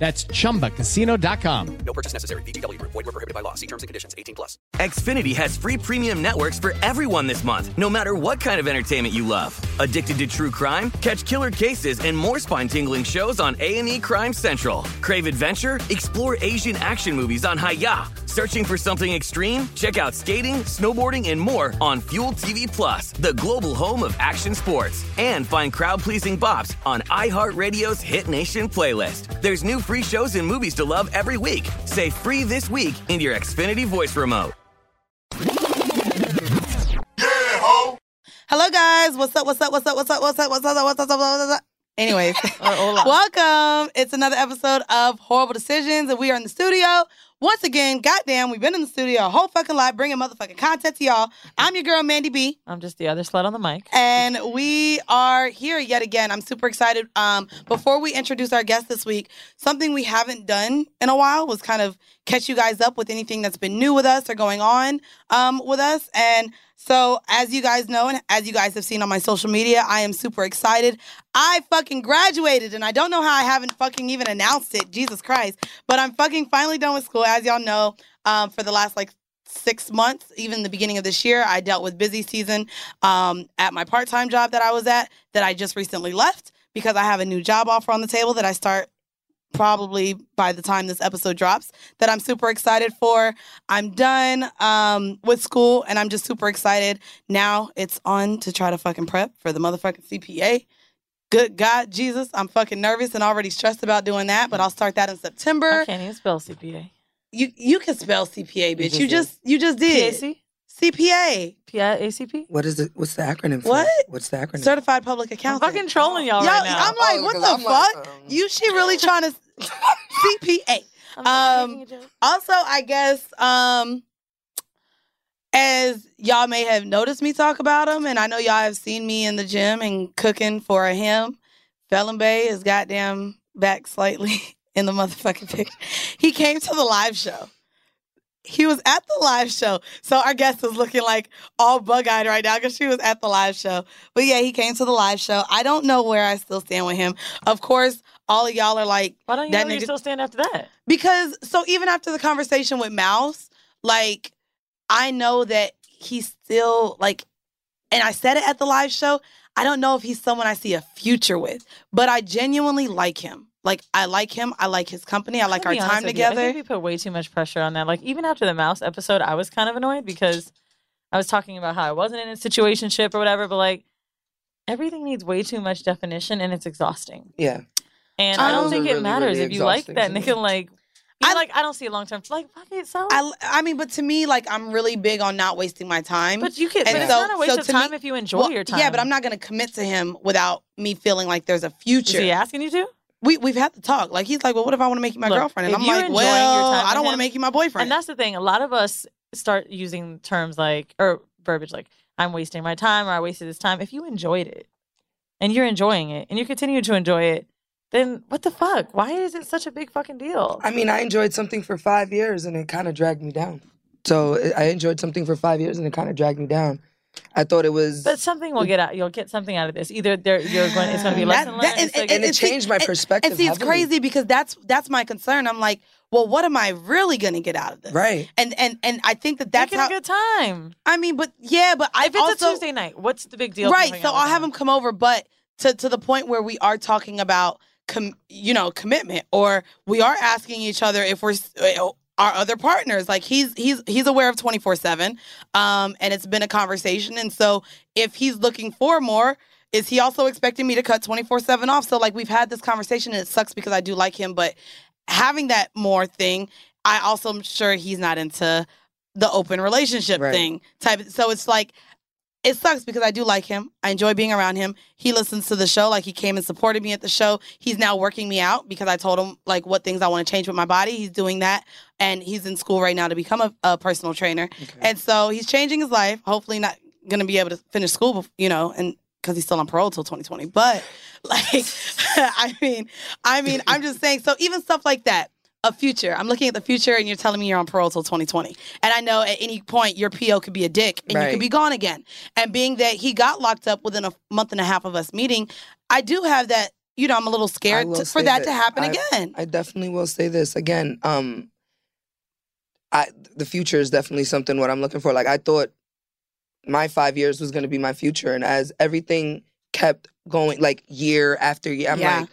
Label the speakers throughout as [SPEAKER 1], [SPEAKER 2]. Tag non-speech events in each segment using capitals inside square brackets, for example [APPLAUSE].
[SPEAKER 1] That's ChumbaCasino.com.
[SPEAKER 2] No purchase necessary. BGW. Void were prohibited by law. See terms and conditions. 18 plus.
[SPEAKER 3] Xfinity has free premium networks for everyone this month, no matter what kind of entertainment you love. Addicted to true crime? Catch killer cases and more spine-tingling shows on A&E Crime Central. Crave adventure? Explore Asian action movies on Hayya. Searching for something extreme? Check out skating, snowboarding, and more on Fuel TV Plus, the global home of action sports. And find crowd-pleasing bops on iHeartRadio's Hit Nation playlist. There's new free shows and movies to love every week. Say free this week in your Xfinity voice remote.
[SPEAKER 4] Yeah, Hello, guys. What's up? What's up? What's up? What's up? What's up? What's up? What's up? What's up? What's up? What's up? Anyways, [LAUGHS] welcome. It's another episode of Horrible Decisions, and we are in the studio. Once again, goddamn, we've been in the studio a whole fucking lot, bringing motherfucking content to y'all. I'm your girl, Mandy B.
[SPEAKER 5] I'm just the other slut on the mic.
[SPEAKER 4] And we are here yet again. I'm super excited. Um, before we introduce our guest this week, something we haven't done in a while was kind of catch you guys up with anything that's been new with us or going on um, with us. And so, as you guys know, and as you guys have seen on my social media, I am super excited. I fucking graduated, and I don't know how I haven't fucking even announced it. Jesus Christ. But I'm fucking finally done with school. As y'all know, um, for the last like six months, even the beginning of this year, I dealt with busy season um, at my part time job that I was at that I just recently left because I have a new job offer on the table that I start probably by the time this episode drops that I'm super excited for. I'm done um, with school and I'm just super excited. Now it's on to try to fucking prep for the motherfucking CPA. Good God, Jesus, I'm fucking nervous and already stressed about doing that, but I'll start that in September.
[SPEAKER 5] I can't even spell CPA.
[SPEAKER 4] You you can spell CPA, bitch. You just you just, did.
[SPEAKER 5] PAC?
[SPEAKER 4] CPA.
[SPEAKER 5] PIACP?
[SPEAKER 6] What is it? What's the acronym for?
[SPEAKER 4] What?
[SPEAKER 6] What's the acronym?
[SPEAKER 4] Certified Public Accountant.
[SPEAKER 5] I'm fucking trolling y'all
[SPEAKER 4] Yo,
[SPEAKER 5] right now.
[SPEAKER 4] I'm like,
[SPEAKER 6] Oh,
[SPEAKER 4] what the
[SPEAKER 6] because I'm
[SPEAKER 4] fuck?
[SPEAKER 6] like, um,
[SPEAKER 4] You she
[SPEAKER 6] [LAUGHS]
[SPEAKER 4] really trying to CPA.
[SPEAKER 5] I'm
[SPEAKER 4] um,
[SPEAKER 5] making a joke.
[SPEAKER 4] Also, I guess um as y'all may have noticed me talk about him, and I know y'all have seen me in the gym and cooking for him. Felon Bay is goddamn back slightly [LAUGHS] in the motherfucking [LAUGHS] picture. He came to the live show. He was at the live show. So our guest is looking like all bug eyed right now because she was at the live show. But yeah, he came to the live show. I don't know where I still stand with him. Of course, all of y'all are like,
[SPEAKER 5] Why don't you
[SPEAKER 4] that
[SPEAKER 5] know you
[SPEAKER 4] nigga-
[SPEAKER 5] still stand after that?
[SPEAKER 4] because so even after the conversation with Mouse, like I know that he's still like, and I said it at the live show. I don't know if he's someone I see a future with, but I genuinely like him. Like I like him. I like his company. I like
[SPEAKER 5] I'll
[SPEAKER 4] our
[SPEAKER 5] be honest
[SPEAKER 4] time
[SPEAKER 5] with you, I
[SPEAKER 4] together.
[SPEAKER 5] think we put way too much pressure on that. Like even after the mouse episode, I was kind of annoyed because I was talking about how I wasn't in a situationship or whatever, but like everything needs way too much definition and it's exhausting.
[SPEAKER 6] Yeah.
[SPEAKER 5] And I don't
[SPEAKER 4] Those
[SPEAKER 5] think
[SPEAKER 6] are
[SPEAKER 5] it
[SPEAKER 6] really,
[SPEAKER 5] matters
[SPEAKER 6] really
[SPEAKER 5] if you like
[SPEAKER 6] exhausting
[SPEAKER 5] that
[SPEAKER 6] to
[SPEAKER 5] nigga.
[SPEAKER 6] me.
[SPEAKER 5] Like I
[SPEAKER 4] I-
[SPEAKER 5] like I don't see a long term. Like fuck it, so.
[SPEAKER 4] I I mean, but to me, like I'm really big on not wasting my time.
[SPEAKER 5] but you can.
[SPEAKER 4] and
[SPEAKER 5] But it's
[SPEAKER 4] so-
[SPEAKER 5] not a waste
[SPEAKER 4] so
[SPEAKER 5] of
[SPEAKER 4] to me-
[SPEAKER 5] time if you enjoy
[SPEAKER 4] Well,
[SPEAKER 5] your time.
[SPEAKER 4] Yeah, but I'm not gonna commit to him without me feeling like there's a
[SPEAKER 5] Is
[SPEAKER 4] future.
[SPEAKER 5] he asking you to?
[SPEAKER 4] we we've had the talk. Like he's like, well, what if I want to make you my
[SPEAKER 5] Look,
[SPEAKER 4] girlfriend? And
[SPEAKER 5] if
[SPEAKER 4] I'm
[SPEAKER 5] you're
[SPEAKER 4] like,
[SPEAKER 5] enjoying your
[SPEAKER 4] well,
[SPEAKER 5] time
[SPEAKER 4] I
[SPEAKER 5] with
[SPEAKER 4] don't want to
[SPEAKER 5] him-
[SPEAKER 4] make you my boyfriend.
[SPEAKER 5] And that's the thing. A lot of us start using terms like or verbiage like "I'm wasting my time" or "I wasted this time." If you enjoyed it, and you're enjoying it, and you continue to enjoy it, then what the fuck? Why is it such a big fucking deal?
[SPEAKER 6] I mean, I enjoyed something for five years and it kind of dragged me down. So I- I enjoyed something for five years and it kind of dragged me down. I thought it was.
[SPEAKER 5] But something will get out. You'll get something out of this. Either there, you're going. It's going
[SPEAKER 4] [SIGHS]
[SPEAKER 5] to be
[SPEAKER 4] That-
[SPEAKER 5] lesson
[SPEAKER 4] that-
[SPEAKER 5] learned.
[SPEAKER 4] and-
[SPEAKER 5] It's like-
[SPEAKER 6] and it
[SPEAKER 4] it's-
[SPEAKER 6] changed my
[SPEAKER 4] it-
[SPEAKER 6] perspective.
[SPEAKER 4] And see, it's
[SPEAKER 6] heavily.
[SPEAKER 4] crazy because that's that's my concern. I'm like, well, what am I really gonna get out of this?
[SPEAKER 6] Right.
[SPEAKER 4] And and and I think that
[SPEAKER 5] make
[SPEAKER 4] that's
[SPEAKER 5] it
[SPEAKER 4] how.
[SPEAKER 5] a good time.
[SPEAKER 4] I mean, but yeah, but I
[SPEAKER 5] If it's
[SPEAKER 4] also
[SPEAKER 5] a Tuesday night, what's the big deal?
[SPEAKER 4] right. So I'll have him come over, but to to the point where we are talking about com- you know commitment or we are asking each other if we're s- uh, our other partners like he's he's he's aware of 24/7 um and it's been a conversation and so if he's looking for more is he also expecting me to cut 24/7 off so like we've had this conversation and it sucks because I do like him but having that more thing I also am sure he's not into the open relationship
[SPEAKER 6] Right.
[SPEAKER 4] thing type so it's like it sucks because I do like him. I enjoy being around him. He listens to the show. Like he came and supported me at the show. He's now working me out because I told him like what things I want to change with my body. He's doing that, and he's in school right now to become a, a personal trainer. And so he's changing his life. Hopefully, not gonna be able to finish school, bef- you know, and because he's still on parole till 2020. But [LAUGHS] like, I mean, I mean, I'm just saying. So even stuff like that. A future. I'm looking at the future, and you're telling me you're on parole till 2020. And I know at any point your PO could be a dick, and you
[SPEAKER 6] Right.
[SPEAKER 4] could be gone again. And being that he got locked up within a month and a half of us meeting, I do have that. You know, I'm a little
[SPEAKER 6] I
[SPEAKER 4] scared
[SPEAKER 6] will
[SPEAKER 4] to, for
[SPEAKER 6] say
[SPEAKER 4] that,
[SPEAKER 6] that
[SPEAKER 4] to happen
[SPEAKER 6] I-
[SPEAKER 4] again.
[SPEAKER 6] I definitely will say this again. Um, I the future is definitely something what I'm looking for. Like I thought my five years was going to be my future, and as everything kept going, like year after year, I'm
[SPEAKER 4] Yeah.
[SPEAKER 6] like,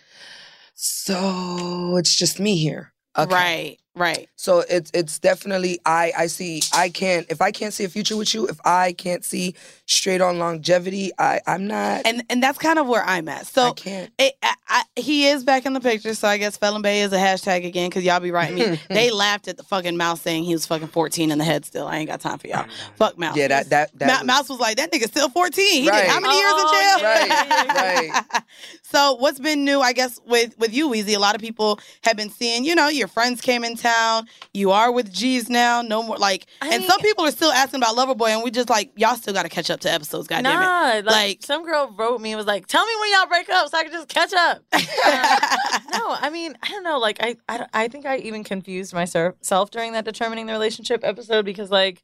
[SPEAKER 6] so it's just me here, okay.
[SPEAKER 4] Right, right.
[SPEAKER 6] So it's it's definitely I I see I can't if I can't see a future with you if I can't see straight on longevity I I'm
[SPEAKER 5] [LAUGHS]
[SPEAKER 6] not
[SPEAKER 4] And and that's kind of where I'm at.
[SPEAKER 6] I
[SPEAKER 4] So
[SPEAKER 6] can't
[SPEAKER 4] it, I, I, he is back in the picture. So I guess Felon Bay is a hashtag again because y'all be writing
[SPEAKER 6] [LAUGHS]
[SPEAKER 4] me. they laughed at the fucking mouse saying he was fucking 14 in the head still. I ain't got time for y'all. Fuck mouse.
[SPEAKER 6] yeah that that that
[SPEAKER 4] Ma-
[SPEAKER 6] was-
[SPEAKER 4] Mouse was like, that nigga still 14. He
[SPEAKER 6] Right.
[SPEAKER 4] did how many
[SPEAKER 5] Oh,
[SPEAKER 4] years in jail?
[SPEAKER 6] right
[SPEAKER 5] [LAUGHS]
[SPEAKER 6] right
[SPEAKER 4] So what's been new, I guess, with with you, Weezy? A lot of people have been seeing, you know, your friends came in town. You are with G's now, no more like.
[SPEAKER 5] I
[SPEAKER 4] and
[SPEAKER 5] mean-
[SPEAKER 4] some people are still asking about Loverboy, and we just like, y'all still got to catch up to episodes. Goddamn it.
[SPEAKER 5] Nah, like,
[SPEAKER 4] Like-
[SPEAKER 5] some girl wrote me and was like, "Tell me when y'all break up so I can just
[SPEAKER 4] [LAUGHS]
[SPEAKER 5] catch up." Uh, no, I mean, I don't know. Like, I, I, don't- I think I even confused myself during that determining the relationship episode because, like,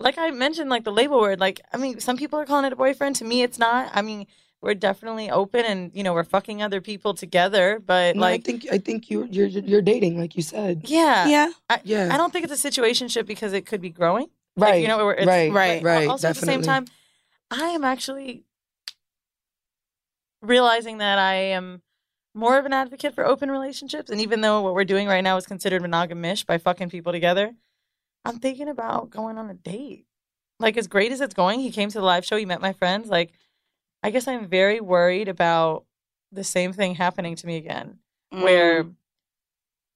[SPEAKER 5] like I mentioned, like the label word. Like, I mean, some people are calling it a boyfriend. To me, it's not. I mean, we're definitely open, and you know, we're fucking other people together. But
[SPEAKER 6] No,
[SPEAKER 5] like,
[SPEAKER 6] I think I think you you're you're dating like you said
[SPEAKER 5] yeah,
[SPEAKER 4] yeah,
[SPEAKER 6] yeah
[SPEAKER 5] I don't think it's a situationship because it could be growing.
[SPEAKER 6] right
[SPEAKER 5] you know, where it's-
[SPEAKER 6] right
[SPEAKER 4] right,
[SPEAKER 5] But
[SPEAKER 6] right
[SPEAKER 5] also
[SPEAKER 6] definitely.
[SPEAKER 5] at the same time, I am actually realizing that I am more of an advocate for open relationships. And even though what we're doing right now is considered monogamish by fucking people together, I'm thinking about going on a date. Like as great as it's going, he came to the live show, he met my friends. Like, I guess I'm very worried about the same thing happening to me again where
[SPEAKER 6] Mm.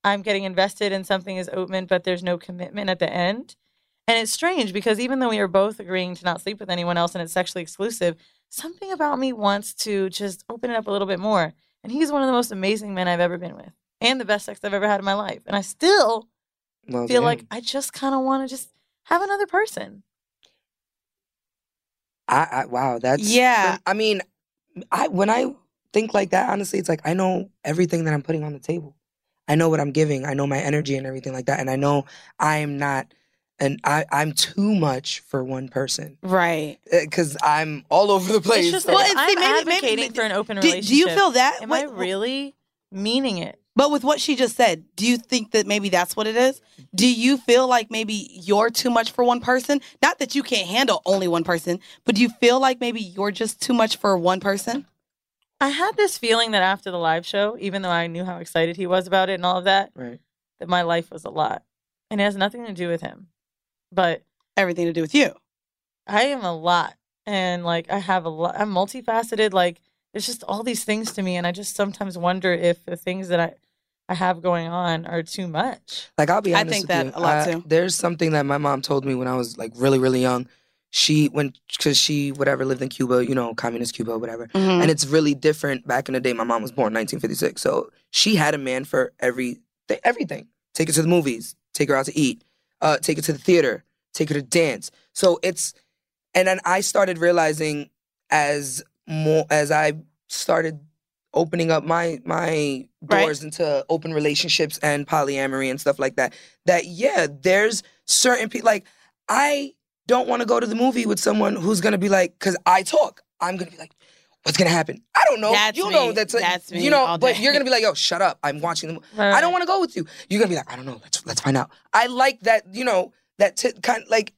[SPEAKER 5] I'm getting invested in something as open, but there's no commitment at the end. And it's strange because even though we are both agreeing to not sleep with anyone else and it's sexually exclusive, something about me wants to just open it up a little bit more. And he's one of the most amazing men I've ever been with and the best sex I've ever had in my life. And I still
[SPEAKER 6] Well,
[SPEAKER 5] feel
[SPEAKER 6] Oh, damn.
[SPEAKER 5] like I just kind of want to just have another person.
[SPEAKER 6] I, I wow that's
[SPEAKER 4] Yeah.
[SPEAKER 6] I mean I when I think like that honestly it's like I know everything that I'm putting on the table I know what I'm giving I know my energy and everything like that and I know I am not and I I'm too much for one person
[SPEAKER 4] [LAUGHS] right.
[SPEAKER 6] because I'm all over the place
[SPEAKER 5] It's just
[SPEAKER 6] so-
[SPEAKER 5] that
[SPEAKER 4] Well,
[SPEAKER 5] if
[SPEAKER 4] and see,
[SPEAKER 5] I'm
[SPEAKER 4] maybe- maybe-
[SPEAKER 5] advocating for an open
[SPEAKER 4] Do,
[SPEAKER 5] relationship.
[SPEAKER 4] do you feel that?
[SPEAKER 5] Am I
[SPEAKER 4] What-
[SPEAKER 5] really meaning it?
[SPEAKER 4] But with what she just said, do you think that maybe that's what it is? Do you feel like maybe you're too much for one person? Not that you can't handle only one person, but do you feel like maybe you're just too much for one person?
[SPEAKER 5] I had this feeling that after the live show, even though I knew how excited he was about it and all of that,
[SPEAKER 6] right
[SPEAKER 5] that my life was a lot. And it has nothing to do with him. But
[SPEAKER 4] Everything to do with you.
[SPEAKER 5] I am a lot. And like, I have a lot, I'm multifaceted. Like, there's just all these things to me. And I just sometimes wonder if the things that I, I have going on are too much.
[SPEAKER 6] Like I'll be
[SPEAKER 4] I
[SPEAKER 6] honest.
[SPEAKER 4] think
[SPEAKER 6] with
[SPEAKER 4] that
[SPEAKER 6] you,
[SPEAKER 4] a lot,
[SPEAKER 6] I-
[SPEAKER 4] too.
[SPEAKER 6] There's something that my mom told me when I was like really, really young. She when because she whatever lived in Cuba, you know, communist Cuba, whatever.
[SPEAKER 4] Mm-hmm.
[SPEAKER 6] And it's really different. Back in the day, my mom was born 1956, so she had a man for every th- everything. Take her to the movies, take her out to eat, uh, take her to the theater, take her to dance. So it's, and then I started realizing as more as I started opening up my my
[SPEAKER 4] Right.
[SPEAKER 6] doors into open relationships and polyamory and stuff like that. That yeah, there's certain people like I don't want to go to the movie with someone who's gonna be like, because I talk, I'm gonna be like, what's gonna happen? I don't know.
[SPEAKER 4] That's
[SPEAKER 6] you
[SPEAKER 4] me.
[SPEAKER 6] know that's, a,
[SPEAKER 4] That's me
[SPEAKER 6] you know,
[SPEAKER 4] all
[SPEAKER 6] but
[SPEAKER 4] day. Uh.
[SPEAKER 6] you're gonna be like, yo, shut up. I'm watching the movie.
[SPEAKER 5] Right,
[SPEAKER 6] I don't
[SPEAKER 5] right.
[SPEAKER 6] want to go with you. You're gonna be like, I don't know. Let's let's find out. I like that. You know that t- kind like.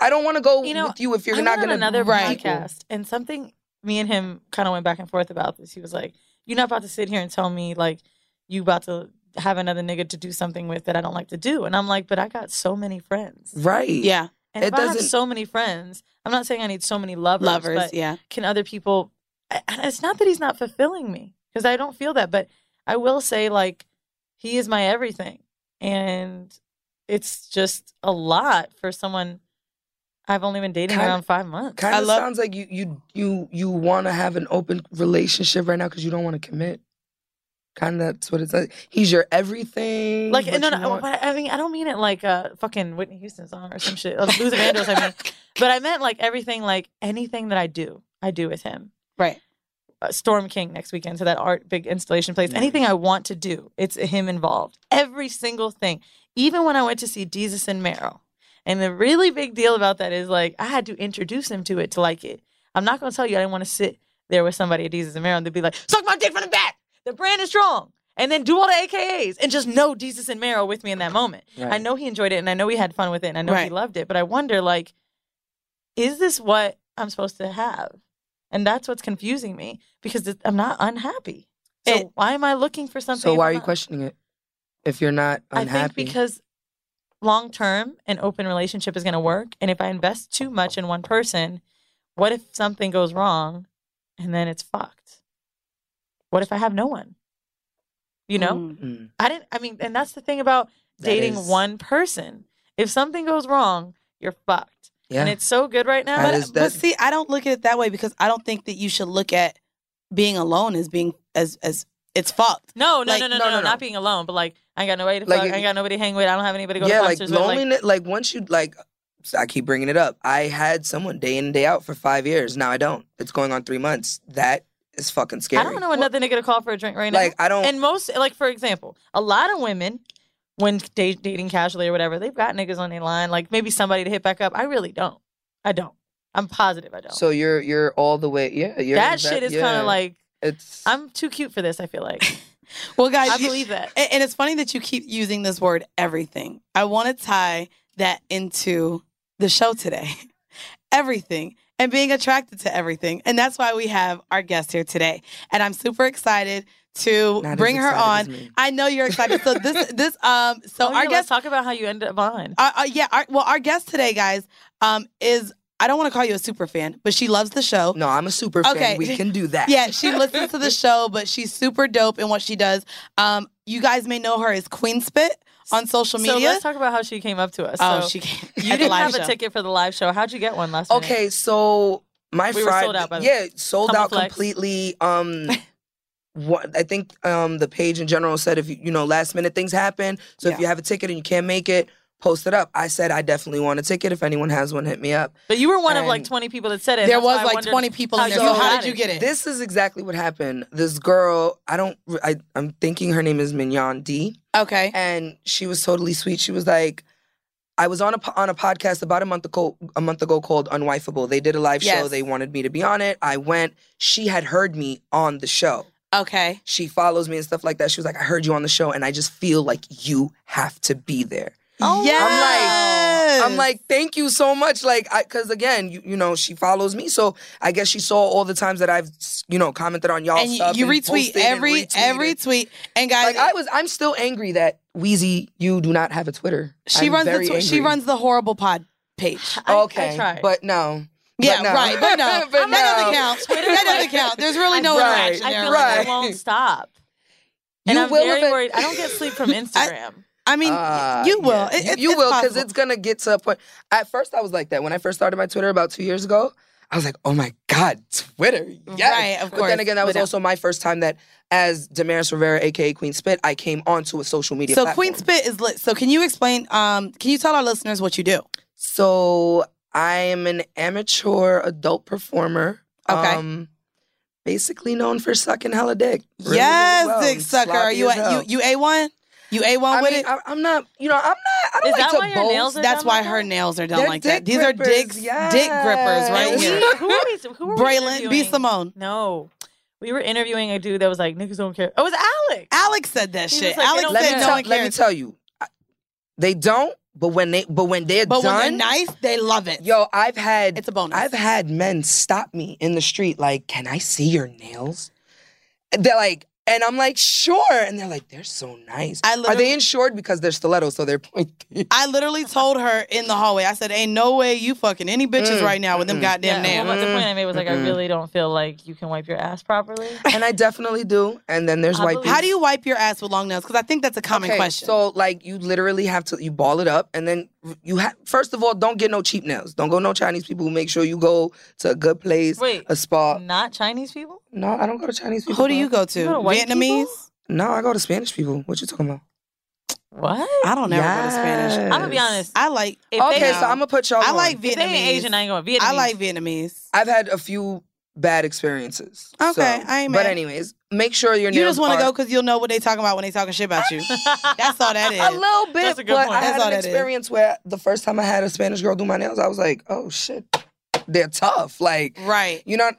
[SPEAKER 6] I don't want to go
[SPEAKER 5] You know,
[SPEAKER 6] with you if you're
[SPEAKER 5] I
[SPEAKER 6] not
[SPEAKER 5] went
[SPEAKER 6] gonna
[SPEAKER 5] on another
[SPEAKER 6] right.
[SPEAKER 5] podcast and something me and him kind of went back and forth about this. He was like, You're not about to sit here and tell me like you about to have another nigga to do something with that I don't like to do. And I'm like, but I got so many friends.
[SPEAKER 6] Right.
[SPEAKER 4] Yeah.
[SPEAKER 5] And
[SPEAKER 6] It
[SPEAKER 5] if I have
[SPEAKER 6] doesn't-
[SPEAKER 5] so many friends, I'm not saying I need so many lovers.
[SPEAKER 4] Lovers.
[SPEAKER 5] but
[SPEAKER 4] yeah.
[SPEAKER 5] can other people? I- And it's not that he's not fulfilling me because I don't feel that, but I will say like he is my everything, and it's just a lot for someone. I've only been dating
[SPEAKER 6] Kind-
[SPEAKER 5] around five months.
[SPEAKER 6] Kind
[SPEAKER 4] I
[SPEAKER 6] of
[SPEAKER 4] love-
[SPEAKER 6] sounds like you you you you want to have an open relationship right now because you don't want to commit. Kind of that's what it's like. He's your everything.
[SPEAKER 5] Like
[SPEAKER 6] but
[SPEAKER 5] no,
[SPEAKER 6] you
[SPEAKER 5] no,
[SPEAKER 6] want-
[SPEAKER 5] I I mean I don't mean it like a fucking Whitney Houston song or some shit. Or Luther Vandross, I mean, but I meant like everything, like anything that I do, I do with him.
[SPEAKER 4] Right.
[SPEAKER 5] uh, Storm King next weekend to that art big installation place. Anything I want to do, it's him involved. Every single thing. Even when I went to see Jesus and Meryl. And the really big deal about that is like I had to introduce him to it to like it. I'm not gonna tell you I didn't want to sit there with somebody at Jesus and Meryl and they'd be like, suck my dick from the back. The brand is strong. And then do all the AKAs and just know Jesus and Meryl with me in that moment. I
[SPEAKER 6] Right.
[SPEAKER 5] know he enjoyed it and I know he had fun with it and I know he
[SPEAKER 4] Right.
[SPEAKER 5] loved it, but I wonder like, is this what I'm supposed to have? And that's what's confusing me because it- I'm not unhappy. So
[SPEAKER 4] It-
[SPEAKER 5] why am I looking for something?
[SPEAKER 6] So
[SPEAKER 5] if
[SPEAKER 6] why
[SPEAKER 5] I'm
[SPEAKER 6] are you
[SPEAKER 5] not-
[SPEAKER 6] questioning it? If you're not unhappy,
[SPEAKER 5] I think because long term, an open relationship is going to work. And if I invest too much in one person, what if something goes wrong and then it's fucked? What if I have no one? You know,
[SPEAKER 6] Mm.
[SPEAKER 5] I didn't, I mean, and that's the thing about
[SPEAKER 6] That
[SPEAKER 5] dating
[SPEAKER 6] is-
[SPEAKER 5] one person. If something goes wrong, you're fucked.
[SPEAKER 6] yeah,
[SPEAKER 5] And it's so good right now.
[SPEAKER 6] That
[SPEAKER 5] But-
[SPEAKER 6] is-
[SPEAKER 4] But see, I don't look at it that way because I don't think that you should look at being alone as being as as it's fucked.
[SPEAKER 5] No, no,
[SPEAKER 4] Like,
[SPEAKER 5] no, no, no,
[SPEAKER 6] no,
[SPEAKER 5] no,
[SPEAKER 6] no, no.
[SPEAKER 5] not being alone, but like I ain't got nobody to
[SPEAKER 6] Like,
[SPEAKER 5] fuck, I ain't got nobody to hang with, I don't have anybody to go
[SPEAKER 6] yeah,
[SPEAKER 5] to
[SPEAKER 6] like
[SPEAKER 5] concerts with. Like,
[SPEAKER 6] loneliness. Like, once you like, I keep bringing it up. I had someone day in and day out for five years. Now I don't. It's going on three months. That is fucking scary.
[SPEAKER 5] I don't know another nigga to call for a drink right now.
[SPEAKER 6] Like I don't.
[SPEAKER 5] and most, like for example, a lot of women when da- dating casually or whatever, they've got niggas on their line. Like maybe somebody to hit back up. I really don't. I don't. I'm positive I don't.
[SPEAKER 6] so you're you're all the way. Yeah, you're
[SPEAKER 5] that
[SPEAKER 6] inve-
[SPEAKER 5] shit is
[SPEAKER 6] yeah,
[SPEAKER 5] kind of like
[SPEAKER 6] it's.
[SPEAKER 5] I'm too cute for this. I feel [LAUGHS] like
[SPEAKER 4] Well, guys,
[SPEAKER 5] I
[SPEAKER 4] you-
[SPEAKER 5] believe that.
[SPEAKER 4] And, and it's funny that you keep using this word everything. I want to tie that into the show today. [LAUGHS] everything and being attracted to everything. And that's why we have our guest here today. And I'm super excited to
[SPEAKER 6] Not as
[SPEAKER 4] bring her
[SPEAKER 6] excited as
[SPEAKER 4] on.
[SPEAKER 6] me.
[SPEAKER 4] I know you're excited. So this this um so
[SPEAKER 5] Oh, yeah,
[SPEAKER 4] our
[SPEAKER 5] let's
[SPEAKER 4] guest
[SPEAKER 5] talk about how you end up on.
[SPEAKER 4] uh, uh, yeah, our, well our guest today guys um is I don't want to call you a super fan, but she loves the show.
[SPEAKER 6] No, I'm a super
[SPEAKER 4] Okay.
[SPEAKER 6] fan. We can do that. [LAUGHS]
[SPEAKER 4] Yeah, she listens to the show, but she's super dope in what she does. Um, you guys may know her as Queen Spit on social
[SPEAKER 5] So
[SPEAKER 4] media.
[SPEAKER 5] let's talk about how she came up to us.
[SPEAKER 4] oh,
[SPEAKER 5] so
[SPEAKER 4] she came.
[SPEAKER 5] [LAUGHS] you
[SPEAKER 4] at the
[SPEAKER 5] didn't
[SPEAKER 4] live
[SPEAKER 5] have
[SPEAKER 4] show.
[SPEAKER 5] a ticket for the live show. How'd you get one last minute?
[SPEAKER 6] Okay, so my
[SPEAKER 5] We were
[SPEAKER 6] Friday,
[SPEAKER 5] sold out, by the
[SPEAKER 6] yeah, sold
[SPEAKER 5] Come on,
[SPEAKER 6] out
[SPEAKER 5] Flex.
[SPEAKER 6] completely. Um, what I think um the page in general said if you you know last minute things happen, so
[SPEAKER 4] Yeah.
[SPEAKER 6] if you have a ticket and you can't make it, post it up. I said I definitely want a ticket. If anyone has one, hit me up.
[SPEAKER 5] But you were one of like
[SPEAKER 6] And
[SPEAKER 5] 20 people that said it. and
[SPEAKER 4] There
[SPEAKER 5] that's why
[SPEAKER 4] was
[SPEAKER 5] I
[SPEAKER 4] like
[SPEAKER 5] wondered
[SPEAKER 4] 20 people in
[SPEAKER 5] how
[SPEAKER 4] there.
[SPEAKER 6] you
[SPEAKER 4] So how
[SPEAKER 5] got
[SPEAKER 4] did you get it?
[SPEAKER 6] This is exactly what happened. This girl, I don't, I, I'm thinking her name is Mignon D.
[SPEAKER 4] okay.
[SPEAKER 6] and she was totally sweet. She was like, I was on a po- on a podcast about a month ago a month ago called Unwifeable. They did a live show.
[SPEAKER 4] Yes.
[SPEAKER 6] They wanted me to be on it. I went. She had heard me on the show.
[SPEAKER 4] Okay.
[SPEAKER 6] She follows me and stuff like that. She was like, I heard you on the show, and I just feel like you have to be there.
[SPEAKER 5] Oh,
[SPEAKER 4] yes.
[SPEAKER 6] I'm like, thank you so much. Like, I because again, you, you know, she follows me, so I guess she saw all the times that I've you know commented on y'all
[SPEAKER 4] and you,
[SPEAKER 6] stuff.
[SPEAKER 4] you
[SPEAKER 6] and
[SPEAKER 4] retweet
[SPEAKER 6] posted and
[SPEAKER 4] every
[SPEAKER 6] retweeted.
[SPEAKER 4] every tweet. And guys,
[SPEAKER 6] Like I was, I'm still angry that Wheezy, you do not have a Twitter.
[SPEAKER 4] she
[SPEAKER 6] I'm
[SPEAKER 4] runs the
[SPEAKER 6] very
[SPEAKER 4] tw- she
[SPEAKER 6] angry.
[SPEAKER 4] runs the horrible pod page.
[SPEAKER 5] I- I
[SPEAKER 6] okay,
[SPEAKER 5] tried.
[SPEAKER 6] but no.
[SPEAKER 4] Yeah,
[SPEAKER 6] no.
[SPEAKER 4] right. But no,
[SPEAKER 6] But
[SPEAKER 4] that
[SPEAKER 6] no.
[SPEAKER 4] doesn't count. That doesn't count. There's really no
[SPEAKER 6] Right,
[SPEAKER 4] interaction
[SPEAKER 5] I
[SPEAKER 4] there.
[SPEAKER 5] feel
[SPEAKER 6] right.
[SPEAKER 5] like I won't stop.
[SPEAKER 6] You
[SPEAKER 5] And I'm
[SPEAKER 6] will
[SPEAKER 5] very
[SPEAKER 6] if it-
[SPEAKER 5] worried. I don't get sleep
[SPEAKER 4] [LAUGHS]
[SPEAKER 5] from Instagram.
[SPEAKER 4] I mean,
[SPEAKER 6] [LAUGHS] Uh,
[SPEAKER 4] you will.
[SPEAKER 6] yeah.
[SPEAKER 4] It-
[SPEAKER 6] You-
[SPEAKER 4] it-
[SPEAKER 6] you
[SPEAKER 4] it's
[SPEAKER 6] will, because
[SPEAKER 4] possible.
[SPEAKER 6] it's gonna get to a point. At first, I was like that when I first started my Twitter about two years ago. I was like, "Oh my God, Twitter!" Yes.
[SPEAKER 4] Right, of
[SPEAKER 6] But then
[SPEAKER 4] course,
[SPEAKER 6] again, that was
[SPEAKER 4] but-
[SPEAKER 6] also my first time that, as Damaris Rivera, aka Queen Spit, I came onto a social media.
[SPEAKER 4] so
[SPEAKER 6] platform.
[SPEAKER 4] Queen Spit is lit. So can you explain? Um, can you tell our listeners what you do?
[SPEAKER 6] So I am an amateur adult performer.
[SPEAKER 4] Okay.
[SPEAKER 6] Um, basically known for sucking hella dick. Really, really
[SPEAKER 4] yes,
[SPEAKER 6] well.
[SPEAKER 4] dick sucker. Are
[SPEAKER 6] Sloppy
[SPEAKER 4] you
[SPEAKER 6] as
[SPEAKER 4] a,
[SPEAKER 6] hell.
[SPEAKER 4] you you a one? You a one
[SPEAKER 6] I
[SPEAKER 4] with
[SPEAKER 6] mean,
[SPEAKER 4] it?
[SPEAKER 6] I, I'm not. You know, I'm not. I don't
[SPEAKER 5] Is
[SPEAKER 6] like
[SPEAKER 5] that
[SPEAKER 6] to
[SPEAKER 5] why your
[SPEAKER 6] boast.
[SPEAKER 5] nails are
[SPEAKER 4] That's
[SPEAKER 5] done
[SPEAKER 4] why
[SPEAKER 5] like
[SPEAKER 4] her
[SPEAKER 5] that?
[SPEAKER 4] nails are done
[SPEAKER 6] They're
[SPEAKER 4] like that.
[SPEAKER 6] dick
[SPEAKER 4] These are
[SPEAKER 6] grippers,
[SPEAKER 4] dicks, dick grippers right
[SPEAKER 6] yes.
[SPEAKER 4] here.
[SPEAKER 5] We- who are we? Who are we
[SPEAKER 4] Braylon B.
[SPEAKER 5] interviewing?
[SPEAKER 4] Simone.
[SPEAKER 5] No, we were interviewing a dude that was like niggas don't care. Oh, it was Alex.
[SPEAKER 4] Alex said that
[SPEAKER 5] He was
[SPEAKER 4] shit.
[SPEAKER 5] like,
[SPEAKER 4] Alex
[SPEAKER 5] they don't
[SPEAKER 6] Let
[SPEAKER 4] said
[SPEAKER 6] me
[SPEAKER 5] care.
[SPEAKER 4] no
[SPEAKER 6] tell.
[SPEAKER 4] one
[SPEAKER 6] Let me
[SPEAKER 4] cares.
[SPEAKER 6] tell you, I- they don't. But when they, but when they're
[SPEAKER 4] But
[SPEAKER 6] done,
[SPEAKER 4] when they're nice, they love it.
[SPEAKER 6] yo, I've had,
[SPEAKER 4] It's a bonus.
[SPEAKER 6] I've had men stop me in the street, like, "Can I see your nails?" They're like, and I'm like, sure. And they're like, they're so nice.
[SPEAKER 4] I
[SPEAKER 6] Are
[SPEAKER 4] literally-
[SPEAKER 6] they insured because they're stilettos, so
[SPEAKER 4] [LAUGHS]
[SPEAKER 6] they're pointy?
[SPEAKER 4] I literally told her in the hallway. I said, "Ain't no way you fucking any bitches right now with them goddamn
[SPEAKER 5] yeah,
[SPEAKER 4] nails."
[SPEAKER 5] well, but the point I made was like, I really don't feel like you can wipe your ass properly.
[SPEAKER 6] and I definitely do. And then there's
[SPEAKER 5] I
[SPEAKER 6] white
[SPEAKER 5] believe-
[SPEAKER 6] people.
[SPEAKER 4] How do you wipe your ass with long nails? Because I think that's a common question.
[SPEAKER 6] So like you literally have to you ball it up and then you ha- first of all don't get no cheap nails. Don't go no Chinese people. who Make sure you go to a good place,
[SPEAKER 5] Wait.
[SPEAKER 6] a spa.
[SPEAKER 5] Not Chinese people?
[SPEAKER 6] No, I don't go to Chinese people.
[SPEAKER 4] Who do
[SPEAKER 6] bro.
[SPEAKER 4] you go to?
[SPEAKER 5] You go to white
[SPEAKER 4] Vietnamese?
[SPEAKER 6] No, I go to Spanish people. What you talking about?
[SPEAKER 5] What?
[SPEAKER 4] I don't never go to Spanish.
[SPEAKER 6] Yes.
[SPEAKER 5] I'm gonna be honest.
[SPEAKER 4] I like
[SPEAKER 5] If
[SPEAKER 6] okay,
[SPEAKER 5] they,
[SPEAKER 6] so I'm gonna put y'all.
[SPEAKER 4] I
[SPEAKER 6] on.
[SPEAKER 4] like
[SPEAKER 5] if
[SPEAKER 4] Vietnamese.
[SPEAKER 5] they ain't Asian, I ain't going. Vietnamese.
[SPEAKER 4] I like Vietnamese.
[SPEAKER 6] I've had a few bad experiences.
[SPEAKER 4] Okay,
[SPEAKER 6] so-
[SPEAKER 4] I ain't
[SPEAKER 6] But
[SPEAKER 4] mad.
[SPEAKER 6] anyways, make sure your
[SPEAKER 4] You
[SPEAKER 6] nails
[SPEAKER 4] just want to
[SPEAKER 6] are-
[SPEAKER 4] go because you'll know what they talking about when they talking shit about
[SPEAKER 6] [LAUGHS]
[SPEAKER 4] you. That's all that is.
[SPEAKER 6] A little bit,
[SPEAKER 5] That's a good
[SPEAKER 6] but
[SPEAKER 5] point.
[SPEAKER 6] I
[SPEAKER 4] That's all
[SPEAKER 6] had
[SPEAKER 4] that
[SPEAKER 6] an
[SPEAKER 4] is.
[SPEAKER 6] experience where the first time I had a Spanish girl do my nails, I was like, "Oh shit, they're tough." Like,
[SPEAKER 4] Right.
[SPEAKER 6] you know,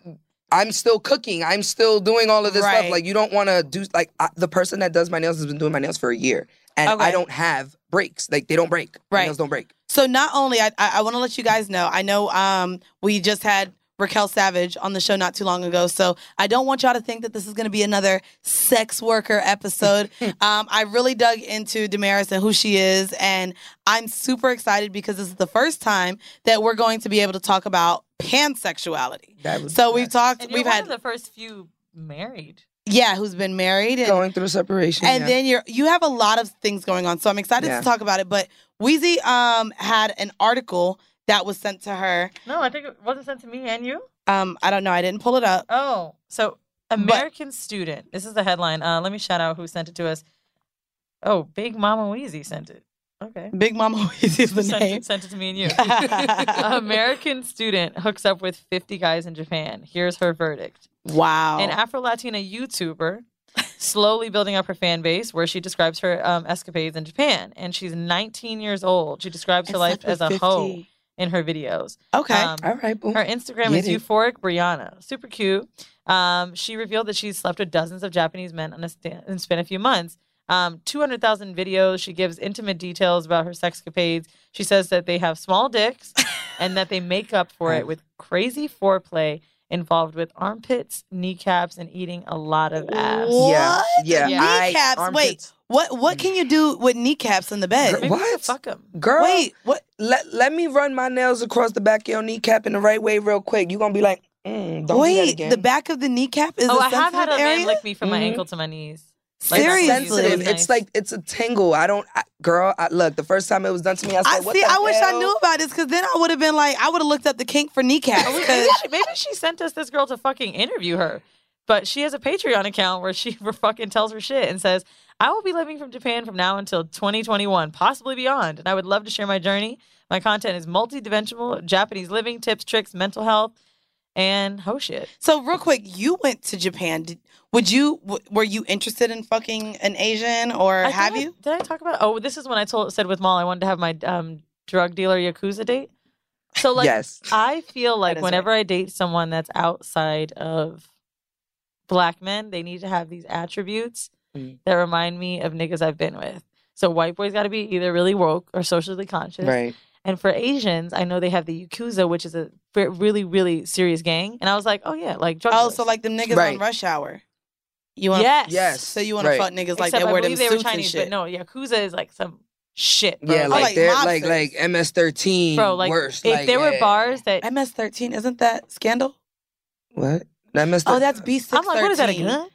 [SPEAKER 6] I'm still cooking. I'm still doing all of this
[SPEAKER 4] Right.
[SPEAKER 6] stuff. Like, you don't want to do like I, the person that does my nails has been doing my nails for a year, and
[SPEAKER 4] Okay.
[SPEAKER 6] I don't have breaks. Like, they don't break. My
[SPEAKER 4] Right.
[SPEAKER 6] nails don't break.
[SPEAKER 4] So not only I I, I want to let you guys know. I know um we just had Raquel Savage on the show not too long ago. So I don't want y'all to think that this is going to be another sex worker episode. um, I really dug into Damaris and who she is, and I'm super excited because this is the first time that we're going to be able to talk about pansexuality.
[SPEAKER 6] That was
[SPEAKER 4] So we've talked.
[SPEAKER 5] And you're
[SPEAKER 4] We've
[SPEAKER 5] one
[SPEAKER 4] had
[SPEAKER 5] of the first few married.
[SPEAKER 4] yeah, who's been married and
[SPEAKER 6] going through separation,
[SPEAKER 4] and
[SPEAKER 6] yeah.
[SPEAKER 4] then you're you have a lot of things going on. So I'm excited
[SPEAKER 6] Yeah.
[SPEAKER 4] to talk about it. But Wheezy um had an article that was sent to her.
[SPEAKER 5] No, I think it wasn't sent to me and you.
[SPEAKER 4] Um, I don't know, I didn't pull it up.
[SPEAKER 5] Oh, so American student. This is the headline. Uh, let me shout out who sent it to us. Oh, Big Mama Wheezy sent it. Okay.
[SPEAKER 4] Big Mama [LAUGHS] Wheezy is the
[SPEAKER 5] sent,
[SPEAKER 4] name.
[SPEAKER 5] It, sent it to me and
[SPEAKER 4] [LAUGHS]
[SPEAKER 5] you. American student hooks up with 50 guys in Japan. Here's her verdict.
[SPEAKER 4] wow.
[SPEAKER 5] An Afro Latina YouTuber slowly building up her fan base where she describes her um, escapades in Japan. And she's 19 years old. She describes her life as a hoe in her videos.
[SPEAKER 4] Okay.
[SPEAKER 5] Um,
[SPEAKER 6] all right, boom.
[SPEAKER 5] her Instagram
[SPEAKER 6] Get
[SPEAKER 5] is
[SPEAKER 6] it.
[SPEAKER 5] euphoric Brianna, super cute. Um, she revealed that she's slept with dozens of Japanese men in a span, in a span of few months. Um, 200,000 videos. She gives intimate details about her sexcapades. She says that they have small dicks and that they make up for it with crazy foreplay involved with armpits, kneecaps, and eating a lot of ass.
[SPEAKER 4] What?
[SPEAKER 6] Yeah, yeah.
[SPEAKER 5] Yeah.
[SPEAKER 6] I-
[SPEAKER 4] Kneecaps. Wait,
[SPEAKER 6] armpits.
[SPEAKER 4] what what can you do with kneecaps in the bed?
[SPEAKER 6] Girl,
[SPEAKER 5] Maybe we could
[SPEAKER 6] what?
[SPEAKER 5] fuck 'em.
[SPEAKER 6] girl.
[SPEAKER 4] Wait, what
[SPEAKER 6] let let me run my nails across the back of your kneecap in the right way, real quick. You are gonna be like, mm, don't do that
[SPEAKER 4] wait,
[SPEAKER 6] again.
[SPEAKER 4] the back of the kneecap is
[SPEAKER 5] Oh,
[SPEAKER 4] a
[SPEAKER 5] I have had a
[SPEAKER 4] sensitive area?
[SPEAKER 5] man lick me from my
[SPEAKER 6] Mhm.
[SPEAKER 5] ankle to my knees. Like, that's
[SPEAKER 4] Seriously.
[SPEAKER 6] sensitive.
[SPEAKER 5] nice.
[SPEAKER 6] It's like it's a tingle. I don't, I, girl. I, look, the first time it was done to me, I said,
[SPEAKER 4] I
[SPEAKER 6] "What
[SPEAKER 4] see.
[SPEAKER 6] the
[SPEAKER 4] I wish I
[SPEAKER 6] hell?"
[SPEAKER 4] knew about this because then I would have been like, I would have looked up the kink for kneecaps.
[SPEAKER 5] Oh,
[SPEAKER 4] [LAUGHS]
[SPEAKER 5] wait,
[SPEAKER 4] 'cause-
[SPEAKER 5] maybe, she, maybe she sent us this girl to fucking interview her. But she has a Patreon account where she [LAUGHS] fucking tells her shit and says, I will be living from Japan from now until 2021, possibly beyond. And I would love to share my journey. My content is multidimensional Japanese living, tips, tricks, mental health, and ho shit.
[SPEAKER 4] So real quick, you went to Japan. Did, would you? W- were you interested in fucking an Asian, or
[SPEAKER 5] I
[SPEAKER 4] have
[SPEAKER 5] think I-
[SPEAKER 4] you?
[SPEAKER 5] did I talk about? Oh, this is when I told said with Maul I wanted to have my um, drug dealer yakuza date. So like,
[SPEAKER 6] yes,
[SPEAKER 5] I feel like
[SPEAKER 4] is
[SPEAKER 5] whenever I date someone that's outside of black men, they need to have these attributes
[SPEAKER 6] Mm.
[SPEAKER 5] that remind me of niggas I've been with. So white boys got to be either really woke or socially conscious.
[SPEAKER 6] right.
[SPEAKER 5] And for Asians, I know they have the Yakuza, which is a ve- really, really serious gang. And I was like, oh yeah, like drug
[SPEAKER 4] Oh,
[SPEAKER 5] dealers.
[SPEAKER 4] so like them niggas on
[SPEAKER 6] Right.
[SPEAKER 4] Rush Hour. You want?
[SPEAKER 5] yes,
[SPEAKER 6] Yes.
[SPEAKER 4] So you want
[SPEAKER 6] Right.
[SPEAKER 4] to fuck niggas like
[SPEAKER 5] Except
[SPEAKER 4] that
[SPEAKER 5] I
[SPEAKER 4] wear them
[SPEAKER 5] believe they were
[SPEAKER 4] suits
[SPEAKER 5] Chinese,
[SPEAKER 4] and
[SPEAKER 5] but
[SPEAKER 4] shit.
[SPEAKER 5] no, Yakuza is like some shit. Bro.
[SPEAKER 6] Yeah, like
[SPEAKER 4] like
[SPEAKER 6] they're
[SPEAKER 4] mobsters.
[SPEAKER 6] like like MS13.
[SPEAKER 5] bro, like
[SPEAKER 6] worse.
[SPEAKER 5] if
[SPEAKER 6] like,
[SPEAKER 5] there were
[SPEAKER 6] yeah.
[SPEAKER 5] bars that
[SPEAKER 4] MS thirteen isn't that Scandal?
[SPEAKER 6] what? MS.
[SPEAKER 4] Oh, that's B six.
[SPEAKER 5] I'm like, what is that a gun?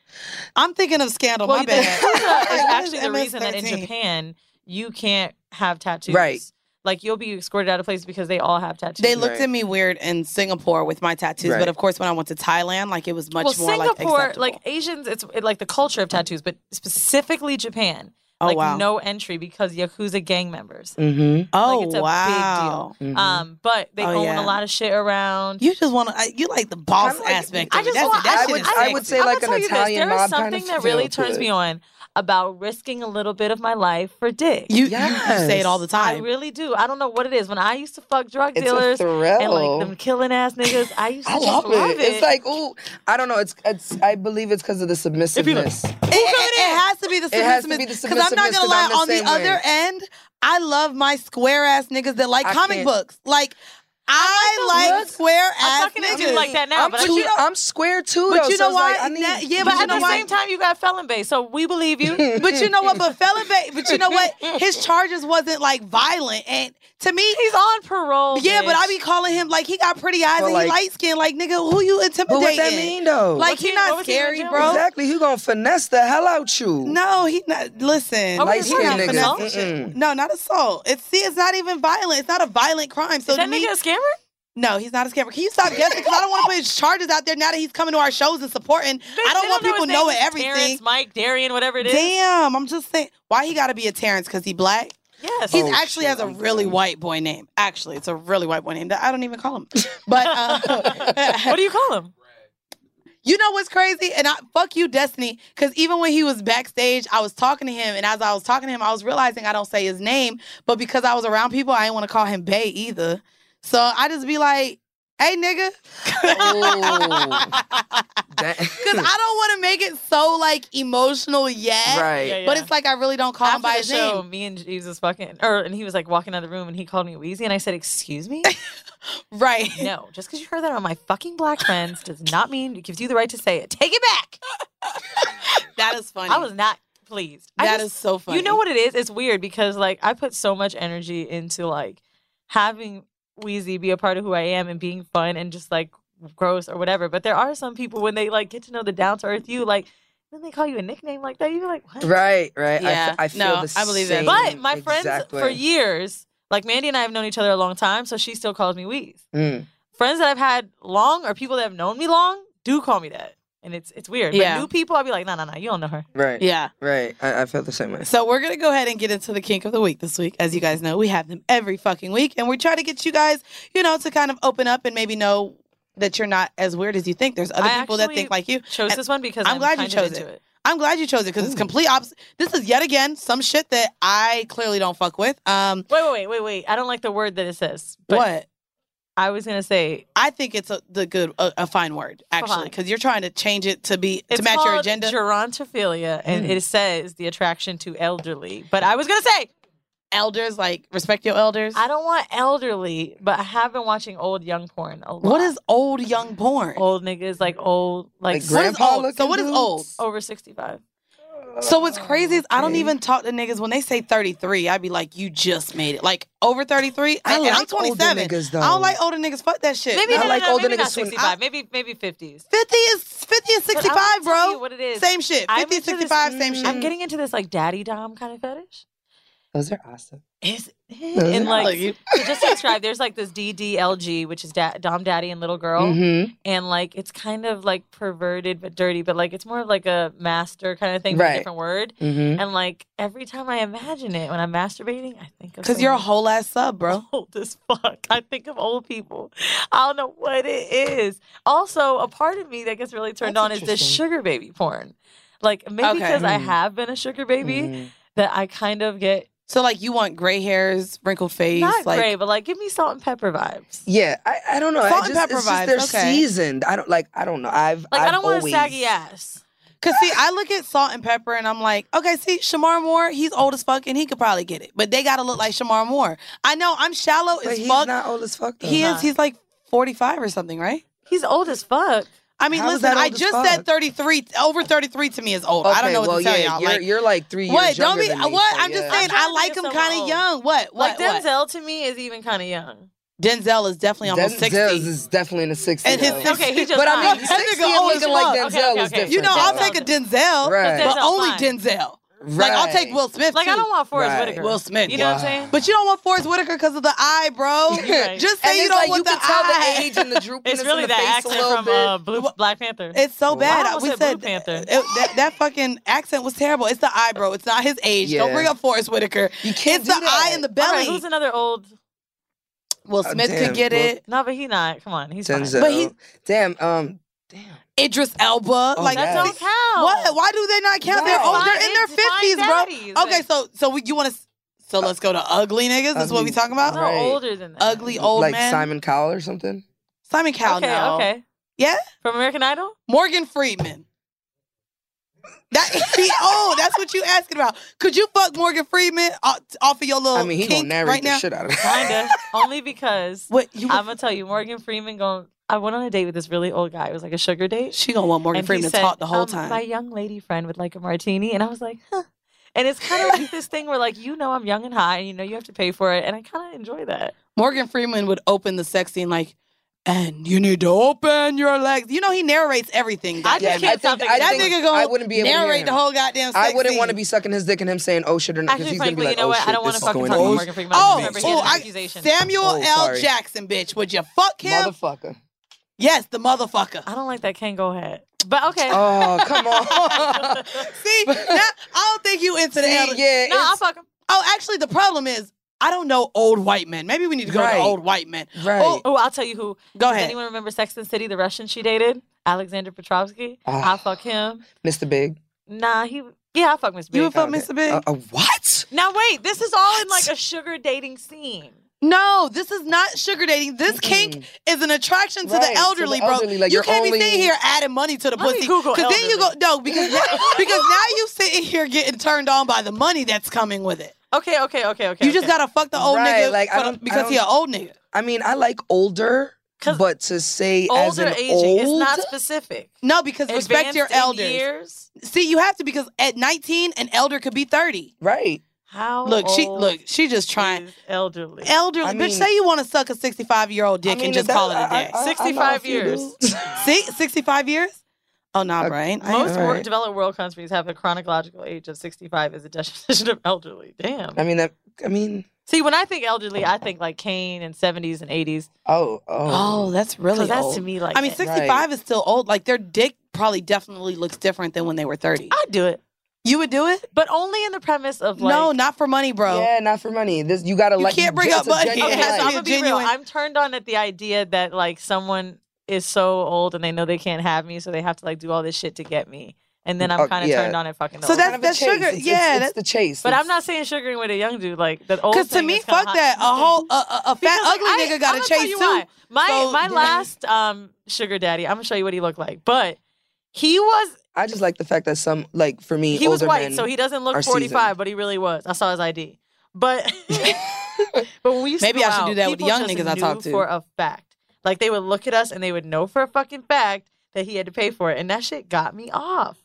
[SPEAKER 4] I'm thinking of Scandal.
[SPEAKER 5] well,
[SPEAKER 4] my
[SPEAKER 5] the
[SPEAKER 4] bad. [LAUGHS]
[SPEAKER 5] yakuza is
[SPEAKER 4] What
[SPEAKER 5] actually the reason that in
[SPEAKER 4] MS-13?
[SPEAKER 5] Japan you can't have tattoos.
[SPEAKER 6] Right.
[SPEAKER 5] Like you'll be escorted out of places because they all have tattoos.
[SPEAKER 4] They looked
[SPEAKER 6] Right.
[SPEAKER 4] at me weird in Singapore with my tattoos,
[SPEAKER 6] Right.
[SPEAKER 4] but of course when I went to Thailand, like it was much
[SPEAKER 5] well,
[SPEAKER 4] more
[SPEAKER 5] Singapore,
[SPEAKER 4] like,
[SPEAKER 5] like Asians, it's it, like the culture of tattoos, but specifically Japan,
[SPEAKER 4] Oh,
[SPEAKER 5] like
[SPEAKER 4] wow.
[SPEAKER 5] no entry because yakuza gang members.
[SPEAKER 6] Mm-hmm.
[SPEAKER 4] oh
[SPEAKER 5] like, it's a big deal.
[SPEAKER 4] wow,
[SPEAKER 5] Um, but they
[SPEAKER 4] Oh,
[SPEAKER 5] own
[SPEAKER 4] yeah.
[SPEAKER 5] a lot of shit around.
[SPEAKER 4] you just want to you like the boss
[SPEAKER 6] I'm like-
[SPEAKER 4] aspect.
[SPEAKER 5] I
[SPEAKER 4] of it.
[SPEAKER 5] just
[SPEAKER 4] That's-
[SPEAKER 5] want-
[SPEAKER 4] that
[SPEAKER 6] I
[SPEAKER 4] shit
[SPEAKER 6] would
[SPEAKER 4] is
[SPEAKER 6] I
[SPEAKER 4] sexy.
[SPEAKER 6] would say
[SPEAKER 5] I'm
[SPEAKER 6] like an
[SPEAKER 5] gonna tell you this,
[SPEAKER 6] Italian
[SPEAKER 5] There is
[SPEAKER 6] mob
[SPEAKER 5] something
[SPEAKER 6] kind of
[SPEAKER 5] that
[SPEAKER 6] feel
[SPEAKER 5] really
[SPEAKER 6] to
[SPEAKER 5] turns
[SPEAKER 6] it.
[SPEAKER 5] me on about risking a little bit of my life for dick.
[SPEAKER 4] You, you, you
[SPEAKER 6] Yes.
[SPEAKER 4] say it all the
[SPEAKER 5] I
[SPEAKER 4] time.
[SPEAKER 5] really do. I don't know what it is. When I used to fuck drug
[SPEAKER 6] It's a
[SPEAKER 5] dealers,
[SPEAKER 6] thrill.
[SPEAKER 5] and like them killing ass niggas. I used to
[SPEAKER 6] I
[SPEAKER 5] just
[SPEAKER 6] love,
[SPEAKER 5] love
[SPEAKER 6] it. It's like, ooh, I don't know. It's, it's I believe it's because of the submissiveness.
[SPEAKER 4] it, it- it has to be the
[SPEAKER 6] It has to be
[SPEAKER 4] submissiveness.
[SPEAKER 6] the
[SPEAKER 4] Because I'm not
[SPEAKER 6] submissiveness,
[SPEAKER 4] gonna
[SPEAKER 6] 'cause
[SPEAKER 4] lie,
[SPEAKER 6] I'm the
[SPEAKER 4] on the
[SPEAKER 6] same way.
[SPEAKER 4] other end, I love my square ass niggas that like
[SPEAKER 6] I
[SPEAKER 4] comic
[SPEAKER 6] can't-
[SPEAKER 4] books. Like I like square ass
[SPEAKER 5] I'm talking to dudes
[SPEAKER 4] niggas.
[SPEAKER 5] like that now,
[SPEAKER 6] I'm,
[SPEAKER 5] but I
[SPEAKER 6] too-
[SPEAKER 5] think-
[SPEAKER 6] I'm square too.
[SPEAKER 4] But
[SPEAKER 6] though,
[SPEAKER 4] you
[SPEAKER 6] so
[SPEAKER 4] know
[SPEAKER 6] it's like,
[SPEAKER 4] why?
[SPEAKER 6] I need,
[SPEAKER 4] Now- yeah,
[SPEAKER 5] But
[SPEAKER 4] you
[SPEAKER 5] at
[SPEAKER 4] know
[SPEAKER 5] the
[SPEAKER 4] what?
[SPEAKER 5] same time, you got felon base, so we
[SPEAKER 4] [LAUGHS]
[SPEAKER 5] believe you.
[SPEAKER 4] But you know what? But Felon Bay, but you know
[SPEAKER 6] [LAUGHS]
[SPEAKER 4] what? His charges wasn't like violent, and to me,
[SPEAKER 5] He's on parole.
[SPEAKER 4] yeah. But I
[SPEAKER 5] bitch.
[SPEAKER 4] be calling him like he got pretty eyes
[SPEAKER 6] But,
[SPEAKER 4] and
[SPEAKER 6] like-
[SPEAKER 4] he light skinned. Like nigga, who you intimidating?
[SPEAKER 6] but what that mean though?
[SPEAKER 4] Like
[SPEAKER 5] What
[SPEAKER 4] he
[SPEAKER 5] he- what
[SPEAKER 4] not
[SPEAKER 5] was he in
[SPEAKER 4] scary,
[SPEAKER 5] jail
[SPEAKER 4] bro.
[SPEAKER 5] for?
[SPEAKER 6] exactly, he gonna finesse the hell out you. [LAUGHS]
[SPEAKER 4] No, he not. Listen,
[SPEAKER 5] Oh,
[SPEAKER 4] like,
[SPEAKER 6] light
[SPEAKER 5] he's
[SPEAKER 4] he not
[SPEAKER 5] not
[SPEAKER 6] skinned niggas.
[SPEAKER 5] finesse
[SPEAKER 4] finessing.
[SPEAKER 6] mm-mm.
[SPEAKER 4] No, not assault. It's see, it's not even violent. It's not a violent crime. So
[SPEAKER 5] Is that
[SPEAKER 4] to me,
[SPEAKER 5] nigga a scammer?
[SPEAKER 4] no, he's not a scammer. Can you stop guessing? Because I don't want to put his charges out there now that he's coming to our shows and supporting. I
[SPEAKER 5] They
[SPEAKER 4] don't want
[SPEAKER 5] know
[SPEAKER 4] people
[SPEAKER 5] his name
[SPEAKER 4] knowing
[SPEAKER 5] is
[SPEAKER 4] everything.
[SPEAKER 5] Terrence, Mike, Darian, whatever it is.
[SPEAKER 4] Damn, I'm just saying. Why he got to be a Terrence? Because he black.
[SPEAKER 5] Yes.
[SPEAKER 4] He
[SPEAKER 6] Oh,
[SPEAKER 4] actually
[SPEAKER 6] shit,
[SPEAKER 4] has a
[SPEAKER 6] I'm
[SPEAKER 4] really
[SPEAKER 6] sorry.
[SPEAKER 4] white boy name. Actually, it's a really white boy name that I don't even call him. But
[SPEAKER 6] [LAUGHS]
[SPEAKER 4] uh, [LAUGHS]
[SPEAKER 5] what do you call him?
[SPEAKER 4] You know what's crazy? And I fuck you, Destiny, because even when he was backstage, I was talking to him, and as I was talking to him, I was realizing I don't say his name, but because I was around people, I didn't want to call him Bay either. So I just be like, hey nigga.
[SPEAKER 6] Oh. That-
[SPEAKER 4] Cause I don't want to make it so like emotional
[SPEAKER 6] [LAUGHS]
[SPEAKER 4] yet.
[SPEAKER 6] right.
[SPEAKER 5] Yeah, yeah.
[SPEAKER 4] But it's like I really don't call him by
[SPEAKER 5] After
[SPEAKER 4] his
[SPEAKER 5] the show,
[SPEAKER 4] name. [LAUGHS]
[SPEAKER 5] me and Jesus fucking, or and he was like walking out of the room, and he called me Wheezy, and I said,
[SPEAKER 4] [LAUGHS]
[SPEAKER 5] "Excuse me."
[SPEAKER 4] Right.
[SPEAKER 5] No, just because you heard that on my fucking black friends does not mean it gives you the right to say it. Take it back.
[SPEAKER 4] that [LAUGHS] is funny.
[SPEAKER 5] I was not pleased. I
[SPEAKER 4] That
[SPEAKER 5] just-
[SPEAKER 4] is so funny.
[SPEAKER 5] You know what it is? It's weird because like I put so much energy into like having Wheezy be a part of who I am and being fun and just like gross or whatever. But there are some people when they like get to know the down to earth you, like when they call you a nickname like that, you're like, what?
[SPEAKER 6] Right, right. I
[SPEAKER 4] Yeah.
[SPEAKER 6] fe- I, feel
[SPEAKER 4] No,
[SPEAKER 6] the
[SPEAKER 4] I believe that.
[SPEAKER 6] same
[SPEAKER 5] But my friends
[SPEAKER 6] exact
[SPEAKER 5] for
[SPEAKER 6] way.
[SPEAKER 5] years, like Mandy and I have known each other a long time, so she still calls me Wheeze.
[SPEAKER 6] Mm.
[SPEAKER 5] friends that I've had long or people that have known me long do call me that. And it's it's weird.
[SPEAKER 4] Yeah.
[SPEAKER 5] But new people, I'll be like, no, no, no, you don't know her.
[SPEAKER 6] Right,
[SPEAKER 4] Yeah.
[SPEAKER 6] right. I, I feel the same way.
[SPEAKER 4] So we're gonna go ahead and get into the kink of the week this week. As you guys know, we have them every fucking week, and we try to get you guys, you know, to kind of open up and maybe know that you're not as weird as you think. There's other
[SPEAKER 5] I
[SPEAKER 4] people that
[SPEAKER 5] actually-
[SPEAKER 4] think like you.
[SPEAKER 5] Chose
[SPEAKER 4] And
[SPEAKER 5] this one because
[SPEAKER 4] I'm
[SPEAKER 5] I'm,
[SPEAKER 4] glad you
[SPEAKER 5] kind
[SPEAKER 4] chose
[SPEAKER 5] of
[SPEAKER 4] it.
[SPEAKER 5] into it.
[SPEAKER 4] I'm glad you chose it because it's complete opposite. This is yet again some shit that I clearly don't fuck with. Um,
[SPEAKER 5] Wait, wait, wait, wait, wait. I don't like the word that it says. But
[SPEAKER 4] what
[SPEAKER 5] I was gonna say
[SPEAKER 4] I think it's a the good a, a fine word actually
[SPEAKER 5] Fine.
[SPEAKER 4] because you're trying to change it to be
[SPEAKER 5] it's
[SPEAKER 4] to match your
[SPEAKER 5] called
[SPEAKER 4] agenda. Hmm.
[SPEAKER 5] Gerontophilia, and it says the attraction to elderly. But I was gonna say
[SPEAKER 4] elders like respect your elders.
[SPEAKER 5] I don't want elderly, but I have been watching old young porn a lot.
[SPEAKER 4] What is old young porn?
[SPEAKER 5] old niggas like old like, what
[SPEAKER 6] Like
[SPEAKER 5] is
[SPEAKER 6] grandpa
[SPEAKER 4] old? So
[SPEAKER 6] looking
[SPEAKER 4] what is
[SPEAKER 6] dudes? Oh,
[SPEAKER 4] old?
[SPEAKER 5] over sixty five?
[SPEAKER 4] So what's crazy is I don't
[SPEAKER 6] Okay.
[SPEAKER 4] even talk to niggas when they say 33. I'd be like, you just made it. Like over 33.
[SPEAKER 6] I
[SPEAKER 4] and
[SPEAKER 6] like
[SPEAKER 4] I'm 27.
[SPEAKER 6] older niggas,
[SPEAKER 4] I don't
[SPEAKER 6] though.
[SPEAKER 4] like older niggas. Fuck that shit.
[SPEAKER 5] Maybe
[SPEAKER 6] I
[SPEAKER 5] no,
[SPEAKER 4] No,
[SPEAKER 5] no,
[SPEAKER 6] like
[SPEAKER 5] no,
[SPEAKER 6] older
[SPEAKER 5] maybe not
[SPEAKER 6] niggas twenty-
[SPEAKER 5] sixty five, maybe maybe fifties.
[SPEAKER 4] 50 is 50 is
[SPEAKER 5] But I'm
[SPEAKER 4] 65,
[SPEAKER 5] gonna
[SPEAKER 4] bro.
[SPEAKER 5] tell you what it is.
[SPEAKER 4] Same shit.
[SPEAKER 5] I'm
[SPEAKER 4] 50,
[SPEAKER 5] into this-
[SPEAKER 4] 65, same shit.
[SPEAKER 5] I'm getting into this like daddy dom kind of fetish.
[SPEAKER 6] Those are awesome.
[SPEAKER 5] Is
[SPEAKER 6] Those
[SPEAKER 5] and
[SPEAKER 6] are
[SPEAKER 5] like
[SPEAKER 6] awesome.
[SPEAKER 5] so just to describe, there's like this DDLG, which is da- dom daddy and little girl,
[SPEAKER 4] Mm-hmm.
[SPEAKER 6] Mhm.
[SPEAKER 5] and like it's kind of like perverted but dirty, but like it's more of like a master kind of thing, but
[SPEAKER 6] Right.
[SPEAKER 5] a different word.
[SPEAKER 6] Mhm.
[SPEAKER 5] And like every time I imagine it when I'm masturbating, I think of
[SPEAKER 4] Because you're a
[SPEAKER 5] someone
[SPEAKER 4] whole ass sub, bro.
[SPEAKER 5] [LAUGHS] old as fuck. I think of old people. I don't know what it is. Also, a part of me that gets really turned
[SPEAKER 6] That's
[SPEAKER 5] on is the
[SPEAKER 6] interesting.
[SPEAKER 5] sugar baby porn. Like maybe
[SPEAKER 4] Okay.
[SPEAKER 5] because I
[SPEAKER 6] Mm.
[SPEAKER 5] have been a sugar baby
[SPEAKER 6] Mhm.
[SPEAKER 5] that I kind of get
[SPEAKER 4] So like you want gray hairs, wrinkled face,
[SPEAKER 5] not
[SPEAKER 4] like
[SPEAKER 5] gray, but like give me salt and pepper vibes.
[SPEAKER 6] Yeah, I, I don't know. I
[SPEAKER 4] Salt and
[SPEAKER 6] just,
[SPEAKER 4] pepper
[SPEAKER 6] it's
[SPEAKER 4] vibes,
[SPEAKER 6] Just they're
[SPEAKER 4] okay.
[SPEAKER 6] seasoned. I don't like. I don't know. I've
[SPEAKER 5] Like I've I
[SPEAKER 6] I've
[SPEAKER 5] do not want
[SPEAKER 6] always,
[SPEAKER 5] a saggy ass.
[SPEAKER 4] Cause see, I look at Salt and Pepper and I'm like, okay, see, Shamar Moore, he's old as fuck and he could probably get it. But they gotta look like Shamar Moore. I know I'm shallow
[SPEAKER 6] But
[SPEAKER 4] as
[SPEAKER 6] he's
[SPEAKER 4] fuck.
[SPEAKER 6] not old as fuck. Though.
[SPEAKER 4] he is,
[SPEAKER 5] not.
[SPEAKER 4] he's like 45 or something, right?
[SPEAKER 5] He's old as fuck.
[SPEAKER 4] I mean,
[SPEAKER 6] How is
[SPEAKER 4] listen,
[SPEAKER 6] that
[SPEAKER 4] I
[SPEAKER 6] old as
[SPEAKER 4] just
[SPEAKER 6] fuck?
[SPEAKER 4] said 33. Over 33 to me is old. I don't
[SPEAKER 6] Okay,
[SPEAKER 4] know what
[SPEAKER 6] well,
[SPEAKER 4] to tell
[SPEAKER 6] yeah,
[SPEAKER 4] y'all.
[SPEAKER 6] You're
[SPEAKER 4] Like,
[SPEAKER 6] you're like three years
[SPEAKER 4] what? Don't
[SPEAKER 6] younger
[SPEAKER 4] be.
[SPEAKER 6] than me,
[SPEAKER 4] what?
[SPEAKER 6] so
[SPEAKER 4] I'm just
[SPEAKER 6] yeah.
[SPEAKER 4] saying,
[SPEAKER 5] I'm trying
[SPEAKER 4] I
[SPEAKER 5] to
[SPEAKER 4] like
[SPEAKER 5] think of
[SPEAKER 4] him
[SPEAKER 5] someone
[SPEAKER 4] kind of
[SPEAKER 5] old.
[SPEAKER 4] young. What?
[SPEAKER 5] Like
[SPEAKER 4] What? what?
[SPEAKER 5] Denzel to me is even kind of young.
[SPEAKER 4] Denzel is definitely almost
[SPEAKER 6] Denzel's
[SPEAKER 4] 60.
[SPEAKER 6] is definitely in the 60s.
[SPEAKER 4] And his
[SPEAKER 6] though.
[SPEAKER 4] six-
[SPEAKER 5] Okay, he just
[SPEAKER 6] but I mean,
[SPEAKER 5] fine.
[SPEAKER 4] That nigga
[SPEAKER 6] 60
[SPEAKER 4] old
[SPEAKER 6] and
[SPEAKER 4] as
[SPEAKER 6] looking like
[SPEAKER 5] fuck.
[SPEAKER 6] Denzel
[SPEAKER 5] Okay, okay,
[SPEAKER 6] is
[SPEAKER 5] okay.
[SPEAKER 6] different.
[SPEAKER 4] you know, I'll
[SPEAKER 5] Denzel.
[SPEAKER 4] take a Denzel,
[SPEAKER 6] Right.
[SPEAKER 4] but
[SPEAKER 5] Denzel's
[SPEAKER 4] only
[SPEAKER 5] fine.
[SPEAKER 4] Denzel.
[SPEAKER 6] though.
[SPEAKER 4] Like, I'll take
[SPEAKER 6] Right.
[SPEAKER 4] Will Smith.
[SPEAKER 5] Like I
[SPEAKER 4] too.
[SPEAKER 5] don't want Forrest
[SPEAKER 6] Right.
[SPEAKER 5] Whitaker.
[SPEAKER 4] Will Smith.
[SPEAKER 5] You know what I'm
[SPEAKER 6] Wow.
[SPEAKER 5] saying?
[SPEAKER 4] But you don't want Forrest Whitaker because of the eye,
[SPEAKER 5] [LAUGHS]
[SPEAKER 4] bro.
[SPEAKER 5] Right.
[SPEAKER 4] Just
[SPEAKER 6] And
[SPEAKER 4] say you
[SPEAKER 6] it's
[SPEAKER 4] don't
[SPEAKER 6] like,
[SPEAKER 4] want
[SPEAKER 6] you
[SPEAKER 4] the
[SPEAKER 6] can tell
[SPEAKER 4] eye.
[SPEAKER 6] the age and the droopiness
[SPEAKER 5] it's
[SPEAKER 6] in
[SPEAKER 5] really
[SPEAKER 6] the
[SPEAKER 5] that
[SPEAKER 6] face a
[SPEAKER 5] accent
[SPEAKER 6] little
[SPEAKER 5] from
[SPEAKER 6] bit.
[SPEAKER 5] uh, Blue, Black Panther.
[SPEAKER 4] It's so bad.
[SPEAKER 5] almost
[SPEAKER 4] we
[SPEAKER 5] said
[SPEAKER 4] said uh,
[SPEAKER 5] Blue Panther.
[SPEAKER 4] it- that, that fucking accent was terrible. It's the eye, bro. It's not his age. Don't
[SPEAKER 6] Yeah.
[SPEAKER 4] bring up Forrest Whitaker.
[SPEAKER 6] You can't
[SPEAKER 4] it's
[SPEAKER 6] do
[SPEAKER 4] the
[SPEAKER 6] that.
[SPEAKER 4] eye and the
[SPEAKER 5] All
[SPEAKER 4] belly.
[SPEAKER 5] right, who's another old?
[SPEAKER 4] Will
[SPEAKER 6] Oh,
[SPEAKER 4] Smith
[SPEAKER 6] damn,
[SPEAKER 4] could get
[SPEAKER 6] Will-
[SPEAKER 4] it.
[SPEAKER 5] No, but he not. Come on, he's fine.
[SPEAKER 6] Denzel.
[SPEAKER 4] But he-
[SPEAKER 6] damn. Um, damn.
[SPEAKER 4] Idris Elba.
[SPEAKER 6] Oh,
[SPEAKER 4] like
[SPEAKER 5] That
[SPEAKER 6] Yes.
[SPEAKER 5] don't count.
[SPEAKER 4] what? Why do they not count? They're
[SPEAKER 6] Right.
[SPEAKER 4] old. They're in
[SPEAKER 5] Fine,
[SPEAKER 4] their
[SPEAKER 5] it's fine
[SPEAKER 4] fifties,
[SPEAKER 5] daddies,
[SPEAKER 4] bro. Okay,
[SPEAKER 5] like-
[SPEAKER 4] so so we, you want to? So let's go to ugly niggas. Is what we
[SPEAKER 6] Ugly.
[SPEAKER 4] talking about?
[SPEAKER 5] No,
[SPEAKER 6] Right.
[SPEAKER 5] older than that.
[SPEAKER 4] Ugly old
[SPEAKER 6] like
[SPEAKER 4] man.
[SPEAKER 6] Simon Cowell or something.
[SPEAKER 4] Simon Cowell.
[SPEAKER 5] Okay,
[SPEAKER 4] no.
[SPEAKER 5] okay.
[SPEAKER 4] Yeah.
[SPEAKER 5] From American Idol?
[SPEAKER 4] Morgan Freeman. That [LAUGHS] he old. That's what you asking about. Could you fuck Morgan Freeman off off of your little?
[SPEAKER 6] I mean, he gonna
[SPEAKER 4] kink
[SPEAKER 6] narrate
[SPEAKER 4] right
[SPEAKER 6] the
[SPEAKER 4] now?
[SPEAKER 6] shit out of that.
[SPEAKER 4] [LAUGHS]
[SPEAKER 5] Kinda. Only because
[SPEAKER 4] What you?
[SPEAKER 5] I'm gonna tell you, Morgan Freeman going. I went on a date with this really old guy. It was like a sugar date.
[SPEAKER 4] she gonna want Morgan
[SPEAKER 5] he
[SPEAKER 4] Freeman
[SPEAKER 5] said,
[SPEAKER 4] to talk the whole
[SPEAKER 5] "Um,
[SPEAKER 4] time.
[SPEAKER 5] My young lady friend would like a martini, and I was like, huh. And it's kind of like this thing where like you know I'm young and hot, and you know you have to pay for it, and I kind of enjoy that.
[SPEAKER 4] Morgan Freeman would open the sex scene like, and you need to open your legs. You know, he narrates everything.
[SPEAKER 5] I
[SPEAKER 4] goddamn
[SPEAKER 5] just can't
[SPEAKER 4] it.
[SPEAKER 5] stop thinking
[SPEAKER 4] that
[SPEAKER 5] about it.
[SPEAKER 4] nigga gonna
[SPEAKER 6] I wouldn't be able to hear
[SPEAKER 4] narrate
[SPEAKER 6] him.
[SPEAKER 4] the whole goddamn sex
[SPEAKER 6] I wouldn't want to
[SPEAKER 4] scene.
[SPEAKER 6] be sucking his dick and him saying, "Oh shit," or not,
[SPEAKER 5] Actually,
[SPEAKER 6] because he's gonna be
[SPEAKER 5] frankly,
[SPEAKER 6] like,
[SPEAKER 5] you know
[SPEAKER 6] "Oh
[SPEAKER 5] what?
[SPEAKER 6] shit,
[SPEAKER 5] I don't
[SPEAKER 6] this
[SPEAKER 5] want
[SPEAKER 6] is
[SPEAKER 5] to fucking
[SPEAKER 6] going
[SPEAKER 5] talk about
[SPEAKER 6] on."
[SPEAKER 5] Morgan Freeman.
[SPEAKER 4] Oh,
[SPEAKER 5] Remember, he
[SPEAKER 4] oh,
[SPEAKER 5] had an
[SPEAKER 4] I-
[SPEAKER 5] accusation.
[SPEAKER 4] Samuel
[SPEAKER 6] Oh,
[SPEAKER 4] L.
[SPEAKER 6] sorry.
[SPEAKER 4] Jackson, bitch. Would you fuck him?
[SPEAKER 6] Motherfucker.
[SPEAKER 4] yes, the motherfucker.
[SPEAKER 6] Uh,
[SPEAKER 5] I don't like that Kango hat, but okay.
[SPEAKER 6] Oh come on. [LAUGHS]
[SPEAKER 4] See, now, I don't think you into the
[SPEAKER 6] See,
[SPEAKER 4] elder-
[SPEAKER 6] yeah,
[SPEAKER 5] no, I'll
[SPEAKER 6] it's-
[SPEAKER 5] fuck him.
[SPEAKER 4] Oh, actually, the problem is I don't know old white men. Maybe we need to go
[SPEAKER 6] Right.
[SPEAKER 4] to old white men.
[SPEAKER 6] right.
[SPEAKER 4] Oh,
[SPEAKER 5] Oh, I'll tell you who.
[SPEAKER 4] Go
[SPEAKER 5] Does
[SPEAKER 4] ahead.
[SPEAKER 5] anyone remember Sex and the City, the Russian she dated? Alexander Petrovsky.
[SPEAKER 6] Ah.
[SPEAKER 5] I'll fuck him.
[SPEAKER 6] Mr. Big.
[SPEAKER 5] Nah, he. Yeah, I'll fuck Miss
[SPEAKER 4] You
[SPEAKER 5] Big.
[SPEAKER 4] would fuck
[SPEAKER 6] Okay.
[SPEAKER 4] Mr. Big?
[SPEAKER 6] Uh, uh, what?
[SPEAKER 5] now wait, this is all in like a sugar dating scene.
[SPEAKER 4] no, this is not sugar dating. This kink is an attraction to
[SPEAKER 6] Right, to
[SPEAKER 4] the
[SPEAKER 6] the
[SPEAKER 4] elderly, bro.
[SPEAKER 6] elderly, like,
[SPEAKER 4] you
[SPEAKER 6] you're
[SPEAKER 4] can't
[SPEAKER 6] only-
[SPEAKER 4] be sitting here adding money to the
[SPEAKER 5] Let me
[SPEAKER 4] pussy.
[SPEAKER 5] Google
[SPEAKER 4] then you go
[SPEAKER 5] elderly.
[SPEAKER 4] no because
[SPEAKER 5] [LAUGHS]
[SPEAKER 4] because now you sitting here getting turned on by the money that's coming with it.
[SPEAKER 5] Okay, okay, okay, okay.
[SPEAKER 4] You just gotta fuck the old
[SPEAKER 6] Right,
[SPEAKER 4] nigga
[SPEAKER 6] like, I
[SPEAKER 4] for the-
[SPEAKER 6] don't- I
[SPEAKER 4] because he an
[SPEAKER 6] don't-
[SPEAKER 4] old nigga.
[SPEAKER 6] I mean, I like older,
[SPEAKER 5] 'Cause
[SPEAKER 6] but to say as
[SPEAKER 5] older
[SPEAKER 6] an
[SPEAKER 5] aging.
[SPEAKER 6] old,
[SPEAKER 5] It's not specific.
[SPEAKER 4] No, because respect
[SPEAKER 5] Advanced
[SPEAKER 4] your
[SPEAKER 5] in
[SPEAKER 4] elders.
[SPEAKER 5] Years.
[SPEAKER 4] See, you have to because at 19, an elder could be 30.
[SPEAKER 6] right?
[SPEAKER 5] How
[SPEAKER 4] Look, she
[SPEAKER 5] old
[SPEAKER 4] look, she just trying.
[SPEAKER 5] is elderly.
[SPEAKER 4] Elderly,
[SPEAKER 6] I
[SPEAKER 4] bitch,
[SPEAKER 6] mean-
[SPEAKER 4] say you want to suck a 65 year old dick
[SPEAKER 6] I mean,
[SPEAKER 4] and just
[SPEAKER 6] that-
[SPEAKER 4] call it a
[SPEAKER 6] I-
[SPEAKER 4] day.
[SPEAKER 6] I- I- I know a
[SPEAKER 5] 65
[SPEAKER 6] few
[SPEAKER 5] years.
[SPEAKER 6] dudes.
[SPEAKER 4] See, 65 years? Oh, nah,
[SPEAKER 6] Okay.
[SPEAKER 4] Brian. I ain't-
[SPEAKER 5] Most wor-
[SPEAKER 6] Alright.
[SPEAKER 5] developed world countries have a chronological age of 65 as a definition of elderly. Damn.
[SPEAKER 6] [LAUGHS] I mean that. I mean,
[SPEAKER 5] See, when I think elderly, I think like Kane and 70s and 80s.
[SPEAKER 6] oh, oh,
[SPEAKER 4] Oh, that's really
[SPEAKER 5] Because that's
[SPEAKER 4] old.
[SPEAKER 5] to me like.
[SPEAKER 4] I mean,
[SPEAKER 5] eh.
[SPEAKER 4] 65
[SPEAKER 6] Right.
[SPEAKER 4] is still old. Like, their dick probably definitely looks different than when they were 30.
[SPEAKER 5] I'd do it.
[SPEAKER 4] You would do it?
[SPEAKER 5] But only in the premise of like.
[SPEAKER 4] no, not for money, bro.
[SPEAKER 6] yeah, not for money. This you gotta
[SPEAKER 4] You
[SPEAKER 6] like.
[SPEAKER 4] can't bring
[SPEAKER 6] it's
[SPEAKER 4] up
[SPEAKER 6] a
[SPEAKER 4] money. [LAUGHS]
[SPEAKER 6] genuine
[SPEAKER 5] Okay, so
[SPEAKER 4] has
[SPEAKER 6] life.
[SPEAKER 4] to
[SPEAKER 5] I'm
[SPEAKER 4] be
[SPEAKER 5] gonna be real.
[SPEAKER 4] genuine.
[SPEAKER 5] I'm turned on at the idea that like someone is so old and they know they can't have me, so they have to like do all this shit to get me, and then I'm
[SPEAKER 6] Oh,
[SPEAKER 5] kind of
[SPEAKER 6] yeah.
[SPEAKER 5] turned on at fucking. the
[SPEAKER 4] So
[SPEAKER 5] old
[SPEAKER 4] that's-
[SPEAKER 6] Kind of a
[SPEAKER 4] that's
[SPEAKER 6] chase.
[SPEAKER 4] sugar.
[SPEAKER 6] It's- it's-
[SPEAKER 4] Yeah,
[SPEAKER 6] It's,
[SPEAKER 4] that-
[SPEAKER 6] the chase.
[SPEAKER 5] But
[SPEAKER 6] It's-
[SPEAKER 5] I'm not saying sugaring with a young dude like that old.
[SPEAKER 4] Because to
[SPEAKER 5] thing
[SPEAKER 4] me,
[SPEAKER 5] is kinda
[SPEAKER 4] fuck
[SPEAKER 5] hot.
[SPEAKER 4] that. A whole, a, a, a fat,
[SPEAKER 5] Because
[SPEAKER 4] ugly
[SPEAKER 5] I-
[SPEAKER 4] nigga got
[SPEAKER 5] I'ma
[SPEAKER 4] a
[SPEAKER 5] tell
[SPEAKER 4] chase
[SPEAKER 5] you
[SPEAKER 4] too.
[SPEAKER 5] why. My
[SPEAKER 4] So-
[SPEAKER 5] my
[SPEAKER 4] Yeah.
[SPEAKER 5] last um sugar daddy. I'm gonna show you what he looked like, but he was
[SPEAKER 6] I just like the fact that some like for me,
[SPEAKER 5] he was
[SPEAKER 6] older
[SPEAKER 5] white,
[SPEAKER 6] men-
[SPEAKER 5] so he doesn't
[SPEAKER 6] are
[SPEAKER 5] look 45,
[SPEAKER 6] seasoned.
[SPEAKER 5] but he really was. I saw his ID.
[SPEAKER 6] [LAUGHS]
[SPEAKER 5] But [LAUGHS] but when we used
[SPEAKER 4] Maybe
[SPEAKER 5] to go
[SPEAKER 4] I should do
[SPEAKER 5] out,
[SPEAKER 4] that with the
[SPEAKER 5] people
[SPEAKER 4] young
[SPEAKER 5] just
[SPEAKER 4] niggas I
[SPEAKER 5] knew
[SPEAKER 4] talk to.
[SPEAKER 5] for a fact. Like they would look at us and they would know for a fucking fact that he had to pay for it, and that shit got me off.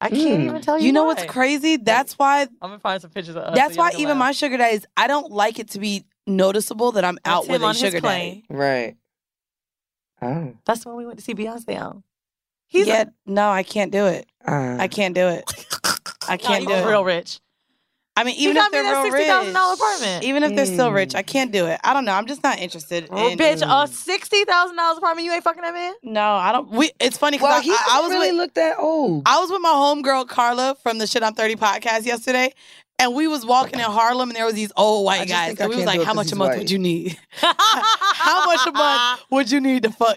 [SPEAKER 5] I can't
[SPEAKER 6] Mm.
[SPEAKER 5] even tell you.
[SPEAKER 4] Oh, You know
[SPEAKER 5] why.
[SPEAKER 4] what's crazy? That's why
[SPEAKER 5] I'm gonna find some pictures of us. so
[SPEAKER 4] That's
[SPEAKER 5] y'all
[SPEAKER 4] why
[SPEAKER 5] can
[SPEAKER 4] even
[SPEAKER 5] laugh.
[SPEAKER 4] my sugar daddies, I don't like it to be noticeable that I'm
[SPEAKER 5] That's
[SPEAKER 4] out with
[SPEAKER 5] him
[SPEAKER 4] a
[SPEAKER 5] on his
[SPEAKER 4] sugar daddy.
[SPEAKER 5] plane.
[SPEAKER 6] right. Oh,
[SPEAKER 5] That's the one we went to see Beyonce on. He's
[SPEAKER 4] yeah, no, I can't do it.
[SPEAKER 6] uh,
[SPEAKER 4] I can't do it. I
[SPEAKER 5] Nah,
[SPEAKER 4] can't
[SPEAKER 5] he
[SPEAKER 4] do
[SPEAKER 5] was
[SPEAKER 4] it.
[SPEAKER 5] real rich.
[SPEAKER 4] I mean, even
[SPEAKER 5] got
[SPEAKER 4] if
[SPEAKER 5] me
[SPEAKER 4] they're
[SPEAKER 5] that
[SPEAKER 4] real
[SPEAKER 5] $60,000
[SPEAKER 4] rich,
[SPEAKER 5] apartment.
[SPEAKER 4] even if they're still rich,
[SPEAKER 6] Mm.
[SPEAKER 4] I can't do it. I don't know. I'm just not interested.
[SPEAKER 5] Oh,
[SPEAKER 4] in-
[SPEAKER 5] bitch, a sixty thousand dollars apartment. You ain't fucking that man.
[SPEAKER 4] No, I don't. We. It's funny
[SPEAKER 6] well,
[SPEAKER 4] because
[SPEAKER 6] he
[SPEAKER 4] I, I
[SPEAKER 6] doesn't
[SPEAKER 4] was
[SPEAKER 6] really
[SPEAKER 4] with
[SPEAKER 6] look that old.
[SPEAKER 4] I was with my homegirl Carla from the Shit I'm 30 podcast yesterday, and we was walking in Harlem, and there was these old
[SPEAKER 6] I
[SPEAKER 4] white
[SPEAKER 6] just
[SPEAKER 4] guys.
[SPEAKER 6] think
[SPEAKER 4] So
[SPEAKER 6] I
[SPEAKER 4] we was
[SPEAKER 6] can't
[SPEAKER 4] like,
[SPEAKER 6] do it
[SPEAKER 4] "How
[SPEAKER 6] 'cause
[SPEAKER 4] much a
[SPEAKER 6] he's
[SPEAKER 4] month
[SPEAKER 6] white."
[SPEAKER 4] would you need? [LAUGHS] [LAUGHS] How much a month would you need to fuck?"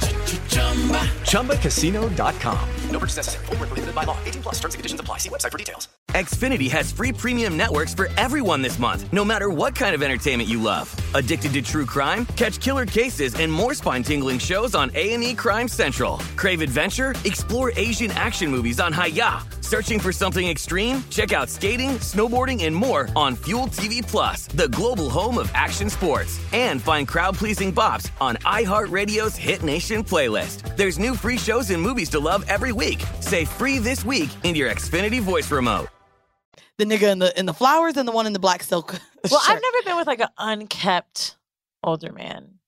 [SPEAKER 7] ChumbaCasino.com. No purchase necessary. Void where prohibited by law. 18 plus terms and conditions apply. See website for details.
[SPEAKER 3] Xfinity has free premium networks for everyone this month, no matter what kind of entertainment you love. Addicted to true crime? Catch killer cases and more spine-tingling shows on A&E Crime Central. Crave adventure? Explore Asian action movies on Hayya. Searching for something extreme? Check out skating, snowboarding, and more on Fuel TV Plus, the global home of action sports. And find crowd-pleasing bops on iHeartRadio's Hit Nation playlist. There's new free shows and movies to love every week. Say free this week in your Xfinity voice remote.
[SPEAKER 4] the nigga in the in the flowers and the one in the black silk. [LAUGHS]
[SPEAKER 5] Well, I've never been with like an unkept older man.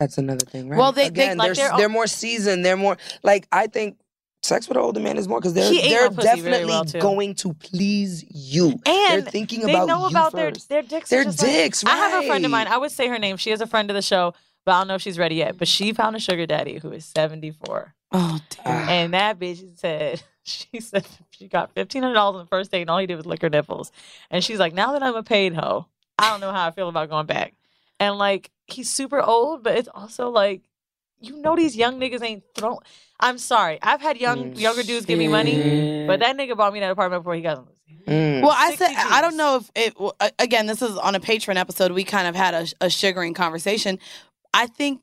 [SPEAKER 6] That's another thing, right?
[SPEAKER 5] Well, they- they-
[SPEAKER 6] Again,
[SPEAKER 5] like,
[SPEAKER 6] they're,
[SPEAKER 5] they're-
[SPEAKER 6] they're, more seasoned. They're more like I think sex with an older man is more because they're
[SPEAKER 5] He ate
[SPEAKER 6] they're
[SPEAKER 5] my pussy very
[SPEAKER 6] definitely
[SPEAKER 5] well, too.
[SPEAKER 6] going to please you. they're
[SPEAKER 5] And
[SPEAKER 6] thinking
[SPEAKER 5] they
[SPEAKER 6] about
[SPEAKER 5] know
[SPEAKER 6] you
[SPEAKER 5] about their
[SPEAKER 6] first.
[SPEAKER 5] their dicks. are
[SPEAKER 6] Their
[SPEAKER 5] just like-
[SPEAKER 6] dicks.
[SPEAKER 5] I have a friend of mine.
[SPEAKER 6] right.
[SPEAKER 5] I would say her name. She is a friend of the show, but I don't know if she's ready yet. But she found a sugar daddy who is seventy four.
[SPEAKER 4] Oh
[SPEAKER 6] damn!
[SPEAKER 5] And that bitch said [LAUGHS] she said she got fifteen hundred dollars on the first date, and all he did was lick her nipples. And she's like, now that I'm a paid hoe, I don't know how I feel about going back. And like he's super old, but it's also like you know these young niggas ain't throw. I'm sorry, I've had
[SPEAKER 6] Mm,
[SPEAKER 5] young younger dudes give me money, but that nigga bought me that apartment before he got on
[SPEAKER 6] mm.
[SPEAKER 4] Well, I said I don't know if it. well, a- Again, this is on a Patreon episode. We kind of had a, a sugaring conversation. I think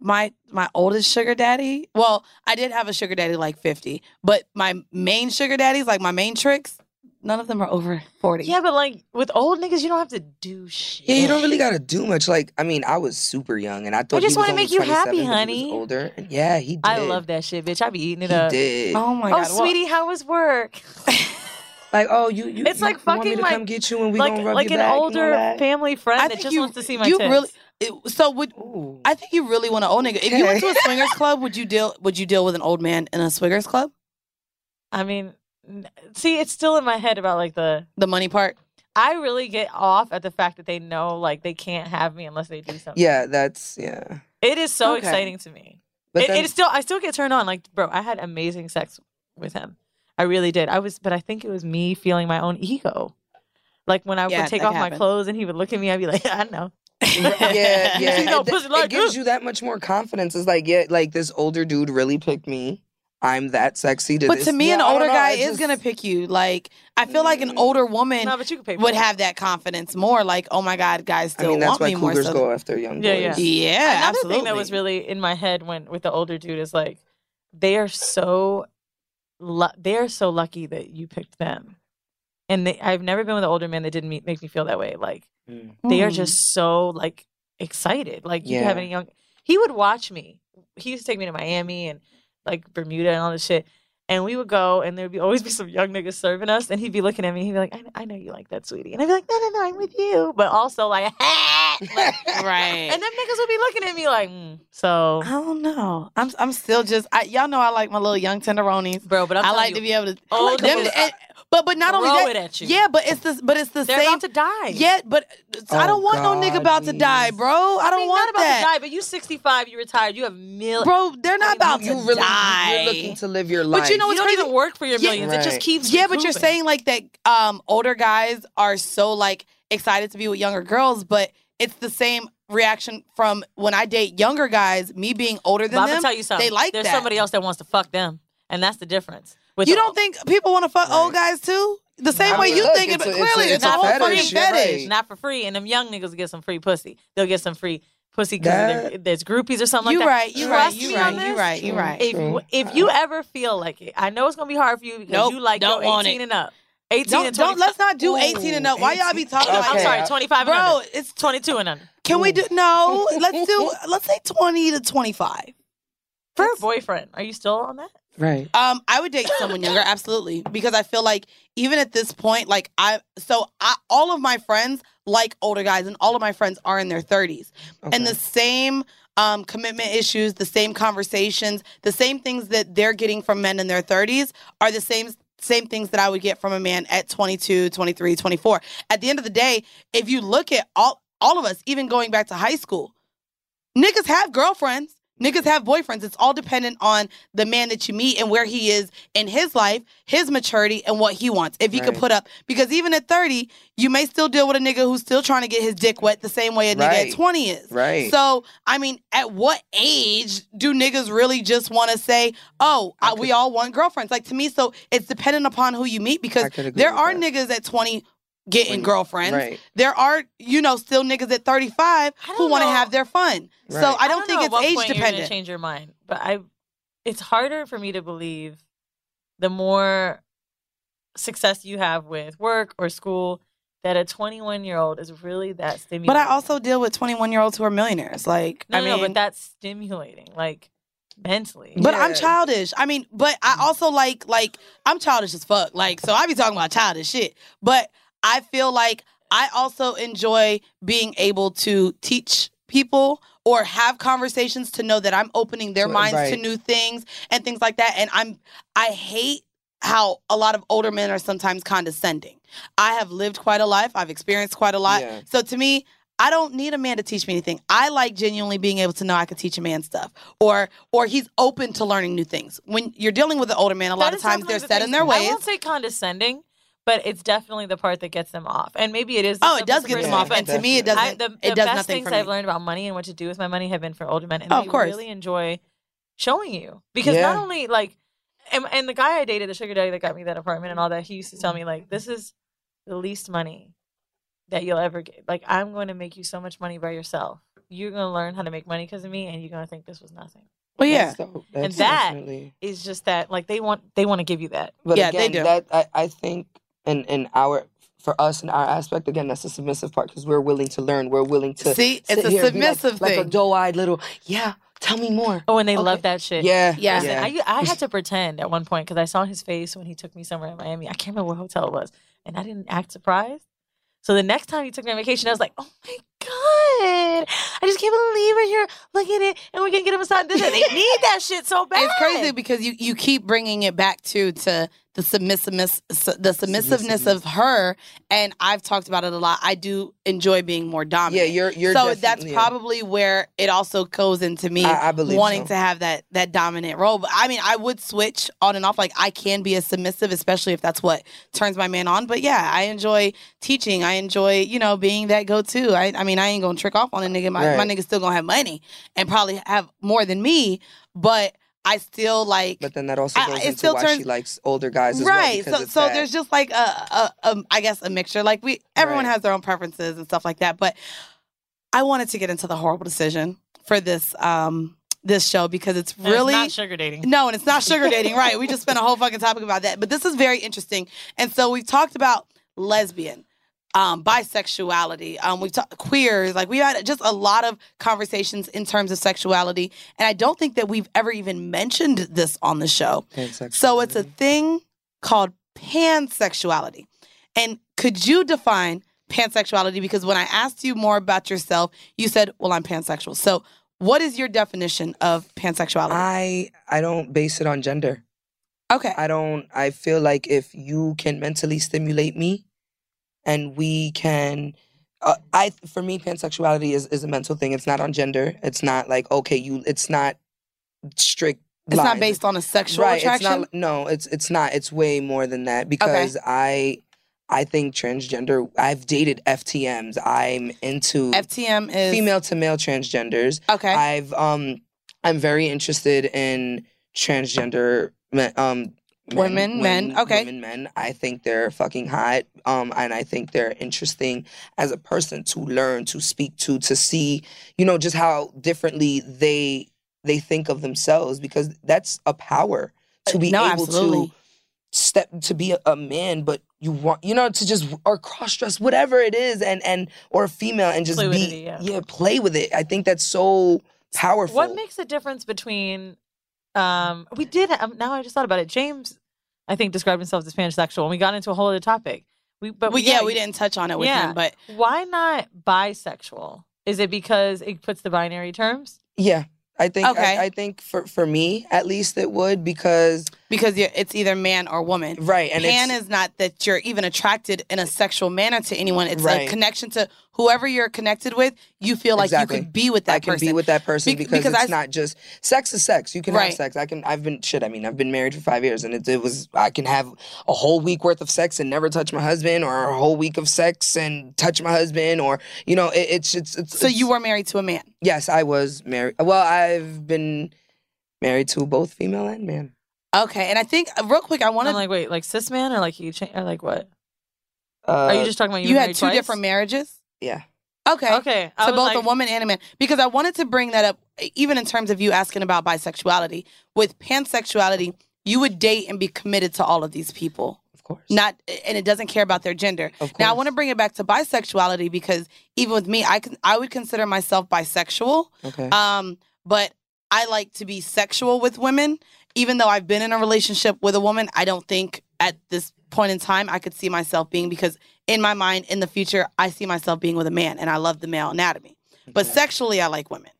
[SPEAKER 4] my my oldest sugar daddy. Well, I did have a sugar daddy like fifty, but my main sugar daddies, like my main tricks, none of them are over forty.
[SPEAKER 5] Yeah, but like with old niggas, you don't have to do shit.
[SPEAKER 6] Yeah, you don't really gotta do much. Like, I mean, I was super young, and I thought
[SPEAKER 5] I just
[SPEAKER 6] want
[SPEAKER 5] wanna
[SPEAKER 6] to
[SPEAKER 5] make you happy, honey.
[SPEAKER 6] older, and yeah, he did.
[SPEAKER 5] I love that shit, bitch. I be eating it
[SPEAKER 6] He
[SPEAKER 5] up.
[SPEAKER 6] did. Oh my God,
[SPEAKER 5] Oh,
[SPEAKER 6] well-
[SPEAKER 5] sweetie, how was work?
[SPEAKER 6] like, oh, you, you.
[SPEAKER 5] It's like
[SPEAKER 6] you want me
[SPEAKER 5] fucking
[SPEAKER 6] to
[SPEAKER 5] like
[SPEAKER 6] come get you and we
[SPEAKER 5] like,
[SPEAKER 6] gonna rub
[SPEAKER 5] like
[SPEAKER 6] your
[SPEAKER 5] an
[SPEAKER 6] back and all
[SPEAKER 5] older
[SPEAKER 6] that?
[SPEAKER 5] family friend
[SPEAKER 4] I
[SPEAKER 5] that
[SPEAKER 4] think
[SPEAKER 5] just
[SPEAKER 4] you-
[SPEAKER 5] wants to see my
[SPEAKER 4] you
[SPEAKER 5] tits.
[SPEAKER 4] really. it- so would I think you really want to own nigga? If you went
[SPEAKER 5] [LAUGHS]
[SPEAKER 4] to a swingers club, would you deal? Would you deal with an old man in a swingers club?
[SPEAKER 5] I mean, n- see, it's still in my head about like the
[SPEAKER 4] the money part.
[SPEAKER 5] I really get off at the fact that they know like they can't have me unless they do something.
[SPEAKER 6] Yeah, that's yeah.
[SPEAKER 5] It is so
[SPEAKER 6] Okay.
[SPEAKER 5] exciting to me.
[SPEAKER 6] But
[SPEAKER 5] It,
[SPEAKER 6] then-
[SPEAKER 5] it still I still get turned on. Like, bro, I had amazing sex with him. I really did. I was, but I think it was me feeling my own ego. Like when I
[SPEAKER 6] Yeah,
[SPEAKER 5] would take
[SPEAKER 6] that
[SPEAKER 5] off
[SPEAKER 6] can
[SPEAKER 5] my
[SPEAKER 6] happen.
[SPEAKER 5] clothes and he would look at me, I'd be like, [LAUGHS] I know.
[SPEAKER 6] [LAUGHS] yeah,
[SPEAKER 5] [LAUGHS] You
[SPEAKER 6] yeah.
[SPEAKER 5] see no
[SPEAKER 6] it,
[SPEAKER 5] pussy
[SPEAKER 6] it
[SPEAKER 5] like
[SPEAKER 6] gives you that much more confidence. It's like, yeah, like this older dude really picked me. I'm that sexy to
[SPEAKER 4] but
[SPEAKER 6] this.
[SPEAKER 4] to me,
[SPEAKER 6] Yeah,
[SPEAKER 4] an
[SPEAKER 6] I don't
[SPEAKER 4] older
[SPEAKER 6] know,
[SPEAKER 4] guy
[SPEAKER 6] I
[SPEAKER 4] is
[SPEAKER 6] just- Mm.
[SPEAKER 4] gonna pick you. Like I feel like an older woman
[SPEAKER 5] No, but you could pay for
[SPEAKER 4] would
[SPEAKER 5] it.
[SPEAKER 4] have that confidence more. Like oh my god, guys
[SPEAKER 6] I
[SPEAKER 4] still
[SPEAKER 6] mean, that's
[SPEAKER 4] want
[SPEAKER 6] why
[SPEAKER 4] me more.
[SPEAKER 6] cougars
[SPEAKER 4] so-
[SPEAKER 6] go after young
[SPEAKER 5] Yeah,
[SPEAKER 6] boys.
[SPEAKER 5] yeah, Another thing that was really in my head when with the older dude is like, they are so, lu- they are so lucky that you picked them, and they, I've never been with an older man that didn't me- make me feel that way. Like they are
[SPEAKER 4] Mm.
[SPEAKER 5] just so like excited. Like you could have
[SPEAKER 4] Yeah.
[SPEAKER 5] any young, he would watch me. He used to take me to Miami and like Bermuda and all this shit. And we would go, and there'd be always be some young niggas serving us, and he'd be looking at me. He'd be like, "I, I know you like that, sweetie," and I'd be like, "No, no, no, I'm with you," but also like, [LAUGHS]
[SPEAKER 4] right.
[SPEAKER 5] And them niggas will be looking at me like, mm. so
[SPEAKER 4] I don't know. I'm I'm still just I, y'all know I like my little young tenderonis,
[SPEAKER 5] bro. But I'm
[SPEAKER 4] I
[SPEAKER 5] telling
[SPEAKER 4] like
[SPEAKER 5] you,
[SPEAKER 4] to be able to.
[SPEAKER 5] old
[SPEAKER 4] them-
[SPEAKER 5] niggas
[SPEAKER 4] and- but but not only
[SPEAKER 5] throw
[SPEAKER 4] that,
[SPEAKER 5] it at you.
[SPEAKER 4] yeah. But it's the but it's the
[SPEAKER 5] They're
[SPEAKER 4] same.
[SPEAKER 5] about to die.
[SPEAKER 4] Yeah, but I
[SPEAKER 5] Oh,
[SPEAKER 4] don't want no nigga
[SPEAKER 5] God,
[SPEAKER 4] about to die, bro. I, don't
[SPEAKER 5] mean,
[SPEAKER 4] want
[SPEAKER 5] not about
[SPEAKER 4] that.
[SPEAKER 5] to die, but you 65, you retired, you have millions.
[SPEAKER 4] Bro, they're not about
[SPEAKER 6] You
[SPEAKER 4] to
[SPEAKER 6] really,
[SPEAKER 4] die.
[SPEAKER 6] you're looking to live your life.
[SPEAKER 4] But you know what's
[SPEAKER 5] don't
[SPEAKER 4] crazy?
[SPEAKER 5] even work for your millions. It just keeps
[SPEAKER 4] Yeah, but you're
[SPEAKER 5] recouping.
[SPEAKER 4] saying like that um older guys are so like excited to be with younger girls, but it's the same reaction from when I date younger guys, me being older than
[SPEAKER 5] But I'm
[SPEAKER 4] them.
[SPEAKER 5] gonna tell you something.
[SPEAKER 4] They like
[SPEAKER 5] There's
[SPEAKER 4] that.
[SPEAKER 5] somebody else that wants to fuck them, and that's the difference. With
[SPEAKER 4] you
[SPEAKER 5] the-
[SPEAKER 4] don't think people want to fuck old guys too? The same
[SPEAKER 5] I
[SPEAKER 4] way
[SPEAKER 5] mean,
[SPEAKER 4] you
[SPEAKER 5] look,
[SPEAKER 4] think it,
[SPEAKER 5] it's
[SPEAKER 4] but
[SPEAKER 5] a- it's a-
[SPEAKER 4] clearly it's,
[SPEAKER 5] it's a
[SPEAKER 4] a whole
[SPEAKER 5] fetish,
[SPEAKER 4] fucking fetish.
[SPEAKER 5] not for free, and them young niggas get some free pussy. They'll get some free pussy
[SPEAKER 4] That-
[SPEAKER 5] because there's groupies or something
[SPEAKER 4] You
[SPEAKER 5] like that.
[SPEAKER 4] right, you right,
[SPEAKER 5] Trust
[SPEAKER 4] you
[SPEAKER 5] me
[SPEAKER 4] right,
[SPEAKER 5] on
[SPEAKER 4] you
[SPEAKER 5] this.
[SPEAKER 4] right, you right. True.
[SPEAKER 5] If if you ever feel like it, I know it's gonna be hard for you because
[SPEAKER 4] Nope,
[SPEAKER 5] you like
[SPEAKER 4] don't
[SPEAKER 5] your
[SPEAKER 4] want
[SPEAKER 5] 18
[SPEAKER 4] it.
[SPEAKER 5] and up. 18
[SPEAKER 4] Don't-
[SPEAKER 5] and 20.
[SPEAKER 4] don't- let's not do 18 and up. Why y'all be talking like
[SPEAKER 5] I'm
[SPEAKER 4] that?
[SPEAKER 5] sorry, 25 and
[SPEAKER 4] Bro,
[SPEAKER 5] under.
[SPEAKER 4] it's
[SPEAKER 5] 22 and under.
[SPEAKER 4] Can we do no? Let's do
[SPEAKER 5] [LAUGHS]
[SPEAKER 4] let's say twenty to twenty five.
[SPEAKER 5] For a boyfriend, are you still on that?
[SPEAKER 6] Right.
[SPEAKER 4] Um, I would date someone younger, absolutely, because I feel like even at this point, like I, so I, all of my friends like older guys, and all of my friends are in their thirties, and the same um, commitment issues, the same conversations, the same things that they're getting from men in their thirties are the same same things that I would get from a man at 22, 23, 24. At the end of the day, if you look at all all of us, even going back to high school, Niggas have girlfriends. Niggas have boyfriends. It's all dependent on the man that you meet and where he is in his life, his maturity, and what he wants. If he can
[SPEAKER 6] Right.
[SPEAKER 4] put up, because even at 30, you may still deal with a nigga who's still trying to get his dick wet the same way a nigga
[SPEAKER 6] Right.
[SPEAKER 4] at 20 is.
[SPEAKER 6] Right.
[SPEAKER 4] So, I mean, at what age do niggas really just want to say, oh, I, we all want girlfriends? Like to me, so it's dependent upon who you meet because there are niggas at 20 getting girlfriends.
[SPEAKER 6] right.
[SPEAKER 4] There are, you know, still niggas at 35 who want to have their fun. So I don't,
[SPEAKER 5] know
[SPEAKER 4] think
[SPEAKER 5] at what
[SPEAKER 4] it's
[SPEAKER 5] point
[SPEAKER 4] age
[SPEAKER 5] you're gonna
[SPEAKER 4] dependent.
[SPEAKER 5] Change your mind, but I, it's harder for me to believe. The more success you have with work or school, that a 21 year old is really that stimulating.
[SPEAKER 4] But I also deal with 21 year olds who are millionaires. Like,
[SPEAKER 5] no,
[SPEAKER 4] I
[SPEAKER 5] no,
[SPEAKER 4] mean,
[SPEAKER 5] no, but that's stimulating. Like mentally.
[SPEAKER 4] But I'm childish. I mean, but I also like like I'm childish as fuck. Like so I be talking about childish shit. But I feel like I also enjoy being able to teach people or have conversations to know that I'm opening their
[SPEAKER 8] To-
[SPEAKER 4] minds to
[SPEAKER 8] right.
[SPEAKER 4] new things and things like that and I'm I hate how a lot of older men are sometimes condescending. I have lived quite a life. I've experienced quite a lot.
[SPEAKER 8] Yeah.
[SPEAKER 4] So to me, I don't need a man to teach me anything. I like genuinely being able to know I could teach a man stuff, or or he's open to learning new things. When you're dealing with an older man, a lot
[SPEAKER 5] That
[SPEAKER 4] of
[SPEAKER 5] is
[SPEAKER 4] times
[SPEAKER 5] definitely
[SPEAKER 4] they're
[SPEAKER 5] the
[SPEAKER 4] set
[SPEAKER 5] thing.
[SPEAKER 4] in their ways.
[SPEAKER 5] I won't say condescending, but it's definitely the part that gets them off. And maybe it is.
[SPEAKER 4] Oh, it does get them off,
[SPEAKER 5] but
[SPEAKER 4] and to me, it doesn't-
[SPEAKER 5] the
[SPEAKER 4] it
[SPEAKER 5] the
[SPEAKER 4] does
[SPEAKER 5] best
[SPEAKER 4] nothing
[SPEAKER 5] things
[SPEAKER 4] for me.
[SPEAKER 5] I've learned about money and what to do with my money have been for older men, and
[SPEAKER 4] Oh, of
[SPEAKER 5] they
[SPEAKER 4] course.
[SPEAKER 5] really enjoy showing you because
[SPEAKER 4] Yeah.
[SPEAKER 5] not only like, and, and the guy I dated, the sugar daddy that got me that apartment and all that, he used to tell me like, this is the least money that you'll ever get. Like, I'm going to make you so much money by yourself. You're going to learn how to make money because of me, and you're going to think this was nothing.
[SPEAKER 4] Well, yeah.
[SPEAKER 5] and that is just that like they want they want to give you that.
[SPEAKER 6] But again, That I, I think, in in our for us in our aspect, again, that's the submissive part because we're willing to learn. We're willing to
[SPEAKER 4] See, it's
[SPEAKER 6] sit
[SPEAKER 4] a
[SPEAKER 6] here and be like-
[SPEAKER 4] submissive
[SPEAKER 6] like,
[SPEAKER 4] thing.
[SPEAKER 6] a doe-eyed little. Yeah, tell me more.
[SPEAKER 5] Oh, and they love that shit.
[SPEAKER 6] Yeah,
[SPEAKER 5] yeah.
[SPEAKER 6] yeah.
[SPEAKER 4] [LAUGHS]
[SPEAKER 5] I, I had to pretend at one point because I saw his face when he took me somewhere in Miami. I can't remember what hotel it was, and I didn't act surprised. So the next time he took me on vacation, I was like, "Oh my god, I just can't believe we're here. Look at it, and we're gonna get a massage. This- They
[SPEAKER 4] [LAUGHS]
[SPEAKER 5] need that shit so bad.
[SPEAKER 4] It's crazy because you you keep bringing it back to to the submissiveness su- the submissiveness of her, and I've talked about it a lot. I do enjoy being more dominant.
[SPEAKER 6] Yeah, you're- you're
[SPEAKER 4] so that's
[SPEAKER 6] definitely- yeah.
[SPEAKER 4] probably where it also goes into me
[SPEAKER 6] I- I believe
[SPEAKER 4] wanting
[SPEAKER 6] so.
[SPEAKER 4] to have that that dominant role. But I mean, I would switch on and off. Like I can be a submissive, especially if that's what turns my man on. But yeah, I enjoy teaching. I enjoy you know being that go to. I I mean, I ain't gonna trick off on a nigga. My my
[SPEAKER 6] Right.
[SPEAKER 4] nigga's still gonna have money and probably have more than me, but. I still like.
[SPEAKER 6] But then that also
[SPEAKER 4] I-
[SPEAKER 6] goes
[SPEAKER 4] it
[SPEAKER 6] into
[SPEAKER 4] still
[SPEAKER 6] why she
[SPEAKER 4] turns-
[SPEAKER 6] likes older guys as well.
[SPEAKER 4] right.
[SPEAKER 6] because
[SPEAKER 4] so
[SPEAKER 6] it's
[SPEAKER 4] so
[SPEAKER 6] that-
[SPEAKER 4] there's just like a, a, a I guess a mixture. Like we everyone has their own preferences and stuff like that. But I wanted to get into the horrible decision for this um this show because it's
[SPEAKER 5] And it's
[SPEAKER 4] really
[SPEAKER 5] not sugar dating.
[SPEAKER 4] No, and it's not sugar dating. right. We just spent a whole fucking topic about that. But this is very interesting. And so we've talked about lesbian. Um, bisexuality. Um, we've talked queers. Like we had just a lot of conversations in terms of sexuality, and I don't think that we've ever even mentioned this on the show. So it's a thing called pansexuality. And could you define pansexuality? Because when I asked you more about yourself, you said, well, I'm pansexual. So what is your definition of pansexuality?
[SPEAKER 6] I I don't base it on gender.
[SPEAKER 4] Okay.
[SPEAKER 6] I don't I feel like if you can mentally stimulate me and we can uh, I for me pansexuality is is a mental thing. It's not on gender. It's not like okay, you it's not strict
[SPEAKER 4] it's not
[SPEAKER 6] lines.
[SPEAKER 4] based on a sexual
[SPEAKER 6] right,
[SPEAKER 4] attraction.
[SPEAKER 6] It's not, no, it's it's not. It's way more than that because I I think transgender I've dated FTMs. I'm into
[SPEAKER 4] FTM is
[SPEAKER 6] female to male transgenders.
[SPEAKER 4] Okay.
[SPEAKER 6] I've um I'm very interested in transgender men, um
[SPEAKER 4] Women, men, okay.
[SPEAKER 6] women, men. I think they're fucking hot. Um, and I think they're interesting as a person to learn, to speak to, to see, you know, just how differently they they think of themselves because that's a power to be
[SPEAKER 4] Uh, No,
[SPEAKER 6] able
[SPEAKER 4] absolutely.
[SPEAKER 6] to step to be a, a man, but you want you know to just or cross dress whatever it is and and or female and just be
[SPEAKER 5] Fluidity, yeah.
[SPEAKER 6] play with it. I think that's so powerful.
[SPEAKER 5] What makes a difference between um we did um, now I just thought about it. James I think described himself as pansexual and we got into a whole other topic. We but
[SPEAKER 4] Well, yeah,
[SPEAKER 5] you-
[SPEAKER 4] we didn't touch on it with him, but-
[SPEAKER 5] why not bisexual? Is it because it puts the binary terms?
[SPEAKER 6] yeah, I think
[SPEAKER 5] Okay.
[SPEAKER 6] I, I think for for me at least it would because
[SPEAKER 4] because you're, it's either man or woman.
[SPEAKER 6] Right. And
[SPEAKER 4] pan
[SPEAKER 6] it's-
[SPEAKER 4] is not that you're even attracted in a sexual manner to anyone. It's
[SPEAKER 6] Right.
[SPEAKER 4] a connection to whoever you're connected with. You feel like
[SPEAKER 6] Exactly.
[SPEAKER 4] you could be with that
[SPEAKER 6] I can
[SPEAKER 4] person.
[SPEAKER 6] be with that person
[SPEAKER 4] Bec-
[SPEAKER 6] because,
[SPEAKER 4] because
[SPEAKER 6] it's
[SPEAKER 4] I-
[SPEAKER 6] not just sex is sex. You can have
[SPEAKER 4] Right.
[SPEAKER 6] sex. I can. I've been shit. I mean, I've been married for five years, and it, it was. I can have a whole week worth of sex and never touch my husband, or a whole week of sex and touch my husband, or you know, it, it's, it's it's.
[SPEAKER 4] So you were married to a man.
[SPEAKER 6] Yes, I was married. Well, I've been married to both female and man.
[SPEAKER 4] Okay, and I think uh, real quick, I want
[SPEAKER 5] to like wait, like cis man or like you cha- or like what?
[SPEAKER 6] Uh,
[SPEAKER 5] Are you just talking about you,
[SPEAKER 4] you
[SPEAKER 5] were
[SPEAKER 4] had
[SPEAKER 5] married
[SPEAKER 4] two
[SPEAKER 5] twice?
[SPEAKER 4] different marriages?
[SPEAKER 6] Yeah.
[SPEAKER 4] Okay.
[SPEAKER 5] Okay. I
[SPEAKER 4] To
[SPEAKER 5] was
[SPEAKER 4] both a
[SPEAKER 5] like-
[SPEAKER 4] woman and a man. Because I wanted to bring that up, e, even in terms of you asking about bisexuality. With pansexuality, you would date and be committed to all of these people. Of
[SPEAKER 6] course.
[SPEAKER 4] Not and it doesn't care about their gender. Of course. Now I want to bring it back to bisexuality because even with me, I can I would consider myself bisexual.
[SPEAKER 6] Okay.
[SPEAKER 4] Um, but I like to be sexual with women. Even though I've been in a relationship with a woman, I don't think at this point in time I could see myself being because in my mind in the future I see myself being with a man and I love the male anatomy. But sexually I like women.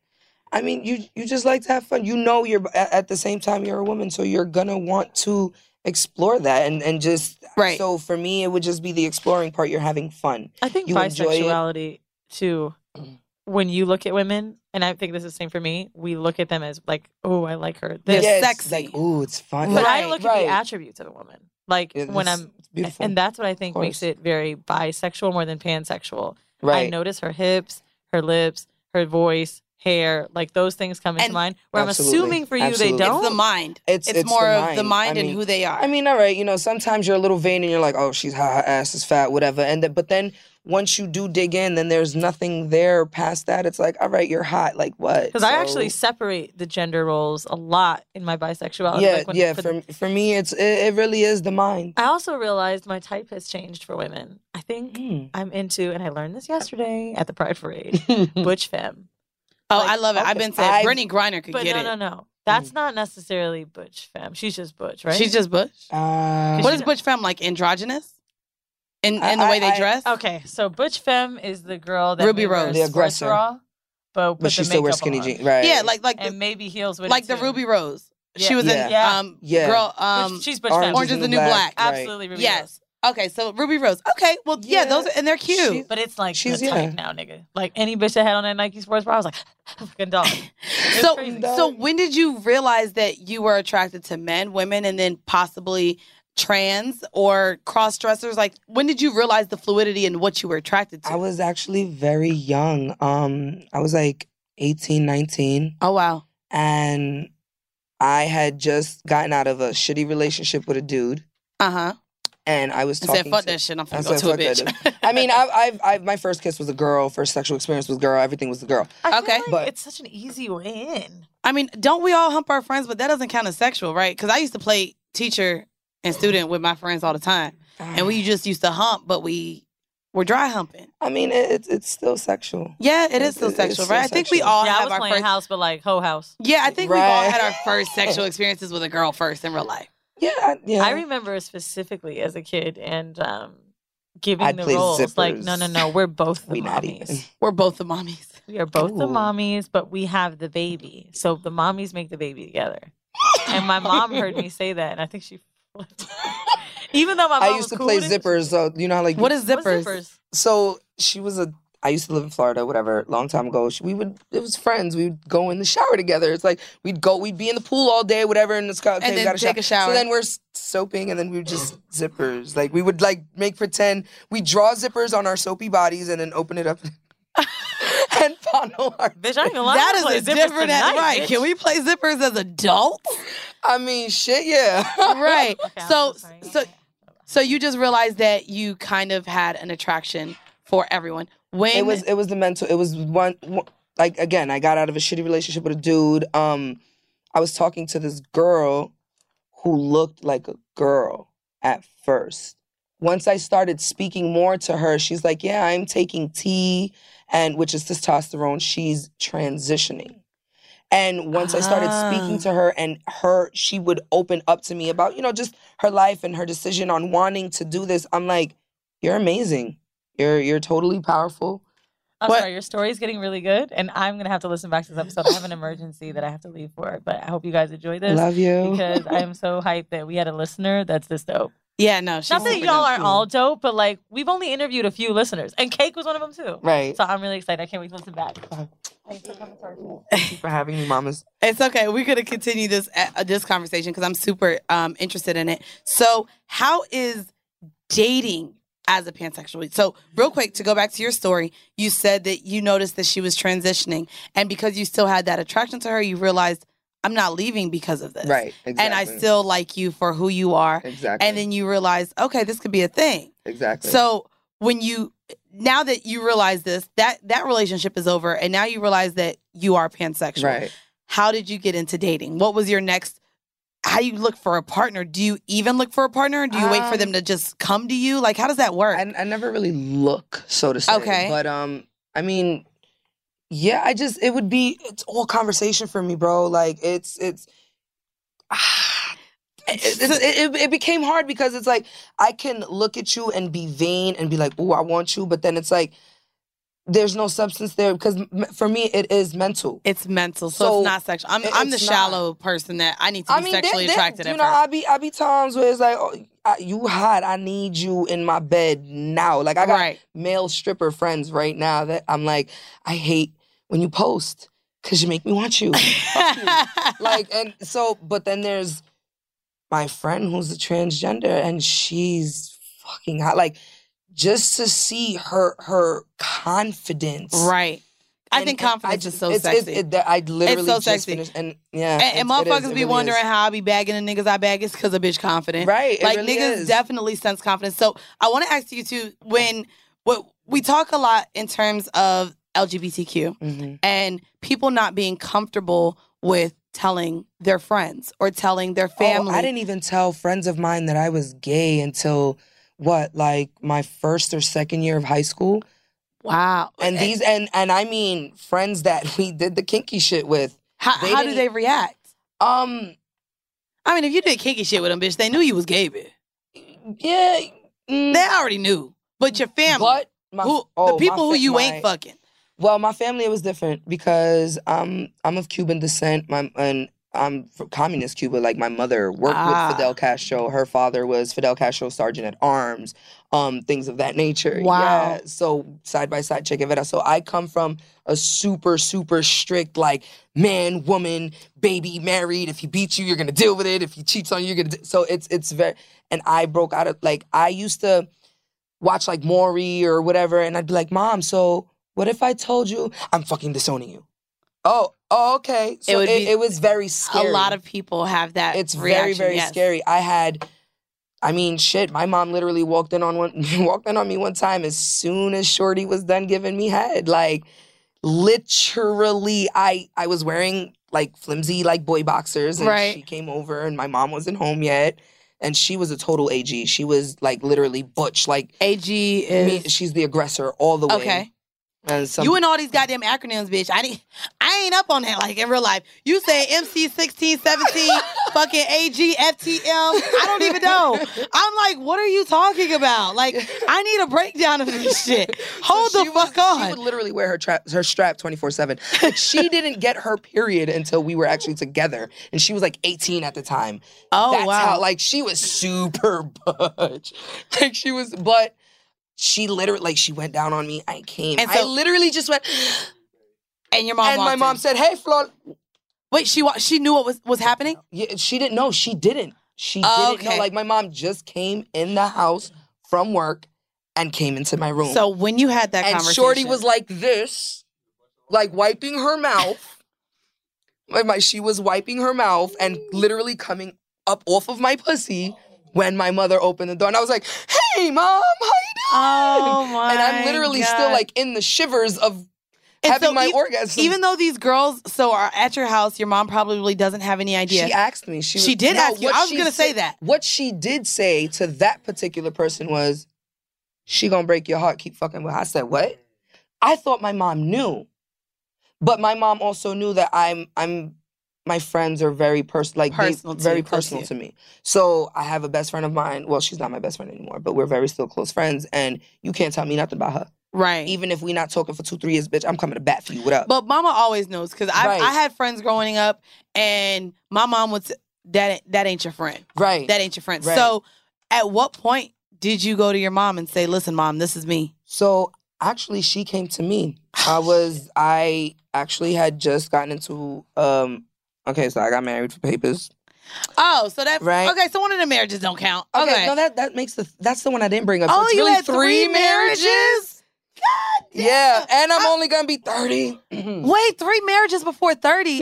[SPEAKER 6] I mean, you you just like to have fun. You know, you're a- at the same time you're a woman, so you're gonna want to explore that and and just right. So for me, it would just be the exploring part. You're having fun.
[SPEAKER 5] I think
[SPEAKER 6] you
[SPEAKER 5] bisexuality too.
[SPEAKER 4] Mm.
[SPEAKER 5] When you look at women, and I think this is the same for me, we look at them as like, oh, I like her. This
[SPEAKER 6] yeah, sexy. Like, ooh, it's fun.
[SPEAKER 5] But I look at the attributes of a woman. Like
[SPEAKER 6] Yeah,
[SPEAKER 5] when
[SPEAKER 6] that's-
[SPEAKER 5] I'm,
[SPEAKER 6] it's beautiful.
[SPEAKER 5] and that's what I think makes
[SPEAKER 6] course.
[SPEAKER 5] it very bisexual more than pansexual. I
[SPEAKER 6] Right.
[SPEAKER 5] notice her hips, her lips, her voice, hair, like those things come into
[SPEAKER 4] And-
[SPEAKER 5] mind. Where
[SPEAKER 6] Absolutely.
[SPEAKER 5] I'm assuming for you
[SPEAKER 6] Absolutely.
[SPEAKER 5] they don't.
[SPEAKER 4] It's the mind.
[SPEAKER 6] It's, it's
[SPEAKER 4] more
[SPEAKER 6] the
[SPEAKER 4] of the mind
[SPEAKER 6] I
[SPEAKER 4] and
[SPEAKER 6] mean-
[SPEAKER 4] who they are.
[SPEAKER 6] I mean, all right, you know, sometimes you're a little vain and you're like, oh, she's hot, her ass is fat, whatever. And then, but then once you do dig in, then there's nothing there past that. It's like, all right, you're hot, like what?
[SPEAKER 5] Because I actually
[SPEAKER 6] So-
[SPEAKER 5] separate the gender roles a lot in my bisexuality.
[SPEAKER 6] yeah,
[SPEAKER 5] like when-
[SPEAKER 6] yeah.
[SPEAKER 5] for
[SPEAKER 6] For for me, it's it, it really is the mind.
[SPEAKER 5] I also realized my type has changed for women. I think I'm into, and I learned this yesterday at the Pride Parade, butch femme.
[SPEAKER 4] Oh, I love it. I've been saying
[SPEAKER 5] I've-
[SPEAKER 4] Brittany Griner could
[SPEAKER 5] but
[SPEAKER 4] get
[SPEAKER 5] no,
[SPEAKER 4] it.
[SPEAKER 5] no, no. That's not necessarily butch femme. She's just butch, right?
[SPEAKER 4] She's just butch.
[SPEAKER 6] Uh,
[SPEAKER 4] what is butch femme like? Androgynous? In in the
[SPEAKER 5] I-
[SPEAKER 4] way they
[SPEAKER 5] I-
[SPEAKER 4] dress?
[SPEAKER 5] Okay, so butch femme is the girl that
[SPEAKER 4] Ruby
[SPEAKER 5] may wear
[SPEAKER 4] Rose.
[SPEAKER 5] a
[SPEAKER 4] The
[SPEAKER 5] sports
[SPEAKER 6] aggressor.
[SPEAKER 5] bra, but,
[SPEAKER 6] But she still wears skinny jeans, right?
[SPEAKER 4] Yeah, like like
[SPEAKER 5] and maybe heels with
[SPEAKER 4] like the Ruby Rose. She was in
[SPEAKER 5] Yeah.
[SPEAKER 4] um
[SPEAKER 6] Yeah.
[SPEAKER 4] girl
[SPEAKER 6] Which
[SPEAKER 4] um
[SPEAKER 5] she's butch Orange femme. is
[SPEAKER 4] Orange
[SPEAKER 5] the
[SPEAKER 4] is the new
[SPEAKER 5] New
[SPEAKER 4] black.
[SPEAKER 5] Black, right. Absolutely Ruby
[SPEAKER 4] yes. Okay, so Ruby Rose. Okay, well yeah, those are, and they're cute.
[SPEAKER 5] but it's like
[SPEAKER 4] she's-
[SPEAKER 5] she's the
[SPEAKER 4] yeah.
[SPEAKER 5] type now, nigga. Like any bitch that had on that Nike sports bra, I was like, [LAUGHS] fucking dog.
[SPEAKER 4] so so when did you realize that you were attracted to men, women and then possibly trans or cross dressers? Like when did you realize the fluidity and what you were attracted to?
[SPEAKER 6] I was actually very young. Um, I was like 18, 19.
[SPEAKER 4] Oh wow.
[SPEAKER 6] And I had just gotten out of a shitty relationship with a dude.
[SPEAKER 4] Uh-huh.
[SPEAKER 6] And I was
[SPEAKER 4] And
[SPEAKER 6] talking
[SPEAKER 4] said, "Fuck
[SPEAKER 6] to-
[SPEAKER 4] that shit, I'm finna
[SPEAKER 6] I
[SPEAKER 4] go
[SPEAKER 6] said,
[SPEAKER 4] to a
[SPEAKER 6] "Fuck that
[SPEAKER 4] bitch."
[SPEAKER 6] dude."
[SPEAKER 4] [LAUGHS]
[SPEAKER 6] I mean, I, I've, I've, my first kiss was a girl. First sexual experience was a girl. Everything was a girl.
[SPEAKER 5] okay,
[SPEAKER 6] But-
[SPEAKER 5] it's such an easy way in.
[SPEAKER 4] I mean, don't we all hump our friends, but that doesn't count as sexual, right? Because I used to play teacher and student with my friends all the time. And we just used to hump, but we were dry humping.
[SPEAKER 6] I mean, it, it's- it's still sexual.
[SPEAKER 4] Yeah, it is still
[SPEAKER 6] it's
[SPEAKER 4] sexual,
[SPEAKER 6] still
[SPEAKER 4] right? I think we
[SPEAKER 6] sexual.
[SPEAKER 4] all
[SPEAKER 5] yeah, I
[SPEAKER 4] have
[SPEAKER 5] was
[SPEAKER 4] our
[SPEAKER 5] playing
[SPEAKER 4] first.
[SPEAKER 5] house, but like hoe house.
[SPEAKER 4] Yeah, I think we've all
[SPEAKER 6] Right.
[SPEAKER 4] had our first sexual experiences with a girl first in real life.
[SPEAKER 6] Yeah, I- yeah.
[SPEAKER 5] I remember specifically as a kid and um, giving
[SPEAKER 6] I'd
[SPEAKER 5] the
[SPEAKER 6] play
[SPEAKER 5] roles like,
[SPEAKER 6] zippers.
[SPEAKER 5] no, no, no, we're both the
[SPEAKER 6] We not even.
[SPEAKER 5] mommies.
[SPEAKER 4] We're both the mommies.
[SPEAKER 5] We are both the
[SPEAKER 6] Ooh.
[SPEAKER 5] mommies, but we have the baby. So the mommies make the baby together. And my mom heard me say that, and I think she flipped. [LAUGHS] Even though my mom
[SPEAKER 6] I used
[SPEAKER 5] was
[SPEAKER 6] to
[SPEAKER 5] cool
[SPEAKER 6] play
[SPEAKER 5] with it,
[SPEAKER 6] zippers. So you know how like
[SPEAKER 4] What is
[SPEAKER 5] What's
[SPEAKER 4] zippers?
[SPEAKER 5] zippers?
[SPEAKER 6] So she was a. I used to live in Florida, whatever, long time ago. She, we would, it was friends. We would go in the shower together. It's like we'd go, we'd be in the pool all day, whatever, and it's got, okay,
[SPEAKER 4] And
[SPEAKER 6] we
[SPEAKER 4] then
[SPEAKER 6] gotta
[SPEAKER 4] take a shower.
[SPEAKER 6] So then we're s- soaping, and then we would just zippers. Like we would like make pretend we draw zippers on our soapy bodies, and then open it up [LAUGHS] and fondle our.
[SPEAKER 5] Bitch, I ain't gonna lie.
[SPEAKER 4] That
[SPEAKER 5] I'm
[SPEAKER 4] is a
[SPEAKER 5] gonna play zippers
[SPEAKER 4] different
[SPEAKER 5] tonight,
[SPEAKER 4] act- right?
[SPEAKER 5] bitch.
[SPEAKER 4] Can we play zippers as adults?
[SPEAKER 6] I mean, shit, yeah.
[SPEAKER 4] [LAUGHS] right.
[SPEAKER 5] I'm
[SPEAKER 4] so so so you just realized that you kind of had an attraction for everyone. When
[SPEAKER 6] it was it was the mental it was one, one like again i got out of a shitty relationship with a dude um i was talking to this girl who looked like a girl at first once i started speaking more to her she's like yeah i'm taking tea and which is testosterone she's transitioning and once i started speaking to her and her she would open up to me about you know just her life and her decision on wanting to do this i'm like you're amazing you're you're totally powerful
[SPEAKER 5] I'm
[SPEAKER 6] What?
[SPEAKER 5] Oh, sorry, your story's getting really good, and I'm gonna have to listen back to this episode. I have an emergency that I have to leave for, but I hope you guys enjoy this.
[SPEAKER 6] Love you.
[SPEAKER 5] because I am so hyped that we had a listener that's this
[SPEAKER 6] [LAUGHS]
[SPEAKER 5] dope.
[SPEAKER 4] yeah, no, she's
[SPEAKER 5] Not that
[SPEAKER 4] super
[SPEAKER 5] y'all
[SPEAKER 4] dope.
[SPEAKER 5] aren't all dope, but like we've only interviewed a few listeners, and Cake was one of them too.
[SPEAKER 6] Right.
[SPEAKER 5] So I'm really excited. I can't wait to listen back. Thanks for coming to our show.
[SPEAKER 6] Thank you for having me, mamas.
[SPEAKER 4] It's okay. We're gonna continue this uh, this conversation because I'm super um, interested in it. So, how is dating as a pansexual? So, real quick to go back to your story, you said that you noticed that she was transitioning, and because you still had that attraction to her, you realized I'm not leaving because of this,
[SPEAKER 6] Right,
[SPEAKER 4] And I
[SPEAKER 6] Uh, exactly.
[SPEAKER 4] still like you for who you are,
[SPEAKER 6] Exactly.
[SPEAKER 4] And then you realize, okay, this could be a thing.
[SPEAKER 6] Exactly.
[SPEAKER 4] So when you now that you realize this, that that relationship is over, and now you realize that you are pansexual.
[SPEAKER 6] Right.
[SPEAKER 4] How did you get into dating? What was your next? How do you look for a partner? Do you even look for a partner? Do you wait for
[SPEAKER 6] Um,
[SPEAKER 4] them to just come to you? Like, how does that work?
[SPEAKER 6] I, I never really look, so to say.
[SPEAKER 4] Okay.
[SPEAKER 6] But um, I mean, Yeah, I just it would be it's all conversation for me, bro. Like it's it's [SIGHS] it, it, it, it became hard because it's like I can look at you and be vain and be like, "Ooh, I want you," but then it's like there's no substance there because m- for me it is mental.
[SPEAKER 4] It's mental, so, it's not sexual. I'm, I'm the shallow person that I need to be sexually attracted
[SPEAKER 6] You
[SPEAKER 4] at
[SPEAKER 6] know,
[SPEAKER 4] first.
[SPEAKER 6] I be I be times where it's like, oh, I, you hot. I need you in my bed now. Like I got male stripper friends right now that I'm like, I hate when you post because you make me
[SPEAKER 4] [LAUGHS]
[SPEAKER 6] want you. Fuck you. like and so, but then there's my friend who's a transgender and she's fucking hot. Like just to see her her confidence,
[SPEAKER 4] Right. I think confidence is so sexy.
[SPEAKER 6] It, that I
[SPEAKER 4] It's
[SPEAKER 6] literally
[SPEAKER 4] so
[SPEAKER 6] just
[SPEAKER 4] sexy.
[SPEAKER 6] finished, and yeah,
[SPEAKER 4] and, and
[SPEAKER 6] it's- it
[SPEAKER 4] motherfuckers
[SPEAKER 6] is, it
[SPEAKER 4] be
[SPEAKER 6] really
[SPEAKER 4] wondering
[SPEAKER 6] is.
[SPEAKER 4] how I be bagging the niggas I bag. It's because a bitch confident.
[SPEAKER 6] Right, it
[SPEAKER 4] Like,
[SPEAKER 6] really
[SPEAKER 4] niggas
[SPEAKER 6] is.
[SPEAKER 4] definitely sense confidence. So, I want to ask you, too, when what we talk a lot in terms of LGBTQ and people not being comfortable with telling their friends or telling their family.
[SPEAKER 6] Oh, I didn't even tell friends of mine that I was gay until what, like my first or second year of high school.
[SPEAKER 4] Wow.
[SPEAKER 6] And these and and I mean friends that [LAUGHS] we did the kinky shit with.
[SPEAKER 4] How, how do
[SPEAKER 6] didn't-
[SPEAKER 4] they react?
[SPEAKER 6] Um,
[SPEAKER 4] I mean, if you did kinky shit with them, bitch, they knew you was gay, bitch.
[SPEAKER 6] Yeah,
[SPEAKER 4] they already knew. But your family,
[SPEAKER 6] Mm. but my-
[SPEAKER 4] who,
[SPEAKER 6] oh,
[SPEAKER 4] the
[SPEAKER 6] my
[SPEAKER 4] people who
[SPEAKER 6] fa-
[SPEAKER 4] you
[SPEAKER 6] my-
[SPEAKER 4] ain't fucking.
[SPEAKER 6] Well, my family it was different because um I'm of Cuban descent. My and I'm from communist Cuba. Like my mother worked
[SPEAKER 4] Ah.
[SPEAKER 6] with Fidel Castro. Her father was Fidel Castro's sergeant at arms. Um, things of that nature.
[SPEAKER 4] Wow.
[SPEAKER 6] Yeah. So side by side, Che Guevara. So I come from a super super strict like man woman baby married. If he beats you, you're gonna deal with it. If he cheats on you, you're gonna. De- so it's it's very. And I broke out of like I used to watch like Maury or whatever, and I'd be like, Mom, so what if I told you I'm fucking disowning you? Oh, oh, okay. So it,
[SPEAKER 4] would
[SPEAKER 6] it,
[SPEAKER 4] be-
[SPEAKER 6] was very scary.
[SPEAKER 4] A lot of people have that.
[SPEAKER 6] It's very,
[SPEAKER 4] reaction,
[SPEAKER 6] very
[SPEAKER 4] yes.
[SPEAKER 6] scary. I had, I mean, shit. My mom literally walked in on one, [LAUGHS] walked in on me one time as soon as Shorty was done giving me head. Like, literally, I I was wearing like flimsy like boy boxers, and
[SPEAKER 4] Right.
[SPEAKER 6] she came over, and my mom wasn't home yet. And she was a total AG. She was like literally butch. Like
[SPEAKER 4] AG is-
[SPEAKER 6] she's the aggressor all the way.
[SPEAKER 4] Okay.
[SPEAKER 6] And some,
[SPEAKER 4] you and all these goddamn acronyms, bitch. I didn't, I ain't up on that like in real life. You say MC 16,
[SPEAKER 6] [LAUGHS]
[SPEAKER 4] 17, fucking AG, FTM. I don't even know. I'm like, what are you talking about? Like, I need a breakdown of this
[SPEAKER 6] [LAUGHS]
[SPEAKER 4] shit. Hold the fuck on.
[SPEAKER 6] She would literally wear her tra- her strap 24 7.
[SPEAKER 4] [LAUGHS]
[SPEAKER 6] Like, she didn't get her period until we were actually together. And she was like 18 at the time.
[SPEAKER 4] Oh,
[SPEAKER 6] That's
[SPEAKER 4] wow.
[SPEAKER 6] How, like, she was super [LAUGHS] butch. Like, she was, but she literally, like, she went down on me. I came.
[SPEAKER 4] And
[SPEAKER 6] I
[SPEAKER 4] so-
[SPEAKER 6] literally just went.
[SPEAKER 4] [GASPS] And your mom
[SPEAKER 6] And my
[SPEAKER 4] walked
[SPEAKER 6] mom
[SPEAKER 4] in.
[SPEAKER 6] said, hey, Flo.
[SPEAKER 4] Wait, she wa- she knew what was, was happening?
[SPEAKER 6] Yeah, she didn't know. She didn't. She
[SPEAKER 4] Oh,
[SPEAKER 6] didn't know.
[SPEAKER 4] okay.
[SPEAKER 6] Like, my mom just came in the house from work and came into my room.
[SPEAKER 4] So when you had that
[SPEAKER 6] and
[SPEAKER 4] conversation.
[SPEAKER 6] Shorty was like this, like wiping her mouth.
[SPEAKER 4] [LAUGHS]
[SPEAKER 6] My- my- she was wiping her mouth and literally coming up off of my pussy when my mother opened the door. And I was like, hey, mom, how you doing?
[SPEAKER 4] Oh,
[SPEAKER 6] [LAUGHS]
[SPEAKER 4] my
[SPEAKER 6] And I'm literally still
[SPEAKER 4] God.
[SPEAKER 6] like in the shivers of
[SPEAKER 4] And
[SPEAKER 6] having my
[SPEAKER 4] e-
[SPEAKER 6] orgasm.
[SPEAKER 4] Even though these girls so are at your house, your mom probably doesn't have any idea.
[SPEAKER 6] She asked me. She, was-
[SPEAKER 4] She did
[SPEAKER 6] No,
[SPEAKER 4] ask you.
[SPEAKER 6] what
[SPEAKER 4] I was
[SPEAKER 6] she
[SPEAKER 4] gonna
[SPEAKER 6] said-
[SPEAKER 4] say that.
[SPEAKER 6] What she did say to that particular person was, "She gonna break your heart. Keep fucking with." her." I said, "What?" I thought my mom knew, but my mom also knew that I'm I'm my friends are very personal, like they-
[SPEAKER 4] Personal to
[SPEAKER 6] very
[SPEAKER 4] you, close to
[SPEAKER 6] personal
[SPEAKER 4] you.
[SPEAKER 6] to me. So I have a best friend of mine. Well, she's not my best friend anymore, but we're very still close friends, and you can't tell me nothing about her.
[SPEAKER 4] Right.
[SPEAKER 6] Even if we not talking for two, three years, bitch, I'm coming to bat for you. What up?
[SPEAKER 4] But mama always knows because I
[SPEAKER 6] Right.
[SPEAKER 4] I had friends growing up, and my mom would say, that ain't- that ain't your friend.
[SPEAKER 6] Right.
[SPEAKER 4] That ain't your friend.
[SPEAKER 6] Right.
[SPEAKER 4] So, at what point did you go to your mom and say, "Listen, mom, this is me"?
[SPEAKER 6] So actually, she came to me.
[SPEAKER 4] [LAUGHS]
[SPEAKER 6] I was I actually had just gotten into um. Okay, so I got married for papers.
[SPEAKER 4] Oh, so that
[SPEAKER 6] Right.
[SPEAKER 4] okay. So one of the marriages don't count.
[SPEAKER 6] Okay,
[SPEAKER 4] Okay.
[SPEAKER 6] no, that that makes the that's the one I didn't bring up. So
[SPEAKER 4] oh,
[SPEAKER 6] it's
[SPEAKER 4] you
[SPEAKER 6] really
[SPEAKER 4] had three, marriages.
[SPEAKER 6] Yeah. and I'm only gonna be thirty.
[SPEAKER 4] Wait, three marriages before
[SPEAKER 6] [LAUGHS]
[SPEAKER 4] 30.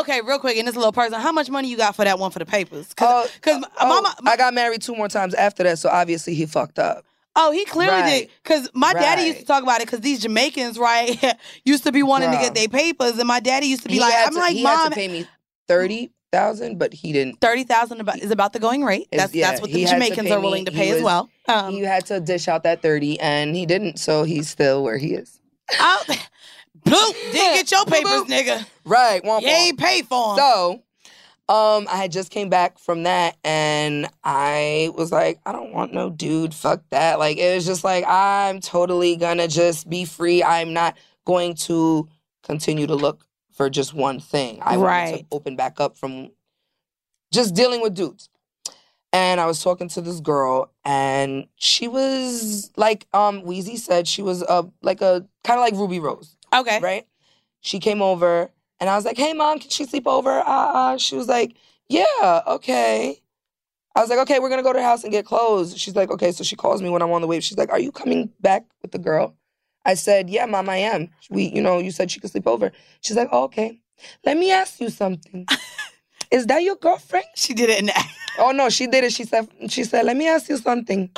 [SPEAKER 4] okay, real quick, and this little person, how much money you got for that one for the papers? Cause, cause
[SPEAKER 6] [CLEARS THROAT]
[SPEAKER 4] uh,
[SPEAKER 6] Oh,
[SPEAKER 4] mama,
[SPEAKER 6] I got married two more times after that, so obviously he fucked up.
[SPEAKER 4] oh, he clearly did.
[SPEAKER 6] Right.
[SPEAKER 4] Cause my daddy used to
[SPEAKER 6] Right.
[SPEAKER 4] talk about it, cause these Jamaicans, right, [LAUGHS] used to be wanting to
[SPEAKER 6] Bruh.
[SPEAKER 4] get their papers, and my daddy used to be
[SPEAKER 6] He
[SPEAKER 4] like,
[SPEAKER 6] had
[SPEAKER 4] I'm
[SPEAKER 6] to-
[SPEAKER 4] like,
[SPEAKER 6] he had
[SPEAKER 4] mom,
[SPEAKER 6] to pay me thirty thousand, but he didn't.
[SPEAKER 4] thirty thousand about is about the going rate.
[SPEAKER 6] is-
[SPEAKER 4] That's
[SPEAKER 6] yeah,
[SPEAKER 4] that's what
[SPEAKER 6] he
[SPEAKER 4] the
[SPEAKER 6] had to
[SPEAKER 4] Jamaicans
[SPEAKER 6] pay
[SPEAKER 4] are
[SPEAKER 6] me.
[SPEAKER 4] willing to
[SPEAKER 6] He
[SPEAKER 4] pay as
[SPEAKER 6] was-
[SPEAKER 4] well. Um,
[SPEAKER 6] he had to dish out that thirty, and he didn't, so he's still where he is.
[SPEAKER 4] [LAUGHS] I'll- [LAUGHS]
[SPEAKER 9] Poop! Didn't get
[SPEAKER 6] [LAUGHS]
[SPEAKER 9] your papers, nigga.
[SPEAKER 6] Right. Womp,
[SPEAKER 9] You ain't
[SPEAKER 6] womp.
[SPEAKER 9] paid for 'em.
[SPEAKER 6] So, um, I had just came back from that, and I was like, I don't want no dude. Fuck that. Like it was just like I'm totally gonna just be free. I'm not going to continue to look for just one thing. I wanted
[SPEAKER 9] Right.
[SPEAKER 6] to open back up from just dealing with dudes. And I was talking to this girl, and she was like, um, Wheezy said she was a like a kind of like Ruby Rose.
[SPEAKER 9] Okay.
[SPEAKER 6] Right. She came over, and I was like, Hey, mom, can she sleep over? Uh, uh. She was like, Yeah, okay. I was like, Okay, we're gonna go to her house and get clothes. She's like, Okay. So she calls me when I'm on the way. She's like, Are you coming back with the girl? I said, Yeah, mom, I am. We, you know, you said she could sleep over. She's like, oh, Okay. Let me ask you something. Is that your girlfriend?
[SPEAKER 9] She did it
[SPEAKER 4] [LAUGHS]
[SPEAKER 9] in
[SPEAKER 6] Oh no, she did it. She said she said, Let me ask you something.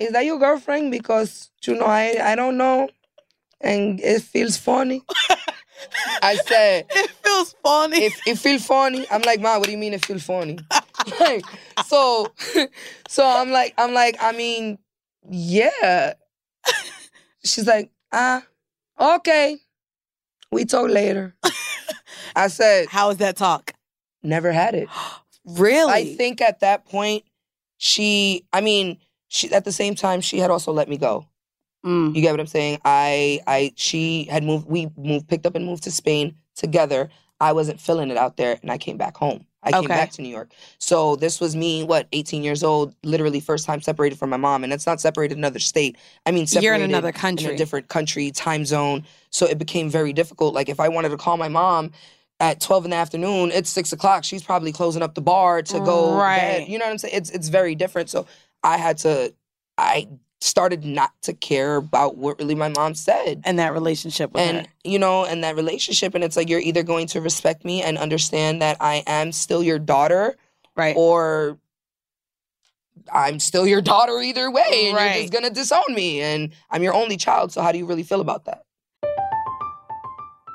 [SPEAKER 6] Is that your girlfriend? Because you know, I, I don't know. And it feels funny. I said
[SPEAKER 9] It feels funny.
[SPEAKER 6] It, it feels funny. I'm like, Ma, what do you mean it feels funny? [LAUGHS] like, so [LAUGHS] so I'm like, I'm like, I mean, yeah. She's like, ah, okay. We talk later. I said,
[SPEAKER 9] How is that talk?
[SPEAKER 6] Never had it.
[SPEAKER 9] really?
[SPEAKER 6] I think at that point, she, I mean, she at the same time, she had also let me go.
[SPEAKER 9] Mm.
[SPEAKER 6] You get what I'm saying? I, I, she had moved, we moved, picked up and moved to Spain together. I wasn't feeling it out there and I came back home. I came
[SPEAKER 9] Okay.
[SPEAKER 6] back to New York. So this was me, what, 18 years old, literally first time separated from my mom. And it's not separated in another state. I mean,
[SPEAKER 9] You're in
[SPEAKER 6] separated
[SPEAKER 9] another
[SPEAKER 6] in
[SPEAKER 9] country.
[SPEAKER 6] a different country, time zone. So it became very difficult. Like if I wanted to call my mom at 12 in the afternoon, it's six o'clock. She's probably closing up the bar to go. to bed.
[SPEAKER 9] Right.
[SPEAKER 6] You know what I'm saying? It's, it's very different. So I had to, I started not to care about what really my mom said
[SPEAKER 9] And that relationship with
[SPEAKER 6] and
[SPEAKER 9] her.
[SPEAKER 6] you know and that relationship and it's like you're either going to respect me and understand that i am still your daughter
[SPEAKER 9] right
[SPEAKER 6] or i'm still your daughter either way and
[SPEAKER 9] Right.
[SPEAKER 6] you're just gonna disown me and i'm your only child so how do you really feel about that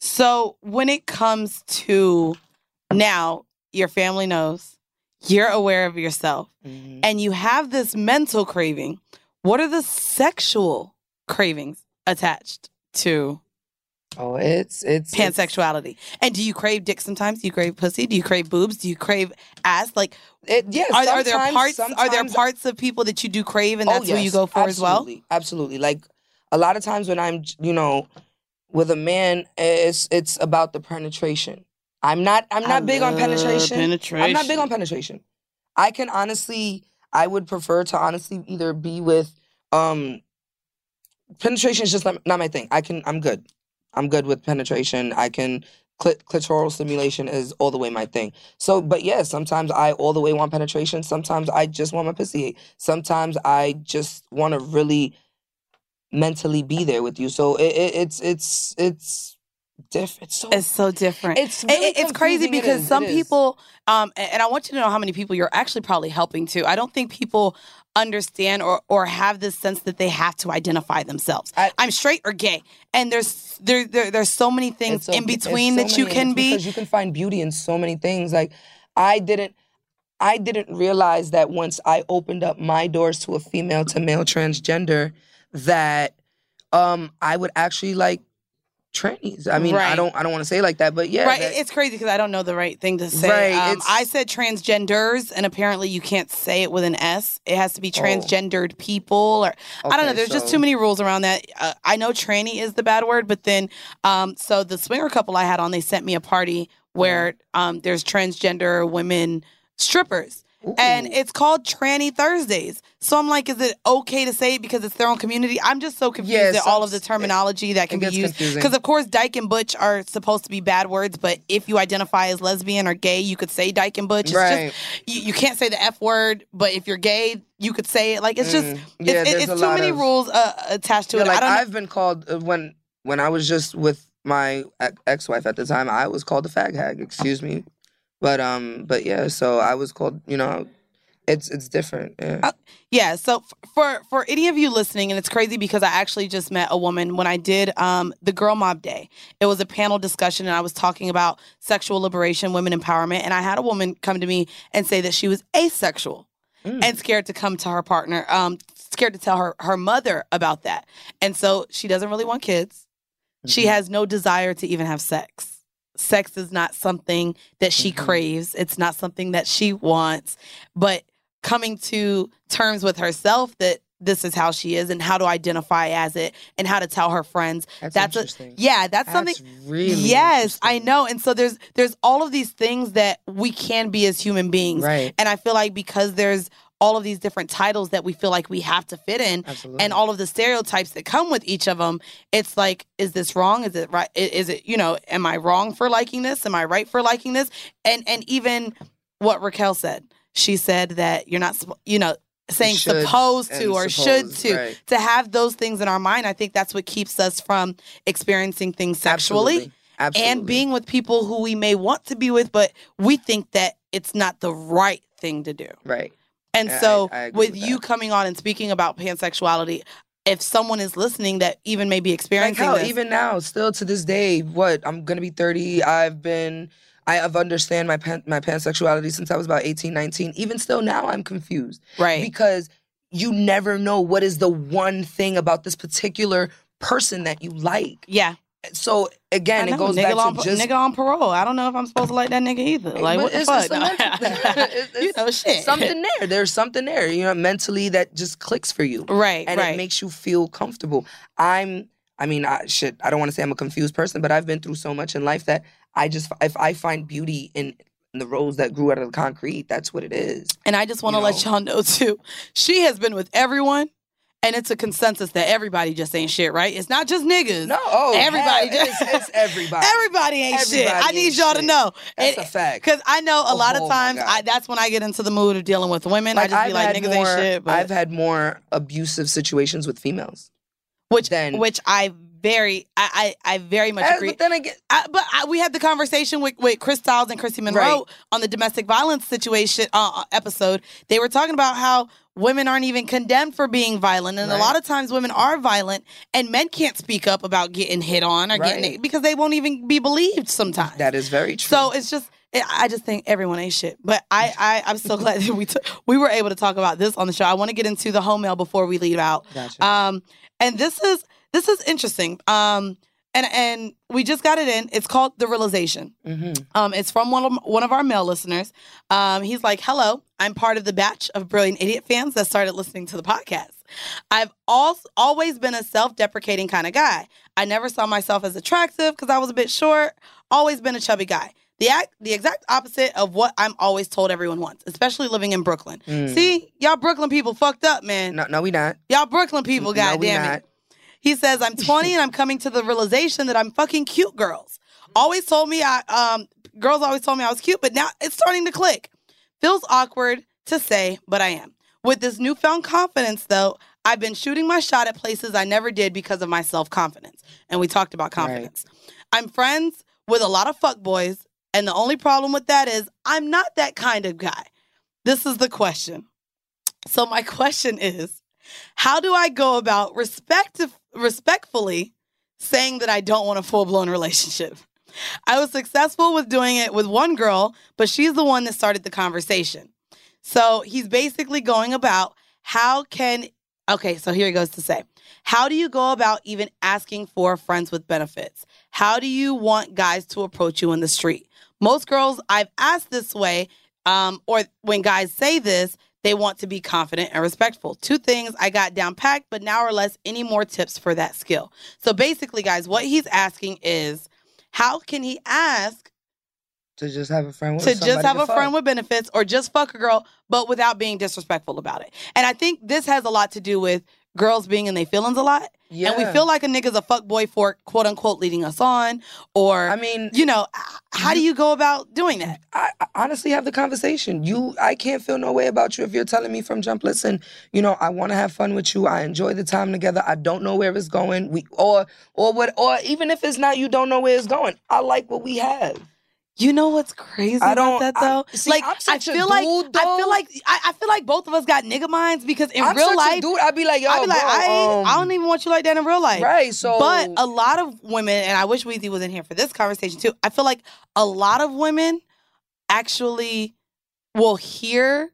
[SPEAKER 9] So when it comes to now, your family knows, you're aware of yourself,
[SPEAKER 6] Mm-hmm.
[SPEAKER 9] and you have this mental craving. What are the sexual cravings attached to
[SPEAKER 6] oh it's it's
[SPEAKER 9] pansexuality? And do you crave dick sometimes? Do you crave pussy? Do you crave boobs? Do you crave ass? Like,
[SPEAKER 6] it, yeah.
[SPEAKER 9] Are, are there
[SPEAKER 6] sometimes-
[SPEAKER 9] parts? Are there
[SPEAKER 6] sometimes-
[SPEAKER 9] parts of people that you do crave, and
[SPEAKER 6] Oh,
[SPEAKER 9] that's who you
[SPEAKER 6] yes,
[SPEAKER 9] go for as
[SPEAKER 6] absolutely, Absolutely. Like a lot of times when I'm, you know, with a man, it's it's about the penetration. I'm not I'm
[SPEAKER 9] I
[SPEAKER 6] not big on
[SPEAKER 9] love
[SPEAKER 6] penetration. I'm not big
[SPEAKER 9] penetration.
[SPEAKER 6] on penetration. I can honestly I would prefer to honestly either be with um penetration is just not, not my thing. I can I'm good. I'm good with penetration. I can clit, clitoral stimulation is all the way my thing. So, but yeah, sometimes I all the way want penetration. Sometimes I just want my pussy. ate. Sometimes I just want to really mentally be there with you. So it, it, it's it's it's different. It's so
[SPEAKER 9] well? It's so different.
[SPEAKER 6] it's
[SPEAKER 9] It-
[SPEAKER 6] really
[SPEAKER 9] it- it's crazy
[SPEAKER 6] confusing. It
[SPEAKER 9] because
[SPEAKER 6] is,
[SPEAKER 9] some
[SPEAKER 6] it is.
[SPEAKER 9] people um a- and i want you to know how many people you're actually probably helping too i don't think people
[SPEAKER 5] understand or or have this sense that they have to identify themselves. I, am straight or gay, and there's there, there there's so many things
[SPEAKER 6] It's so-
[SPEAKER 5] in between
[SPEAKER 6] it's
[SPEAKER 5] that
[SPEAKER 6] so
[SPEAKER 5] you
[SPEAKER 6] many.
[SPEAKER 5] can
[SPEAKER 6] It's
[SPEAKER 5] be.
[SPEAKER 6] because you can find beauty in so many things like i didn't i didn't realize that once i opened up my doors to a female to male transgender that um i would actually like trannies i mean i
[SPEAKER 5] Right.
[SPEAKER 6] don't i don't want to say it like that but yeah
[SPEAKER 5] right,
[SPEAKER 6] that-
[SPEAKER 5] it's crazy because I don't know the right thing to say.
[SPEAKER 6] Right,
[SPEAKER 5] Um,
[SPEAKER 6] it's-
[SPEAKER 5] I said transgenders, and apparently you can't say it with an S. It has to
[SPEAKER 6] Oh.
[SPEAKER 5] be transgendered people, or I don't know.
[SPEAKER 6] Okay,
[SPEAKER 5] There's just
[SPEAKER 6] so-
[SPEAKER 5] too many rules around that. Uh, I know tranny is the bad word, but then um, so the swinger couple I had on, they sent me a party where um, there's transgender women strippers. And it's called Tranny Thursdays. So I'm like, is it okay to say it because it's their own community? I'm just so confused
[SPEAKER 6] Yeah,
[SPEAKER 5] at all of
[SPEAKER 6] some-
[SPEAKER 5] the terminology that can be
[SPEAKER 6] gets
[SPEAKER 5] used.
[SPEAKER 6] confusing.
[SPEAKER 5] Because of course, dyke and butch are supposed to be bad words, but if you identify as lesbian or gay, you could say dyke and butch. It's
[SPEAKER 6] Right.
[SPEAKER 5] just you, you can't say the f word, but if you're gay, you could say it. Like it's just
[SPEAKER 6] Mm.
[SPEAKER 5] it's,
[SPEAKER 6] Yeah,
[SPEAKER 5] it-
[SPEAKER 6] there's
[SPEAKER 5] it's
[SPEAKER 6] a
[SPEAKER 5] too
[SPEAKER 6] lot
[SPEAKER 5] many
[SPEAKER 6] of-
[SPEAKER 5] rules uh, attached to
[SPEAKER 6] Yeah,
[SPEAKER 5] it.
[SPEAKER 6] Like
[SPEAKER 5] I don't.
[SPEAKER 6] I've been called uh, when when I was just with my ex- ex-wife at the time, I was called a fag hag. Excuse me, but um, but yeah, so I was called. You know, it's it's different. Yeah.
[SPEAKER 5] Yeah. So f- for for any of you listening, and it's crazy because I actually just met a woman when I did um, the Girl Mob Day. It was a panel discussion, and I was talking about sexual liberation, women empowerment, and I had a woman come to me and say that she was asexual and scared to come to her partner, um, scared to tell her her mother about that, and so she doesn't really want kids. She has no desire to even have sex. Sex is not something that she craves. It's not something that she wants. But coming to terms with herself that this is how she is and how to identify as it and how to tell her friends.
[SPEAKER 6] That's interesting.
[SPEAKER 5] A, yeah, that's,
[SPEAKER 6] That's
[SPEAKER 5] something
[SPEAKER 6] really
[SPEAKER 5] Yes, I know. And so there's there's all of these things that we can be as human beings.
[SPEAKER 6] Right.
[SPEAKER 5] And I feel like because there's all of these different titles that we feel like we have to fit in
[SPEAKER 6] Absolutely.
[SPEAKER 5] and all of the stereotypes that come with each of them it's like is this wrong is it right i- is it you know am i wrong for liking this am i right for liking this and and even what raquel said she said that you're not suppo- you know saying
[SPEAKER 6] Should
[SPEAKER 5] supposed
[SPEAKER 6] and
[SPEAKER 5] to or should
[SPEAKER 6] supposed,
[SPEAKER 5] to
[SPEAKER 6] right.
[SPEAKER 5] to have those things in our mind i think that's what keeps us from experiencing things sexually
[SPEAKER 6] Absolutely. Absolutely.
[SPEAKER 5] and being with people who we may want to be with but we think that it's not the right thing to do
[SPEAKER 6] Right.
[SPEAKER 5] and
[SPEAKER 6] I-
[SPEAKER 5] so,
[SPEAKER 6] I- I agree
[SPEAKER 5] with,
[SPEAKER 6] with
[SPEAKER 5] you coming on and speaking about pansexuality, if someone is listening that even may be
[SPEAKER 6] Like
[SPEAKER 5] experiencing
[SPEAKER 6] how
[SPEAKER 5] this,
[SPEAKER 6] even now, still to this day, what I'm gonna be 30. I've been. I have understand my pan, my pansexuality since I was about 18, 19. Even still now, I'm confused.
[SPEAKER 5] Right.
[SPEAKER 6] Because you never know what is the one thing about this particular person that you like.
[SPEAKER 5] Yeah.
[SPEAKER 6] So again,
[SPEAKER 5] I
[SPEAKER 6] it
[SPEAKER 5] know,
[SPEAKER 6] goes
[SPEAKER 5] nigga
[SPEAKER 6] back
[SPEAKER 5] on,
[SPEAKER 6] to just
[SPEAKER 5] nigga on parole. I don't know if I'm supposed to like that nigga either. Like what
[SPEAKER 6] but
[SPEAKER 5] the
[SPEAKER 6] it's-
[SPEAKER 5] fuck?
[SPEAKER 6] it's
[SPEAKER 5] No. [LAUGHS]
[SPEAKER 6] the [LAUGHS] you
[SPEAKER 5] know, shit.
[SPEAKER 6] Something there. There's something there, you know, mentally that just clicks for you.
[SPEAKER 5] Right,
[SPEAKER 6] And
[SPEAKER 5] right.
[SPEAKER 6] it makes you feel comfortable. I'm, I mean, I, shit, I don't want to say I'm a confused person, but I've been through so much in life that I just, if I find beauty in the rose that grew out of the concrete, that's what it is.
[SPEAKER 5] And I just want to let y'all know too, she has been with everyone. And it's a consensus that everybody just ain't shit, right? It's not just niggas. No,
[SPEAKER 6] oh,
[SPEAKER 5] everybody
[SPEAKER 6] hell,
[SPEAKER 5] just [LAUGHS]
[SPEAKER 6] it's- it's everybody.
[SPEAKER 5] everybody ain't shit.
[SPEAKER 6] Everybody
[SPEAKER 5] I need
[SPEAKER 6] ain't
[SPEAKER 5] y'all to
[SPEAKER 6] shit.
[SPEAKER 5] know.
[SPEAKER 6] That's a fact.
[SPEAKER 5] Because I know a lot
[SPEAKER 6] Oh
[SPEAKER 5] of
[SPEAKER 6] my
[SPEAKER 5] times
[SPEAKER 6] God.
[SPEAKER 5] I, that's when I get into the mood of dealing with women. I just be like,
[SPEAKER 6] had
[SPEAKER 5] niggas
[SPEAKER 6] more,
[SPEAKER 5] ain't shit. But
[SPEAKER 6] I've had more abusive situations with females.
[SPEAKER 5] which
[SPEAKER 6] then
[SPEAKER 5] which I very I I, I very much
[SPEAKER 6] Uh,
[SPEAKER 5] agree.
[SPEAKER 6] but then again,
[SPEAKER 5] I, but I, we had the conversation with with Chris Styles and Christy Monroe
[SPEAKER 6] Right.
[SPEAKER 5] on the domestic violence situation uh, episode. They were talking about how women aren't even condemned for being violent, and
[SPEAKER 6] Right.
[SPEAKER 5] a lot of times women are violent, and men can't speak up about getting hit on or getting
[SPEAKER 6] Right.
[SPEAKER 5] because they won't even be believed sometimes.
[SPEAKER 6] that is very true.
[SPEAKER 5] So it's just I I just think everyone ain't shit. But I, I I'm so [LAUGHS] glad that we took we were able to talk about this on the show. I want to get into the home mail before we leave out.
[SPEAKER 6] Gotcha.
[SPEAKER 5] Um, and this is this is interesting. Um, and and we just got it in. It's called the realization.
[SPEAKER 6] Mhm.
[SPEAKER 5] Um, it's from one of, one of our male listeners. Um, he's like, "Hello, I'm part of the batch of brilliant idiot fans that started listening to the podcast. I've al- always been a self-deprecating kind of guy. I never saw myself as attractive because I was a bit short. Always been a chubby guy. The act, the exact opposite of what I'm always told everyone wants, especially living in Brooklyn.
[SPEAKER 6] Mm.
[SPEAKER 5] See, y'all Brooklyn people fucked up, man.
[SPEAKER 6] No, no, we not.
[SPEAKER 5] Y'all Brooklyn people,
[SPEAKER 6] No,
[SPEAKER 5] goddamn
[SPEAKER 6] we
[SPEAKER 5] it.
[SPEAKER 6] not.
[SPEAKER 5] He says, I'm 20 and I'm coming to the realization that I'm fucking cute girls. Always told me I, um, girls always told me I was cute, but now it's starting to click. Feels awkward to say, but I am. With this newfound confidence, though, I've been shooting my shot at places I never did because of my self confidence. And we talked about confidence. I'm friends with a lot of fuckboys, and the only problem with that is I'm not that kind of guy. This is the question So my [LAUGHS] question is, how do I go about respective, respectfully saying that I don't want a full-blown relationship? I was successful with doing it with one girl, but she's the one that started the conversation. So he's basically going about how can okay, so here he goes to say, how do you go about even asking for friends with benefits? How do you want guys to approach you in the street? Most girls I've asked this way, um, or when guys say this, they want to be confident and respectful. Two things I got down packed, but now or less any more tips for that skill. So basically, guys, what he's asking is how can he ask
[SPEAKER 6] to just have a friend with
[SPEAKER 5] to just
[SPEAKER 6] somebody
[SPEAKER 5] have a
[SPEAKER 6] fuck.
[SPEAKER 5] friend with benefits or just fuck a girl, but without being disrespectful about it. And I think this has a lot to do with girls being in their feelings a lot. And we
[SPEAKER 6] Yeah.
[SPEAKER 5] feel like a nigga's a fuck boy for quote unquote leading us on. Or I mean, you know, h- how do you go about doing that?
[SPEAKER 6] I, I honestly have the conversation. You, I can't feel no way about you if you're telling me from jump. Listen, you know, I want to have fun with you. I enjoy the time together. I don't know where it's going. We or or what or even if it's not, you don't know where it's going. I like what we have.
[SPEAKER 5] You know what's crazy
[SPEAKER 6] I
[SPEAKER 5] about
[SPEAKER 6] don't-
[SPEAKER 5] that
[SPEAKER 6] I-
[SPEAKER 5] though?
[SPEAKER 6] see,
[SPEAKER 5] like
[SPEAKER 6] I'm such
[SPEAKER 5] I
[SPEAKER 6] a
[SPEAKER 5] feel like
[SPEAKER 6] dude,
[SPEAKER 5] I feel like I, I feel like both of us got nigga minds because in
[SPEAKER 6] I'm
[SPEAKER 5] real
[SPEAKER 6] such a
[SPEAKER 5] life,
[SPEAKER 6] dude, I be like, yo,
[SPEAKER 5] I be like,
[SPEAKER 6] bro,
[SPEAKER 5] I, ain't- I
[SPEAKER 6] um,
[SPEAKER 5] don't even want you like that in real life,
[SPEAKER 6] Right, so-
[SPEAKER 5] but a lot of women, and I wish Weezy was in here for this conversation too. I feel like a lot of women actually will hear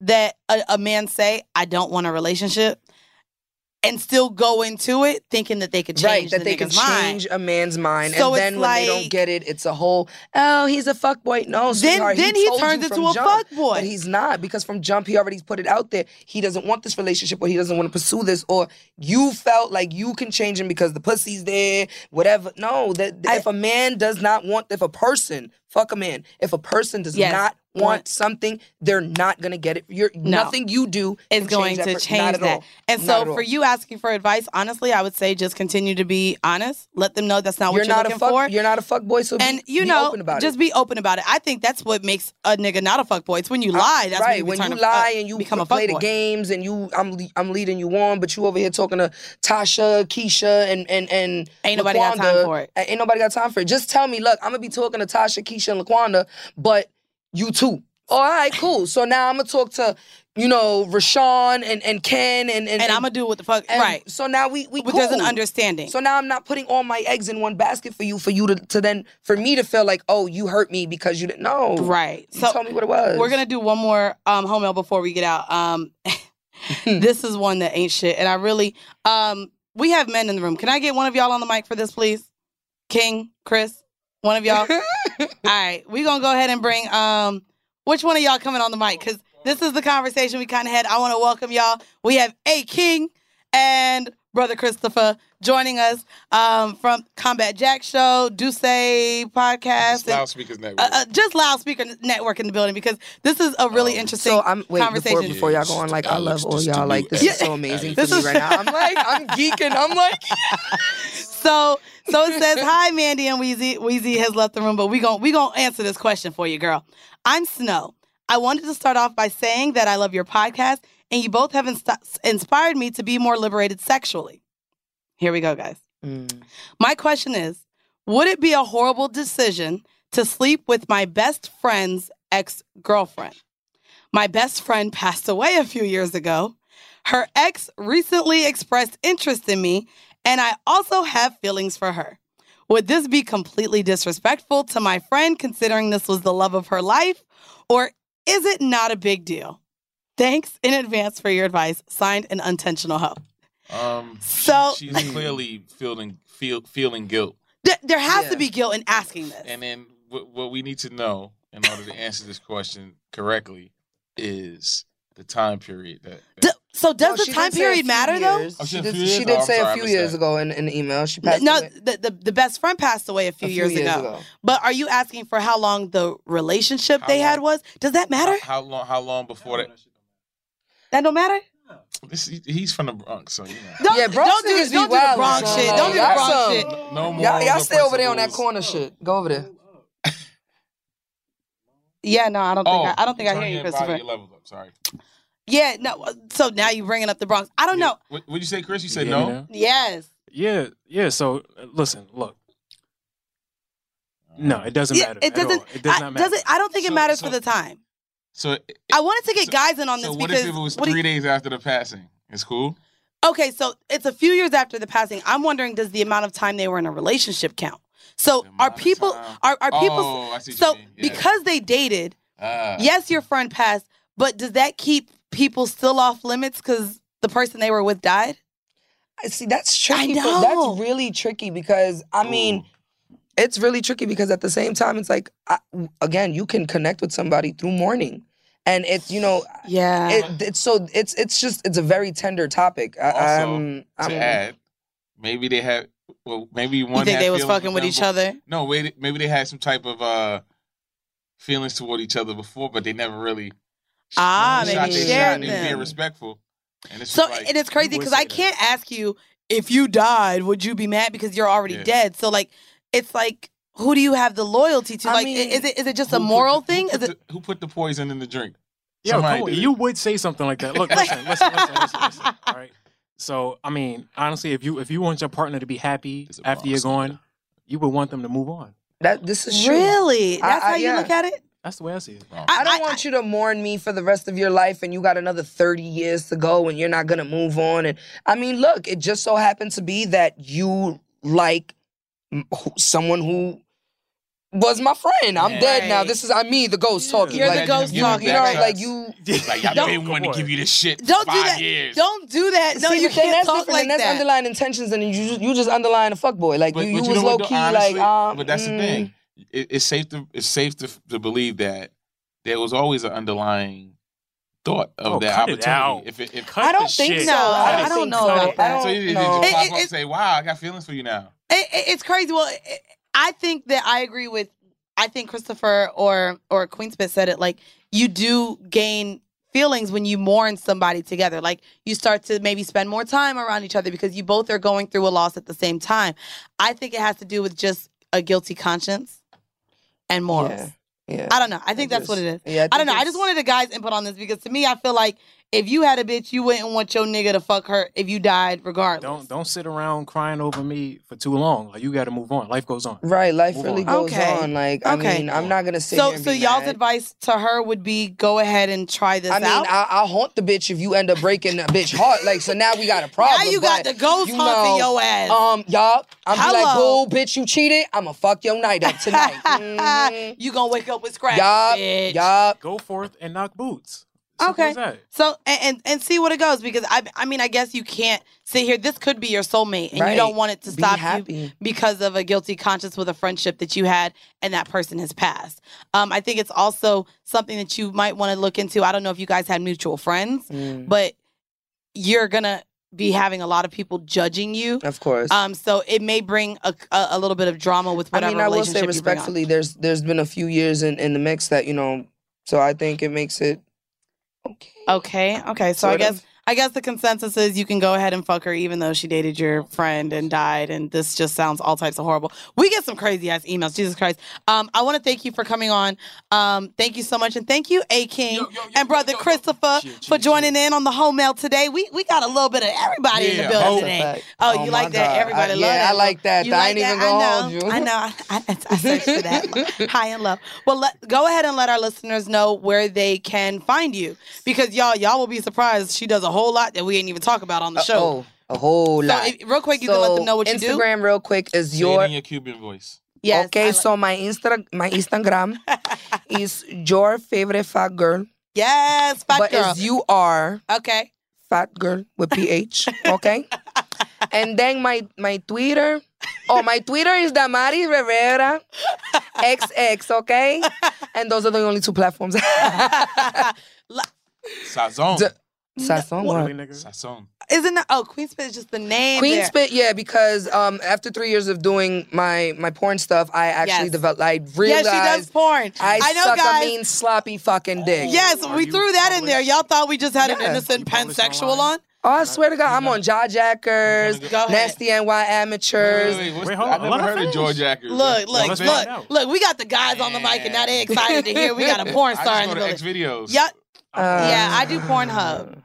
[SPEAKER 5] that a, a man say, "I don't want a relationship," and still go into it thinking that they could change the
[SPEAKER 6] right, that they can
[SPEAKER 5] nigga's mind.
[SPEAKER 6] change a man's mind,
[SPEAKER 5] So
[SPEAKER 6] and
[SPEAKER 5] it's
[SPEAKER 6] then when they
[SPEAKER 5] like-
[SPEAKER 6] don't get it, it's a whole oh he's a fuck boy. No, sweetheart,
[SPEAKER 5] then he
[SPEAKER 6] told you
[SPEAKER 5] turns
[SPEAKER 6] from
[SPEAKER 5] into a
[SPEAKER 6] jump,
[SPEAKER 5] fuckboy.
[SPEAKER 6] but he's not because from jump he already put it out there. He doesn't want this relationship, or he doesn't want to pursue this, or you felt like you can change him because the pussy's there, whatever. No, that if a man does not want, if a person fuck a man, if a person does
[SPEAKER 5] Yes,
[SPEAKER 6] not want,
[SPEAKER 5] want-
[SPEAKER 6] something, they're not gonna get it. You're
[SPEAKER 5] No.
[SPEAKER 6] nothing you do
[SPEAKER 5] is
[SPEAKER 6] can
[SPEAKER 5] going
[SPEAKER 6] that
[SPEAKER 5] to
[SPEAKER 6] per- not
[SPEAKER 5] change
[SPEAKER 6] at
[SPEAKER 5] that.
[SPEAKER 6] all.
[SPEAKER 5] And
[SPEAKER 6] Not at
[SPEAKER 5] so
[SPEAKER 6] all.
[SPEAKER 5] for you asking for advice, honestly, I would say just continue to be honest. Let them know that's not
[SPEAKER 6] You're
[SPEAKER 5] what you're
[SPEAKER 6] not a
[SPEAKER 5] looking
[SPEAKER 6] fuck-
[SPEAKER 5] for.
[SPEAKER 6] you're not a fuck boy, so be-
[SPEAKER 5] and you
[SPEAKER 6] be
[SPEAKER 5] know,
[SPEAKER 6] open about it.
[SPEAKER 5] just be open about it. I think that's what makes a nigga not a fuck boy. It's when you
[SPEAKER 6] I-
[SPEAKER 5] lie. That's
[SPEAKER 6] right.
[SPEAKER 5] when
[SPEAKER 6] When
[SPEAKER 5] you,
[SPEAKER 6] you
[SPEAKER 5] become a-
[SPEAKER 6] lie and you
[SPEAKER 5] become a
[SPEAKER 6] play the
[SPEAKER 5] fuckboy.
[SPEAKER 6] games and you, I'm le- I'm leading you on, but you over here talking to Tasha, Keisha, and and and
[SPEAKER 5] Ain't nobody got time
[SPEAKER 6] Laquanda.
[SPEAKER 5] for it.
[SPEAKER 6] A- Ain't nobody got time for it. Just tell me, look, I'm gonna be talking to Tasha, Keisha, and Laquanda, but you too. All right, cool. So now I'm gonna talk to. You know, Rashawn and, and Ken and and,
[SPEAKER 5] And I'ma do what the fuck-
[SPEAKER 6] and
[SPEAKER 5] right.
[SPEAKER 6] So now we we
[SPEAKER 5] But there's an
[SPEAKER 6] cool.
[SPEAKER 5] understanding.
[SPEAKER 6] So now I'm not putting all my eggs in one basket for you for you to, to then for me to feel like oh you hurt me because you didn't know
[SPEAKER 5] Right.
[SPEAKER 6] You told me what it was.
[SPEAKER 5] We're gonna do one more um, home mail before we get out.
[SPEAKER 1] [LAUGHS]
[SPEAKER 5] Um, [LAUGHS] this is one that ain't shit, and I really um, we have men in the room. Can I get one of y'all on the mic for this, please? King, Chris, one
[SPEAKER 1] [LAUGHS]
[SPEAKER 5] of y'all. All right, we're gonna go ahead and bring um, which one of y'all coming on the mic? Because this is the conversation we kind of had. I want to welcome y'all. We have a King and Brother Christopher joining us um, from Combat Jack Show, Duce Podcast, and-
[SPEAKER 1] Loudspeakers network.
[SPEAKER 5] uh, uh, just loudspeaker network in the building because this is a really interesting
[SPEAKER 6] So I'm wait
[SPEAKER 5] conversation.
[SPEAKER 6] before, before y'all go on. Like I love all y'all. Like [LAUGHS]
[SPEAKER 5] [LAUGHS]
[SPEAKER 6] this is so amazing for
[SPEAKER 5] This
[SPEAKER 6] me
[SPEAKER 5] is-
[SPEAKER 6] right now. I'm like I'm [LAUGHS] geeking. I'm like
[SPEAKER 5] [LAUGHS] so so it says hi Mandy and Wheezy. Wheezy has left the room, but we gon' we gonna answer this question for you, girl. I'm Snow. I wanted to start off by saying that I love your podcast, and you both have inst- inspired me to be more liberated sexually. Here we go, guys. My question is Would it be a horrible decision to sleep with my best friend's ex girlfriend? My best friend passed away a few years ago. Her ex recently expressed interest in me, and I also have feelings for her. Would this be completely disrespectful to my friend considering this was the love of her life, or is it not a big deal? Thanks in advance for your advice. Signed, an intentional hoe.
[SPEAKER 1] Um,
[SPEAKER 5] So-
[SPEAKER 1] she, she's clearly feeling feel, feeling guilt,
[SPEAKER 5] Th- there has
[SPEAKER 1] Yeah.
[SPEAKER 5] to be guilt in asking this.
[SPEAKER 1] and then what, what we need to know in order to answer this question correctly is the time period that.
[SPEAKER 5] So does the
[SPEAKER 6] No, she
[SPEAKER 5] time
[SPEAKER 6] did say a
[SPEAKER 5] period
[SPEAKER 6] few
[SPEAKER 5] matter though?
[SPEAKER 6] years. Oh, She did, she did say a few years ago in, in the email. She passed
[SPEAKER 5] no,
[SPEAKER 6] away.
[SPEAKER 5] the, the the best friend passed away a few,
[SPEAKER 6] A few
[SPEAKER 5] years,
[SPEAKER 6] years
[SPEAKER 5] ago.
[SPEAKER 6] ago.
[SPEAKER 5] But are you asking for how long the relationship
[SPEAKER 1] How
[SPEAKER 5] they
[SPEAKER 1] long?
[SPEAKER 5] had was? Does that matter?
[SPEAKER 1] How, how long? How long before that?
[SPEAKER 5] That don't matter.
[SPEAKER 1] This, he's from the Bronx, so you know.
[SPEAKER 5] Don't,
[SPEAKER 6] yeah, Bronx
[SPEAKER 5] don't do,
[SPEAKER 6] niggas
[SPEAKER 5] this.
[SPEAKER 6] be
[SPEAKER 5] don't do the
[SPEAKER 6] wild,
[SPEAKER 5] Bronx
[SPEAKER 6] son.
[SPEAKER 5] shit. Don't do the
[SPEAKER 6] Y'all
[SPEAKER 5] Bronx
[SPEAKER 6] some-
[SPEAKER 5] shit.
[SPEAKER 1] No more.
[SPEAKER 6] Y'all, y'all stay over there on that corner shit. Go over there.
[SPEAKER 5] [LAUGHS] Yeah, no, I don't think I, I don't think I
[SPEAKER 1] Oh, turn
[SPEAKER 5] hear you,
[SPEAKER 1] your body-
[SPEAKER 5] Christopher.
[SPEAKER 1] your levels up. Sorry.
[SPEAKER 5] Yeah, no. uh, So now you're bringing up the Bronx. I don't know.
[SPEAKER 1] What would you say, Chris? You
[SPEAKER 10] You
[SPEAKER 1] said
[SPEAKER 10] hear me
[SPEAKER 1] no.
[SPEAKER 10] now?
[SPEAKER 5] Yes.
[SPEAKER 10] Yeah, yeah. So uh, listen, look. No, it doesn't
[SPEAKER 5] Yeah,
[SPEAKER 10] matter.
[SPEAKER 5] it
[SPEAKER 10] at all.
[SPEAKER 5] doesn't.
[SPEAKER 10] It does
[SPEAKER 5] I-
[SPEAKER 10] not matter.
[SPEAKER 5] doesn't- I don't think it matters for the time.
[SPEAKER 1] So
[SPEAKER 5] I wanted to get guys in on this
[SPEAKER 1] so what
[SPEAKER 5] because
[SPEAKER 1] if it was
[SPEAKER 5] what do
[SPEAKER 1] three
[SPEAKER 5] you-
[SPEAKER 1] days after the passing? It's cool.
[SPEAKER 5] Okay, so it's a few years after the passing. I'm wondering, does the amount of time they were in a relationship count? So are people are, are people
[SPEAKER 1] Oh, I see what you
[SPEAKER 5] so
[SPEAKER 1] mean, yeah.
[SPEAKER 5] because they dated?
[SPEAKER 1] Ah.
[SPEAKER 5] yes, your friend passed, but does that keep people still off limits because the person they were with died?
[SPEAKER 6] See, that's tricky.
[SPEAKER 5] I
[SPEAKER 6] for-
[SPEAKER 5] know.
[SPEAKER 6] that's really tricky because I mean, it's really tricky because at the same time, it's like I, again, you can connect with somebody through mourning, and it's you know,
[SPEAKER 5] yeah,
[SPEAKER 6] it, it's so it's it's just it's a very tender topic. I,
[SPEAKER 1] Also,
[SPEAKER 6] I'm-
[SPEAKER 1] to
[SPEAKER 6] I'm-
[SPEAKER 1] add, maybe they had. Well, maybe one.
[SPEAKER 6] think
[SPEAKER 1] had
[SPEAKER 6] they was
[SPEAKER 1] feelings
[SPEAKER 6] fucking with
[SPEAKER 1] them
[SPEAKER 6] each
[SPEAKER 1] bef-
[SPEAKER 6] other?
[SPEAKER 1] No, wait. Maybe they had some type of uh feelings toward each other before, but they never really.
[SPEAKER 5] Ah,
[SPEAKER 1] shot
[SPEAKER 5] maybe
[SPEAKER 1] their shot.
[SPEAKER 5] shared
[SPEAKER 1] They was being
[SPEAKER 5] them.
[SPEAKER 1] respectful. And it's
[SPEAKER 5] So
[SPEAKER 1] just like,
[SPEAKER 5] and it's crazy because I can't ask you if you died, would you be mad because you're already
[SPEAKER 1] Yeah.
[SPEAKER 5] dead? So like, it's like who do you have the loyalty to? like, i- is it is it just a moral thing? Is it
[SPEAKER 1] Who put the poison in the drink?
[SPEAKER 11] Yo,
[SPEAKER 1] Somebody
[SPEAKER 11] Cole,
[SPEAKER 1] did.
[SPEAKER 11] you would say something like that. Look, listen, listen, listen, listen, listen. All right. So, I mean, honestly, if you if you want your partner to be happy after you're gone, you would want them to move on.
[SPEAKER 6] That this is true.
[SPEAKER 5] really?
[SPEAKER 6] I-
[SPEAKER 5] That's
[SPEAKER 6] I-
[SPEAKER 5] how you
[SPEAKER 6] yeah.
[SPEAKER 5] look at it.
[SPEAKER 11] That's the way I see it.
[SPEAKER 6] I don't want you to mourn me for the rest of your life and you got another 30 years to go and you're not going to move on. And I mean, look, it just so happened to be that you like m- who- someone who was my friend. I'm
[SPEAKER 1] Yeah.
[SPEAKER 6] dead now.
[SPEAKER 1] Right.
[SPEAKER 6] This is I'm me, the ghost talking.
[SPEAKER 1] You're the
[SPEAKER 6] Like,
[SPEAKER 1] ghost
[SPEAKER 6] you know,
[SPEAKER 1] talking,
[SPEAKER 6] You know,
[SPEAKER 1] right.
[SPEAKER 6] like you.
[SPEAKER 1] Like, y'all
[SPEAKER 6] Don't-
[SPEAKER 1] been wanting to give you this shit. for
[SPEAKER 6] Don't do
[SPEAKER 1] five
[SPEAKER 6] that.
[SPEAKER 1] Years.
[SPEAKER 5] Don't do that. No,
[SPEAKER 6] See,
[SPEAKER 5] you
[SPEAKER 6] but then
[SPEAKER 5] can't
[SPEAKER 6] that's
[SPEAKER 5] talk
[SPEAKER 6] different,
[SPEAKER 5] like
[SPEAKER 6] and that's
[SPEAKER 5] that.
[SPEAKER 6] underlying intentions, and you just, you just underlying a fuckboy. Like you, you, was low
[SPEAKER 1] though?
[SPEAKER 6] key,
[SPEAKER 1] Honestly,
[SPEAKER 6] like um.
[SPEAKER 1] but that's the
[SPEAKER 6] mm,
[SPEAKER 1] thing. It, it's safe to it's safe to, to believe that there was always an underlying thought of
[SPEAKER 11] Oh,
[SPEAKER 1] that
[SPEAKER 11] cut it
[SPEAKER 1] opportunity.
[SPEAKER 11] out.
[SPEAKER 1] If it, if,
[SPEAKER 11] Cut I don't the think shit. so. I
[SPEAKER 1] Cut it.
[SPEAKER 11] don't know about that.
[SPEAKER 1] So you didn't
[SPEAKER 11] I don't
[SPEAKER 1] just
[SPEAKER 11] know.
[SPEAKER 1] pop up and say, "Wow, I got feelings for you now."
[SPEAKER 5] It, it- it's crazy. Well, it, I think that I agree with. I think Christopher or or Queensmith said it. Like you do gain feelings when you mourn somebody together. Like you start to maybe spend more time around each other because you both are going through a loss at the same time. I think it has to do with just a guilty conscience and morals.
[SPEAKER 6] Yeah.
[SPEAKER 5] I don't know. I think that's what it is.
[SPEAKER 6] yeah, I
[SPEAKER 5] I, don't
[SPEAKER 6] think
[SPEAKER 5] know. I
[SPEAKER 6] it's-
[SPEAKER 5] just wanted a guy's input on this because to me, I feel like if you had a bitch, you wouldn't want your nigga to fuck her if you died, regardless.
[SPEAKER 11] Don't don't sit around crying over me for too long. Like you got to move on. Life goes on.
[SPEAKER 6] Right, life
[SPEAKER 11] Move
[SPEAKER 6] really
[SPEAKER 11] on.
[SPEAKER 6] goes on. Like I
[SPEAKER 5] Okay.
[SPEAKER 6] mean, I'm not gonna sit here
[SPEAKER 5] So,
[SPEAKER 6] and
[SPEAKER 5] so
[SPEAKER 6] be
[SPEAKER 5] y'all's
[SPEAKER 6] mad.
[SPEAKER 5] advice to her would be go ahead and try this
[SPEAKER 6] I mean,
[SPEAKER 5] out.
[SPEAKER 6] I, I'll haunt the bitch if you end up breaking that bitch heart. Like, so now we got
[SPEAKER 5] [LAUGHS]
[SPEAKER 6] a problem.
[SPEAKER 5] you got
[SPEAKER 6] but,
[SPEAKER 5] the ghost
[SPEAKER 6] you
[SPEAKER 5] haunting
[SPEAKER 6] know,
[SPEAKER 5] your ass.
[SPEAKER 6] Um, y'all, I'm be like,
[SPEAKER 5] Hello.
[SPEAKER 6] boo, bitch, you cheated. I'ma fuck your night up tonight.
[SPEAKER 5] [LAUGHS] you gonna wake up with scratch.
[SPEAKER 6] Yup,
[SPEAKER 5] [LAUGHS] bitch.
[SPEAKER 6] yup.
[SPEAKER 11] Go forth and knock boots.
[SPEAKER 5] Okay.
[SPEAKER 11] as that.
[SPEAKER 5] So and, and and see what it goes because I I mean I guess you can't sit here. This could be your soulmate, and
[SPEAKER 6] Right.
[SPEAKER 5] you don't want it to
[SPEAKER 6] Be
[SPEAKER 5] stop you
[SPEAKER 6] happy.
[SPEAKER 5] because of a guilty conscience with a friendship that you had, and that person has passed. Um, I think it's also something that you might want to look into. I don't know if you guys had mutual friends,
[SPEAKER 6] Mm.
[SPEAKER 5] but you're gonna be having a lot of people judging you.
[SPEAKER 6] Of course.
[SPEAKER 5] Um, so it may bring a, a, a little bit of drama with
[SPEAKER 6] I
[SPEAKER 5] whatever
[SPEAKER 6] mean, I will
[SPEAKER 5] relationship
[SPEAKER 6] say
[SPEAKER 5] you bring on.
[SPEAKER 6] respectfully, there's there's been a few years in, in the mix that you know, so I think it makes it
[SPEAKER 5] Okay. Okay. So I
[SPEAKER 6] Sort
[SPEAKER 5] guess
[SPEAKER 6] of.
[SPEAKER 5] I guess the consensus is you can go ahead and fuck her, even though she dated your friend and died, and this just sounds all types of horrible. We get some crazy ass emails. Jesus Christ. Um, I want to thank you for coming on. Um, thank you so much, and thank you, A King and brother Christopher for joining in on the home mail today. We we got a little bit of everybody in the
[SPEAKER 6] Yeah,
[SPEAKER 5] building
[SPEAKER 6] hope.
[SPEAKER 5] today.
[SPEAKER 6] Oh,
[SPEAKER 5] Oh, you
[SPEAKER 6] my
[SPEAKER 5] like that?
[SPEAKER 6] God.
[SPEAKER 5] Everybody
[SPEAKER 6] I-
[SPEAKER 5] love
[SPEAKER 6] yeah,
[SPEAKER 5] that.
[SPEAKER 6] I like that.
[SPEAKER 5] You
[SPEAKER 6] I
[SPEAKER 5] like
[SPEAKER 6] ain't even
[SPEAKER 5] that?
[SPEAKER 6] gonna
[SPEAKER 5] I
[SPEAKER 6] hold
[SPEAKER 5] know.
[SPEAKER 6] you.
[SPEAKER 5] I know. I, [LAUGHS] I, I searched for that high and low. Well, let, go ahead and let our listeners know where they can find you because y'all y'all will be surprised. She does a whole lot that we ain't even talk about on the show.
[SPEAKER 6] Oh, a whole
[SPEAKER 5] So,
[SPEAKER 6] lot.
[SPEAKER 5] if- real quick, you can let them know what you do.
[SPEAKER 6] Instagram, real quick, is
[SPEAKER 1] Say it
[SPEAKER 6] your
[SPEAKER 1] in your Cuban voice.
[SPEAKER 5] Yes,
[SPEAKER 6] okay, so my Insta
[SPEAKER 5] [LAUGHS]
[SPEAKER 6] my Instagram is your favorite fat girl.
[SPEAKER 5] Yes, fat
[SPEAKER 6] but
[SPEAKER 5] girl.
[SPEAKER 6] it's you are
[SPEAKER 5] Okay.
[SPEAKER 6] fat girl with
[SPEAKER 5] [LAUGHS]
[SPEAKER 6] ph. Okay, and then my my Twitter. Oh, my Twitter is Damari Rivera
[SPEAKER 5] [LAUGHS]
[SPEAKER 6] XX. Okay, and those are the only two platforms. [LAUGHS]
[SPEAKER 1] Sazon.
[SPEAKER 6] Sazon, what? Really,
[SPEAKER 1] Sazon.
[SPEAKER 5] Isn't that? Oh, Queenspit is just the name.
[SPEAKER 6] Queen
[SPEAKER 5] there.
[SPEAKER 6] Spit, yeah, because um, after three years of doing my my porn stuff, I actually
[SPEAKER 5] Yes.
[SPEAKER 6] developed. I
[SPEAKER 5] Yeah, she
[SPEAKER 6] realized.
[SPEAKER 5] does porn.
[SPEAKER 6] I,
[SPEAKER 5] I know,
[SPEAKER 6] suck
[SPEAKER 5] guys.
[SPEAKER 6] a mean sloppy fucking dick.
[SPEAKER 5] Yes, we threw that in there. Y'all thought we just had an innocent pansexual on?
[SPEAKER 6] Oh, I swear to God, I'm on Jaw Jackers, Nasty NY Amateurs.
[SPEAKER 1] Wait, what's I never heard of George Jackers.
[SPEAKER 5] Look, look, look, look. We got the guys on the mic, and now they're excited to hear we got a porn
[SPEAKER 1] I
[SPEAKER 5] star
[SPEAKER 1] just
[SPEAKER 5] in
[SPEAKER 1] go
[SPEAKER 5] the
[SPEAKER 1] to
[SPEAKER 5] building.
[SPEAKER 1] X videos.
[SPEAKER 5] Yep. yeah, I do Pornhub.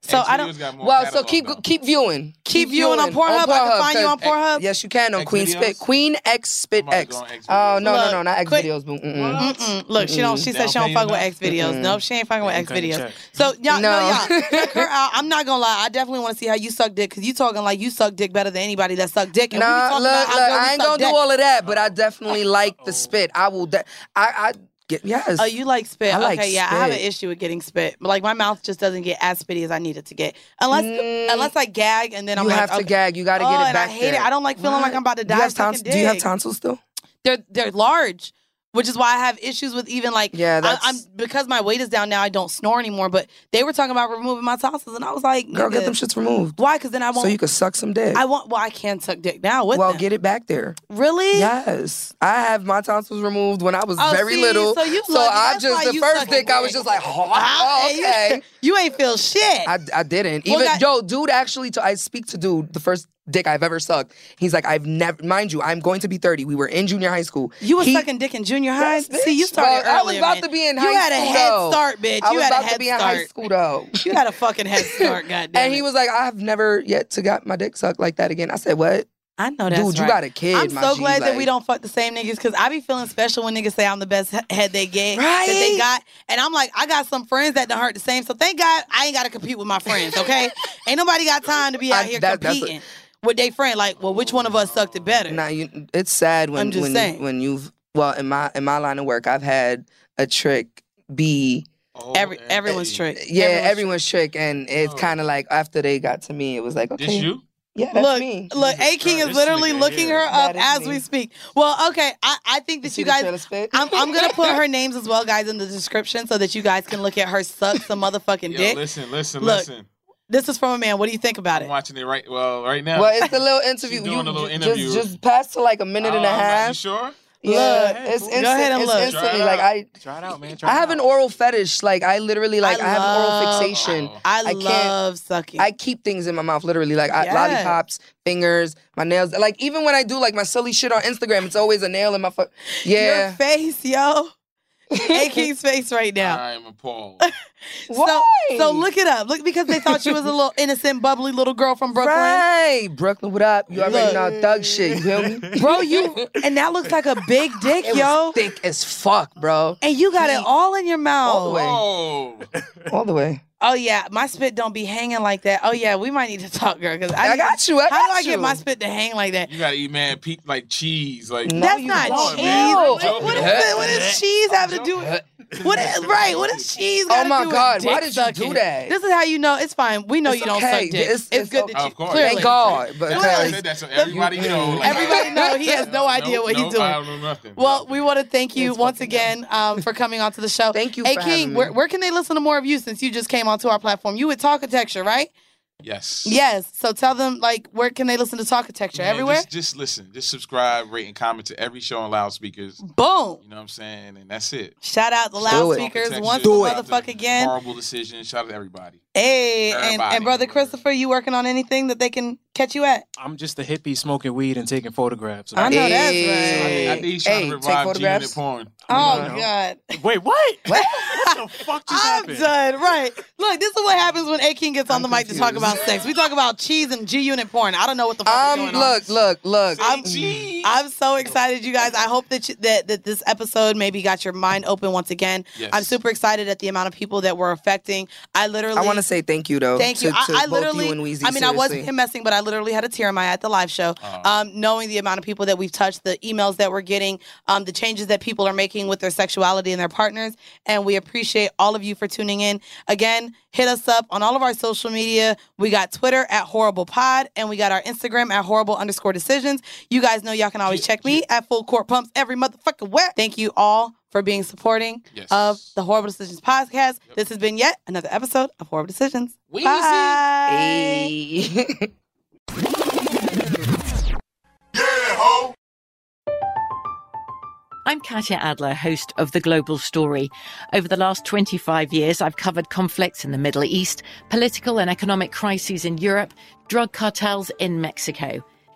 [SPEAKER 6] So I
[SPEAKER 12] Xvideo's got
[SPEAKER 6] don't.
[SPEAKER 12] more Well, so
[SPEAKER 5] keep keep viewing.
[SPEAKER 6] Keep viewing on Pornhub. I can find you on
[SPEAKER 5] 'cause-
[SPEAKER 6] Pornhub.
[SPEAKER 5] Yes, you can on Queen
[SPEAKER 6] videos?
[SPEAKER 5] Spit. Queen X Spit X. Oh no no
[SPEAKER 6] Look,
[SPEAKER 5] no not X
[SPEAKER 6] quick-
[SPEAKER 5] videos. boo. Mm-mm.
[SPEAKER 6] Mm-mm. Look, she don't. She said she don't fuck with X videos. Nope, she ain't fucking with X
[SPEAKER 5] couldn't
[SPEAKER 6] videos.
[SPEAKER 5] check.
[SPEAKER 6] So y'all, no,
[SPEAKER 5] No.
[SPEAKER 6] y'all, [LAUGHS] check
[SPEAKER 5] [LAUGHS]
[SPEAKER 6] her out. I'm not gonna lie. I definitely want to see how you suck dick because you talking like you suck dick better than anybody that suck dick. And we be
[SPEAKER 5] Nah,
[SPEAKER 6] talking
[SPEAKER 5] look,
[SPEAKER 6] about
[SPEAKER 5] look,
[SPEAKER 6] how girls
[SPEAKER 5] I ain't
[SPEAKER 6] suck
[SPEAKER 5] gonna
[SPEAKER 6] dick.
[SPEAKER 5] do all of that, but I definitely like the spit. I will. De- I I get yes.
[SPEAKER 6] Oh, you like spit?
[SPEAKER 5] I like
[SPEAKER 6] okay, yeah. I have an
[SPEAKER 5] spit.
[SPEAKER 6] issue with getting spit. Like my mouth just doesn't get as spitty as I need it to get, unless unless I gag and then I'm
[SPEAKER 5] Mm. you
[SPEAKER 6] like,
[SPEAKER 5] have to
[SPEAKER 6] okay.
[SPEAKER 5] gag. You got to
[SPEAKER 6] oh,
[SPEAKER 5] get it
[SPEAKER 6] and
[SPEAKER 5] back
[SPEAKER 6] I hate
[SPEAKER 5] there.
[SPEAKER 6] it. I don't like feeling like I'm about to
[SPEAKER 5] Do
[SPEAKER 6] die.
[SPEAKER 5] You have
[SPEAKER 6] sucking
[SPEAKER 5] tons- do you have
[SPEAKER 6] dick.
[SPEAKER 5] tonsils still?
[SPEAKER 6] They're they're large, which is why I have issues with even like
[SPEAKER 5] Yeah,
[SPEAKER 6] I,
[SPEAKER 5] that's-
[SPEAKER 6] I'm because my weight is down now. I don't snore anymore. But they were talking about removing my tonsils, and I was like,
[SPEAKER 5] Girl, get
[SPEAKER 6] nigga,
[SPEAKER 5] them shits removed.
[SPEAKER 6] Why? Because then I won't.
[SPEAKER 5] So you can suck some dick.
[SPEAKER 6] I want. Well, I can suck dick now. With
[SPEAKER 5] well,
[SPEAKER 6] them.
[SPEAKER 5] get it back there.
[SPEAKER 6] Really?
[SPEAKER 5] Yes. I have my tonsils removed when I was
[SPEAKER 6] Oh,
[SPEAKER 5] very
[SPEAKER 6] see,
[SPEAKER 5] little.
[SPEAKER 6] So you.
[SPEAKER 5] so
[SPEAKER 6] lucky.
[SPEAKER 5] I
[SPEAKER 6] That's
[SPEAKER 5] just
[SPEAKER 6] why
[SPEAKER 5] the
[SPEAKER 6] you
[SPEAKER 5] first
[SPEAKER 6] suck
[SPEAKER 5] dick I was just like, oh, oh,
[SPEAKER 6] and you-
[SPEAKER 5] okay.
[SPEAKER 6] You, [LAUGHS] ain't feel shit.
[SPEAKER 5] I, I didn't.
[SPEAKER 6] Well,
[SPEAKER 5] Even
[SPEAKER 6] that-
[SPEAKER 5] yo, dude. Actually, to, I speak to dude. The first dick I've ever sucked. He's like, I've never. Mind you, I'm going to be 30. We were in junior high school.
[SPEAKER 6] You was
[SPEAKER 5] He-
[SPEAKER 6] sucking dick in junior high.
[SPEAKER 5] Yes,
[SPEAKER 6] See, you
[SPEAKER 5] bitch.
[SPEAKER 6] started
[SPEAKER 5] Well, I was
[SPEAKER 6] earlier,
[SPEAKER 5] about
[SPEAKER 6] bitch.
[SPEAKER 5] to be in
[SPEAKER 6] You
[SPEAKER 5] high
[SPEAKER 6] had a
[SPEAKER 5] school,
[SPEAKER 6] head
[SPEAKER 5] though.
[SPEAKER 6] start, bitch.
[SPEAKER 5] I
[SPEAKER 6] you
[SPEAKER 5] was
[SPEAKER 6] had a
[SPEAKER 5] about to
[SPEAKER 6] head
[SPEAKER 5] be in high
[SPEAKER 6] start.
[SPEAKER 5] school, though.
[SPEAKER 6] [LAUGHS] You had a fucking
[SPEAKER 5] [LAUGHS]
[SPEAKER 6] head start. goddamn.
[SPEAKER 5] and he was like, I've never yet to got my dick sucked like that again. I said, What?
[SPEAKER 6] I know that's
[SPEAKER 5] Dude, you
[SPEAKER 6] right.
[SPEAKER 5] got a kid.
[SPEAKER 6] I'm
[SPEAKER 5] my
[SPEAKER 6] so
[SPEAKER 5] G,
[SPEAKER 6] glad that we
[SPEAKER 5] like-
[SPEAKER 6] don't fuck the same niggas because I be feeling special when niggas say I'm the best he- head they get that they
[SPEAKER 5] Right?
[SPEAKER 6] got, and I'm like, I got some friends that don't hurt the same. So thank God I ain't got to compete with my friends.
[SPEAKER 5] [LAUGHS]
[SPEAKER 6] Okay, ain't nobody got time to be out
[SPEAKER 5] I-
[SPEAKER 6] here
[SPEAKER 5] that- that's a-
[SPEAKER 6] competing with their friend. Like, well, which one of us sucked it better?
[SPEAKER 5] Now you, it's sad when
[SPEAKER 6] I'm just
[SPEAKER 5] when
[SPEAKER 6] saying.
[SPEAKER 5] when you've well in my in my line of work, I've had a trick be
[SPEAKER 6] Every everyone's trick.
[SPEAKER 5] yeah
[SPEAKER 6] Everyone's Oh.
[SPEAKER 5] everyone's, trick, and it's kind of like after they got to me, it was like okay,
[SPEAKER 6] This you?
[SPEAKER 5] yeah, that's
[SPEAKER 6] look,
[SPEAKER 5] me.
[SPEAKER 6] look, A King is literally looking her up as we speak. Well, okay, I, I think that you, guys, I'm, I'm gonna put her names as well, guys, in the description so that you guys can look at her suck some motherfucking
[SPEAKER 12] Yo,
[SPEAKER 6] dick.
[SPEAKER 12] listen, listen,
[SPEAKER 6] Look,
[SPEAKER 12] listen.
[SPEAKER 6] This is from a man. What do you think about
[SPEAKER 12] I'm
[SPEAKER 6] it?
[SPEAKER 12] watching it right. Well, right now.
[SPEAKER 5] Well, it's a little
[SPEAKER 6] [LAUGHS]
[SPEAKER 5] interview.
[SPEAKER 12] doing
[SPEAKER 5] you
[SPEAKER 12] a little
[SPEAKER 5] ju-
[SPEAKER 12] interview.
[SPEAKER 5] Just, just pass to like a minute and a
[SPEAKER 12] Oh, I'm not- you
[SPEAKER 5] half.
[SPEAKER 12] sure?
[SPEAKER 5] Yeah,
[SPEAKER 12] Look,
[SPEAKER 5] it's
[SPEAKER 12] go
[SPEAKER 5] instant,
[SPEAKER 12] ahead and
[SPEAKER 5] it's
[SPEAKER 12] look.
[SPEAKER 5] instantly
[SPEAKER 12] Try it
[SPEAKER 5] like
[SPEAKER 12] out.
[SPEAKER 5] I.
[SPEAKER 1] Try it out, man. Try
[SPEAKER 5] I
[SPEAKER 1] it
[SPEAKER 5] have
[SPEAKER 1] out.
[SPEAKER 5] an oral fetish. Like I literally [LAUGHS] like I, have an
[SPEAKER 6] love-
[SPEAKER 5] oral fixation.
[SPEAKER 6] I
[SPEAKER 5] can't-
[SPEAKER 6] love sucking.
[SPEAKER 5] I keep things in my mouth literally like I,
[SPEAKER 6] Yes.
[SPEAKER 5] lollipops, fingers, my nails. Like even when I do like my silly shit on Instagram, it's always a nail in my fuck.
[SPEAKER 6] Your
[SPEAKER 5] Yeah.
[SPEAKER 6] face, yo. A King's face right now.
[SPEAKER 12] I'm appalled.
[SPEAKER 6] Why? So, so look it up. Look because they thought you was a little innocent, bubbly little girl from Brooklyn.
[SPEAKER 5] Right, Brooklyn, what up? You already
[SPEAKER 6] Look.
[SPEAKER 5] know thug shit. You feel me,
[SPEAKER 6] Bro, you and that looks like a big dick,
[SPEAKER 5] It was
[SPEAKER 6] yo.
[SPEAKER 5] thick as fuck, bro.
[SPEAKER 6] And you got it all in your mouth.
[SPEAKER 5] All the way.
[SPEAKER 1] Oh,
[SPEAKER 5] All the way.
[SPEAKER 6] Oh yeah, my spit don't be hanging like that. Oh yeah, we might need to talk, girl. Cause I,
[SPEAKER 5] I
[SPEAKER 6] need-
[SPEAKER 5] got you, I
[SPEAKER 6] how do
[SPEAKER 5] got
[SPEAKER 6] I get
[SPEAKER 5] you.
[SPEAKER 6] my spit to hang like that?
[SPEAKER 12] You gotta eat mad peak like cheese. Like
[SPEAKER 6] That's not cheese. What, what, is, it- what does cheese have to do with what is right? What does cheese
[SPEAKER 5] Oh
[SPEAKER 6] got
[SPEAKER 5] my
[SPEAKER 6] to do
[SPEAKER 5] God,
[SPEAKER 6] with
[SPEAKER 5] why
[SPEAKER 6] dick
[SPEAKER 5] did you do
[SPEAKER 6] sucking?
[SPEAKER 5] that?
[SPEAKER 6] This is how you know it's fine. We know
[SPEAKER 5] It's
[SPEAKER 6] you don't
[SPEAKER 5] okay.
[SPEAKER 6] suck dick.
[SPEAKER 5] It's-
[SPEAKER 6] It's,
[SPEAKER 5] it's
[SPEAKER 6] good
[SPEAKER 5] okay.
[SPEAKER 6] that you
[SPEAKER 5] Of course.
[SPEAKER 6] clearly.
[SPEAKER 5] Thank God, but-
[SPEAKER 12] That's why I
[SPEAKER 5] Because-
[SPEAKER 12] said that so everybody know. Like,
[SPEAKER 6] Everybody know he
[SPEAKER 5] [LAUGHS]
[SPEAKER 6] has no idea what
[SPEAKER 12] no,
[SPEAKER 6] he's doing.
[SPEAKER 12] I don't know nothing.
[SPEAKER 6] Well, we want to thank you once again um, for coming onto the show. Thank you, hey
[SPEAKER 12] for
[SPEAKER 6] King.
[SPEAKER 12] having me.
[SPEAKER 6] Where, where can they listen to more of you since you just came onto our platform? You with Talkitecture, right?
[SPEAKER 12] Yes.
[SPEAKER 6] Yes. So tell them like where can they listen to Talkitecture?
[SPEAKER 12] Man,
[SPEAKER 6] Everywhere.
[SPEAKER 12] Just, just listen. Just subscribe, rate, and comment to every show on loudspeakers.
[SPEAKER 6] Boom.
[SPEAKER 12] You know what I'm saying? And that's it.
[SPEAKER 6] Shout out the
[SPEAKER 12] Shout out to
[SPEAKER 6] loudspeakers
[SPEAKER 12] Texas.
[SPEAKER 6] once
[SPEAKER 12] Do
[SPEAKER 6] the
[SPEAKER 12] it.
[SPEAKER 6] motherfucker again.
[SPEAKER 12] Horrible decision. Shout out to everybody.
[SPEAKER 6] Hey, and,
[SPEAKER 12] Everybody.
[SPEAKER 6] and brother Christopher, you working on anything that they can catch you at?
[SPEAKER 1] I'm just a hippie smoking weed and taking photographs.
[SPEAKER 6] I know that's
[SPEAKER 12] I
[SPEAKER 6] right.
[SPEAKER 12] think he's trying to revive G-Unit porn.
[SPEAKER 6] Oh God!
[SPEAKER 1] Wait, what?
[SPEAKER 6] What?
[SPEAKER 1] the fuck
[SPEAKER 6] just I'm
[SPEAKER 1] happened?
[SPEAKER 6] done. Right. Look, this is what happens when A King gets on the mic to talk about sex. We talk about cheese and G Unit porn. I don't know what the fuck is
[SPEAKER 5] Um,
[SPEAKER 6] going on.
[SPEAKER 5] look, look, look.
[SPEAKER 6] I'm, I'm so excited, you guys. I hope that, you, that that this episode maybe got your mind open once again.
[SPEAKER 5] Yes.
[SPEAKER 6] I'm super excited at the amount of people that we're affecting. I literally
[SPEAKER 5] I want to say thank you though.
[SPEAKER 6] Thank you.
[SPEAKER 5] To,
[SPEAKER 6] I,
[SPEAKER 5] to
[SPEAKER 6] I
[SPEAKER 5] both
[SPEAKER 6] literally,
[SPEAKER 5] you and Weezy,
[SPEAKER 6] I mean, I
[SPEAKER 5] seriously.
[SPEAKER 6] wasn't him messing, but I literally had a tear in my eye at the live show. Um, knowing the amount of people that we've touched, the emails that we're getting, um, the changes that people are making with their sexuality and their partners, and we appreciate all of you for tuning in. Again, hit us up on all of our social media. We got Twitter at horrible pod, and we got our Instagram at horrible underscore decisions. You guys know y'all can always check me at full court pumps every motherfucking wet. Thank you all. For being supporting
[SPEAKER 12] Yes.
[SPEAKER 6] of the Horrible Decisions podcast. This has been yet another episode of Horrible Decisions. Bye.
[SPEAKER 4] I'm Katya Adler, host of The Global Story. Over the last 25 years, I've covered conflicts in the Middle East, political and economic crises in Europe, drug cartels in Mexico.